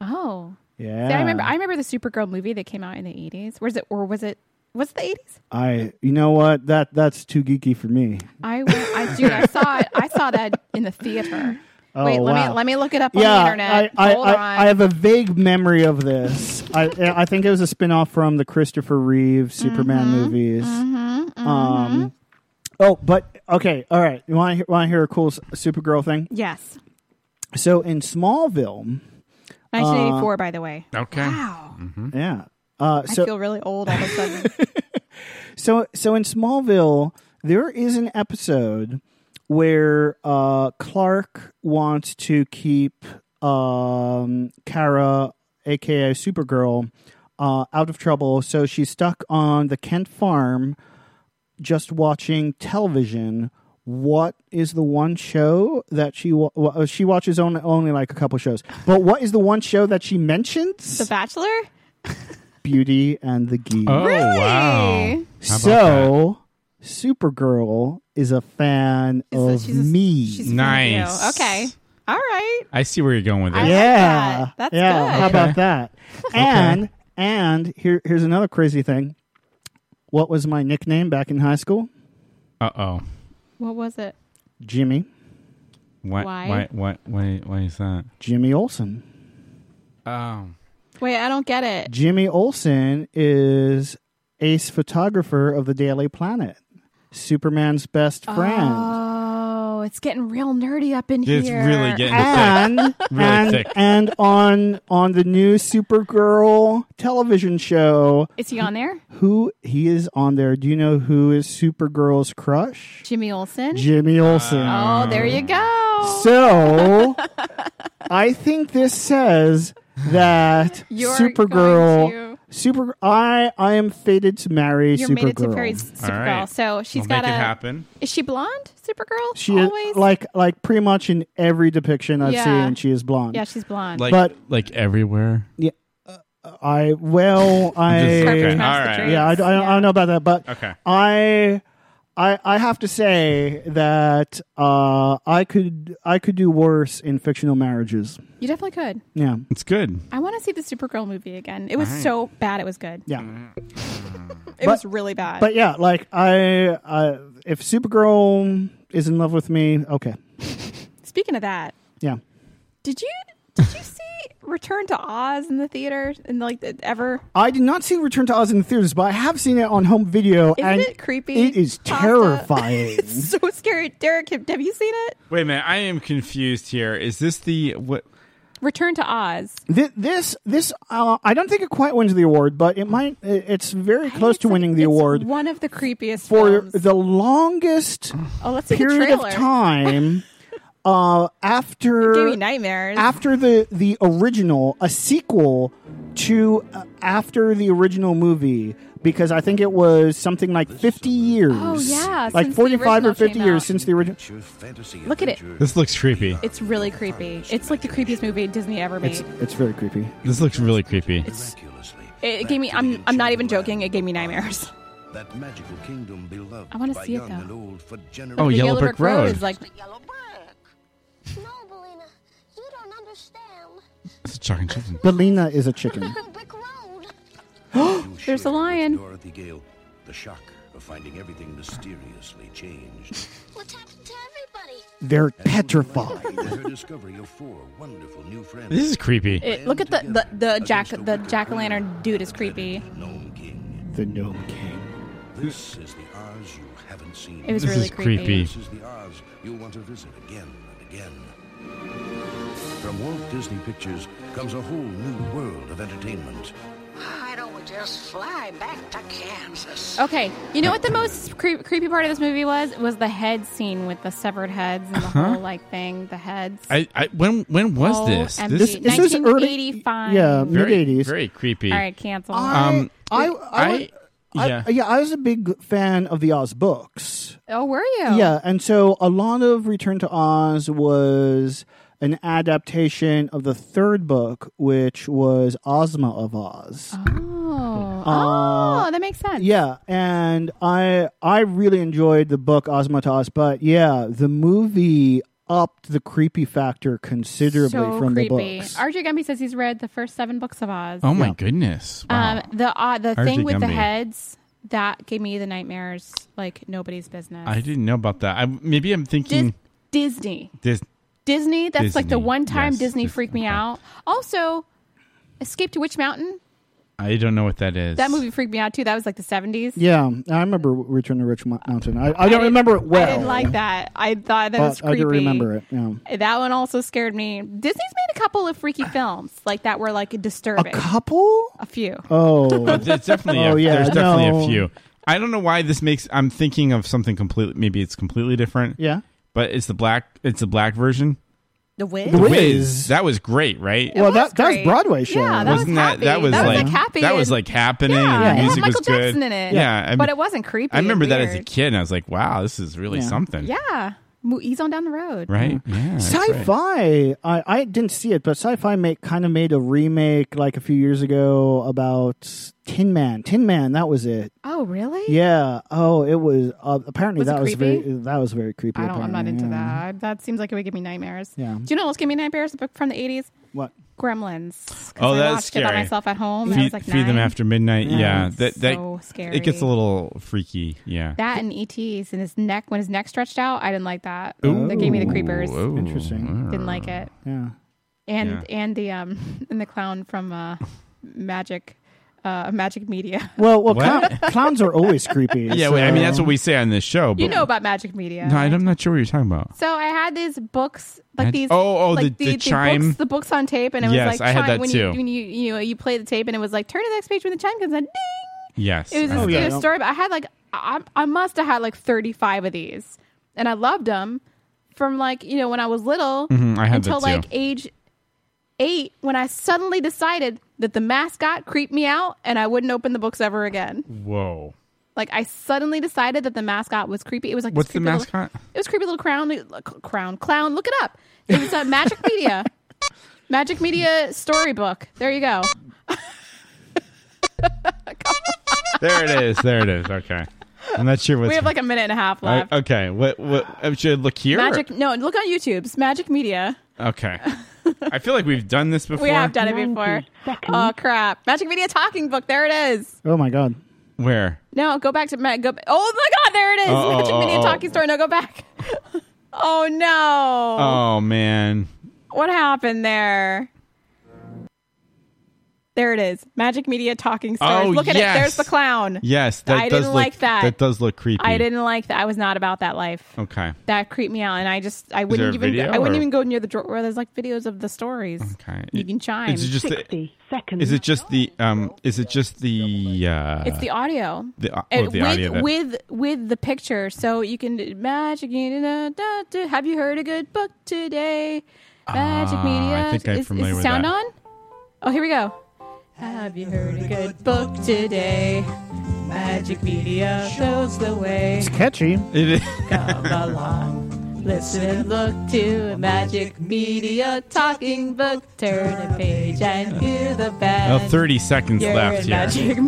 Oh, Yeah, See, I remember. I remember the Supergirl movie that came out in the eighties. Was it or was it? Was it the eighties? I you know what that that's too geeky for me. I went- I dude, I saw it. I saw that in the theater. Oh, Wait, let wow. me let me look it up on yeah, the internet. I, I, Hold I, on. I have a vague memory of this. I I think it was a spin-off from the Christopher Reeve Superman Mm-hmm. movies. Um, oh, but okay, all right. You want to want to hear a cool s- Supergirl thing? yes, So in Smallville, uh, nineteen eighty four. by the way. Okay. Wow. yeah. Uh, so I feel really old all of a sudden. So so in Smallville, there is an episode where uh, Clark wants to keep um, Kara, aka Supergirl, uh, out of trouble. So she's stuck on the Kent farm, just watching television. What is the one show that she wa- wa- uh, she watches only, only like a couple shows? But what is the one show that she mentions? the Bachelor. Beauty and the Geek. Oh wow! How about that? So, Supergirl is a fan of me. nice. Okay. All right. I see where you're going with I it. like yeah, that. That's yeah. good. How about Okay. that? And and here here's another crazy thing. What was my nickname back in high school? Uh oh. What was it? Jimmy. What? Why? Why? Why? Why? Why is that? Jimmy Olsen. Oh. Wait, I don't get it. Jimmy Olsen is ace photographer of the Daily Planet, Superman's best friend. Oh, it's getting real nerdy up in It's here. Ah. really getting and thick. Really and, thick. and on on the new Supergirl television show, Is he on there? who he is on there. Do you know who is Supergirl's crush? Jimmy Olsen. Jimmy Olsen. oh, there you go. So I think this says that You're Supergirl Super, I I am fated to marry You're Supergirl. mated to marry Supergirl. So she's We'll got make to it happen. Is she blonde? Supergirl. She always is like like pretty much in every depiction I've Yeah. seen, she is blonde. Yeah, she's blonde. Like, But- like everywhere. Yeah. I well, I Just- okay, Contrast all the right. traits, yeah, I, I, I don't know about that, but Okay. I, I, I have to say that uh, I could I could do worse in fictional marriages. you definitely could. Yeah, it's good. I want to see the Supergirl movie again. It was Alright. so bad. It was good. Yeah. It was really bad. But yeah, like I, I, if Supergirl is in love with me, okay, Speaking of that, yeah, did you did you see Return to Oz in the theater and like the, ever? I did not see Return to Oz in the theaters, but I have seen it on home video. Isn't and it creepy? It is Pasta? terrifying. It's so scary. Derek, have, have you seen it? Wait a minute, I am confused here. Is this the what? Return to Oz. Thi- this this uh, I don't think it quite wins the award, but it might. it- It's very close to winning the award One of the creepiest. for films. the longest Oh, let's see the period of trailer. time. Uh, after Give me nightmares. after the the original, a sequel to uh, after the original movie because I think it was something like fifty years. Oh, yeah, like since the forty five or original fifty came years out. since the original. Look at it. This looks creepy. It's really creepy. It's like the creepiest movie Disney ever made. It's it's very creepy. This looks really creepy. It, it gave me. I'm. I'm not even joking. It gave me nightmares. That magical kingdom beloved I wanna by see it, young though. and old for generations. Oh, Yellow Brick Road. is like. It's a talking chicken. Belina is a chicken. There's a lion. Dorothy Gale, the shock of finding everything mysteriously changed. They're petrified. With her discovery of four wonderful new friends. This is creepy. It, look at the the, the jack the jack o' lantern dude is creepy. The gnome king. This is the Oz you haven't seen. It was This really is creepy. creepy. This is the Oz you'll want to visit again and again. From Walt Disney Pictures comes a whole new world of entertainment. Why don't we just fly back to Kansas? Okay, you know what the most cre- creepy part of this movie was? Was the head scene with the severed heads and the Uh-huh. whole like thing, the heads. I, I when when was Oh, this? OMG. This This was early- 1985. yeah, Very- mid-eighties. Very creepy. All right, cancel. Um, I, I, I- I- yeah. yeah, I was a big fan of the Oz books. oh, were you? Yeah, and so a lot of Return to Oz was an adaptation of the third book, which was Ozma of Oz. Oh, Uh, oh, that makes sense. Yeah, and I I really enjoyed the book Ozma to Oz, but yeah, the movie upped the creepy factor considerably so from the creepy. books. RJ Gumby says he's read the first seven books of Oz. oh my goodness. Wow. Um, the uh, the RJ thing with the Gumby. heads that gave me the nightmares, like nobody's business. I hmm. didn't know about that. I maybe I'm Dis- thinking Disney, this. Disney. That's like the Disney, one time yes, Disney Dis- freaked me out. Also, Escape to Witch Mountain. I don't know what that is. That movie freaked me out too. That was like the seventies. Yeah, I remember Return to Rich Mo- Mountain. I, I don't remember it well. I didn't like that. I thought that but was creepy. I do remember it. Yeah. That one also scared me. Disney's made a couple of freaky films like that were like disturbing. A couple? A few. Oh, Oh, there's definitely, Oh, a, yeah, there's definitely no. a few. I don't know why this makes. I'm thinking of something completely. Maybe it's completely different. Yeah. but it's the black. It's the black version. The Wiz. The Wiz. That was great, right? well, that that was great. Broadway show. Yeah, that was Wasn't that happy. that was That was, like like, happy that was and- like happening and Yeah, the it had music Michael was good. Jackson in it. Yeah, I but mean- it wasn't creepy. I remember and that as a weird. kid, and I was like, "Wow, this is really something." Yeah, Mm. Mo- he's on down the road. Right? Yeah. that's right. Sci-fi. I, I didn't see it, but sci-fi make kind of made a remake like a few years ago about Tin Man. Tin Man, that was it. Oh, really? Yeah. Oh, it was uh, apparently Was it that was creepy? very that was very creepy. I don't. I'm not apparently, into yeah. that. That seems like it would give me nightmares. Yeah. Do you know what else gave me nightmares b- from the 80s? What? Gremlins. 'Cause Oh, I that's watched scary. it by myself at home. and I Feed, was like feed them nine. after midnight. Yeah, Yeah, it's that that so scary. it gets a little freaky. Yeah. That and ET's and his neck when his neck stretched out. I didn't like that. That gave me the creepers. Interesting. Didn't uh, like it. Yeah. And Yeah. and the um and the clown from uh, Magic, uh, Magic Media. Well, well, What? clown, clowns are always creepy. Yeah, well, I mean that's so- what we say on this show. But you know about Magic Media. no, I'm not sure what you're talking about. So I had these books, like Had- these. oh, oh, like the- the chime. Books, the books on tape, and it was Yes, like I had chime- that when too. You, when you you know you play the tape, and it was like turn to the next page when the chime comes on. Ding! Yes. It was I this had it that. was a story. But I had like I, I must have had like thirty five of these, and I loved them from like you know when I was little Mhm, I had that until too. like age eight when I suddenly decided that the mascot creeped me out and I wouldn't open the books ever again. Whoa. Like I suddenly decided that the mascot was creepy. It was like What's this the creepy little- mascot? it was creepy little crown, uh, c- crown clown. Look it up. It was uh, Magic Media, Magic Media storybook. There you go. There it is. There it is. Okay. I'm not sure what's. we have like a minute and a half left. Uh, okay. What? What? uh, Should I look here? or- Magic. No, look on YouTube's Magic Media. Okay. I feel like we've done this before. We have done it before. Oh crap! Magic Media talking book. There it is. Oh my god. Where? No, go back to Mag. Go. Oh my God! There it is. Oh, oh, Magic oh, Media oh. talking story. No, go back. oh no! Oh man. What happened there? There it is. Magic Media talking stories. Oh, Look at yes. it. There's the clown. Yes, that I does didn't look, like that. That does look creepy. I didn't like that. I was not about that life. Okay. That creeped me out, and I just I Oh. there wouldn't a even video, I wouldn't or- even go near the drawer where there's like videos of the stories. Okay. You can chime. Is it just the, Is it just the um? Is it just the? Uh, it's the audio. The, au- And oh, the with, audio. That, with with the picture, so you can do magic. Da, da, da, have you heard a good book today? Magic Ah, I media. think I'm is, familiar is the with sound that. on? Oh, here we go. Have you heard a good book today? Magic media shows the way. It's catchy. It is. Come along, listen and look to magic media talking book. Turn a page and hear the oh, band. 30 seconds You're left in here. Magic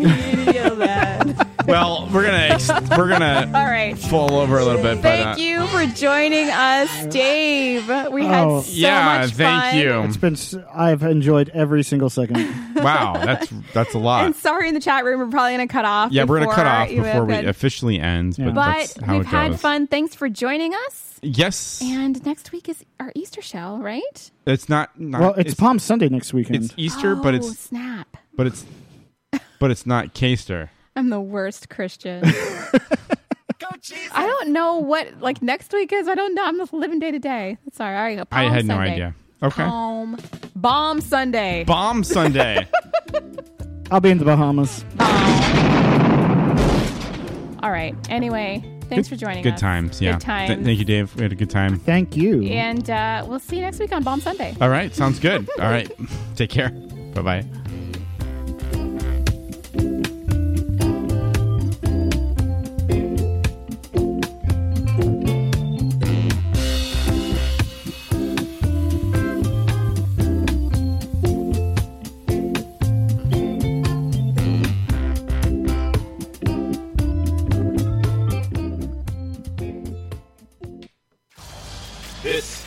media land. Well, we're gonna ex- we're gonna All right. fall over a little bit. but, uh, Thank you for joining us, Dave. We had Oh, so much fun. It's been. s- I've enjoyed every single second. Wow, that's that's a lot. And sorry in the chat room, we're probably going to cut off. yeah, we're gonna cut before off you before we open. officially end. But, that's But how we've it had goes. fun. Thanks for joining us. Yes, And next week is our Easter show, right? it's not. not well, it's, Palm Sunday next weekend. it's Easter, but Oh, it's snap. but it's but it's not Caster. I'm the worst Christian. I don't know what like next week is. I don't know. I'm just living day to day. Sorry. All right. I Palm had no Sunday. idea. Okay. Palm Bomb Sunday. Bomb Sunday. I'll be in the Bahamas. All right. Anyway, thanks for joining Good us. times. Yeah. Good times. Th- thank you, Dave. We had a good time. Thank you. And uh, we'll see you next week on Bomb Sunday. All right. Sounds good. All right. Take care. Bye bye. This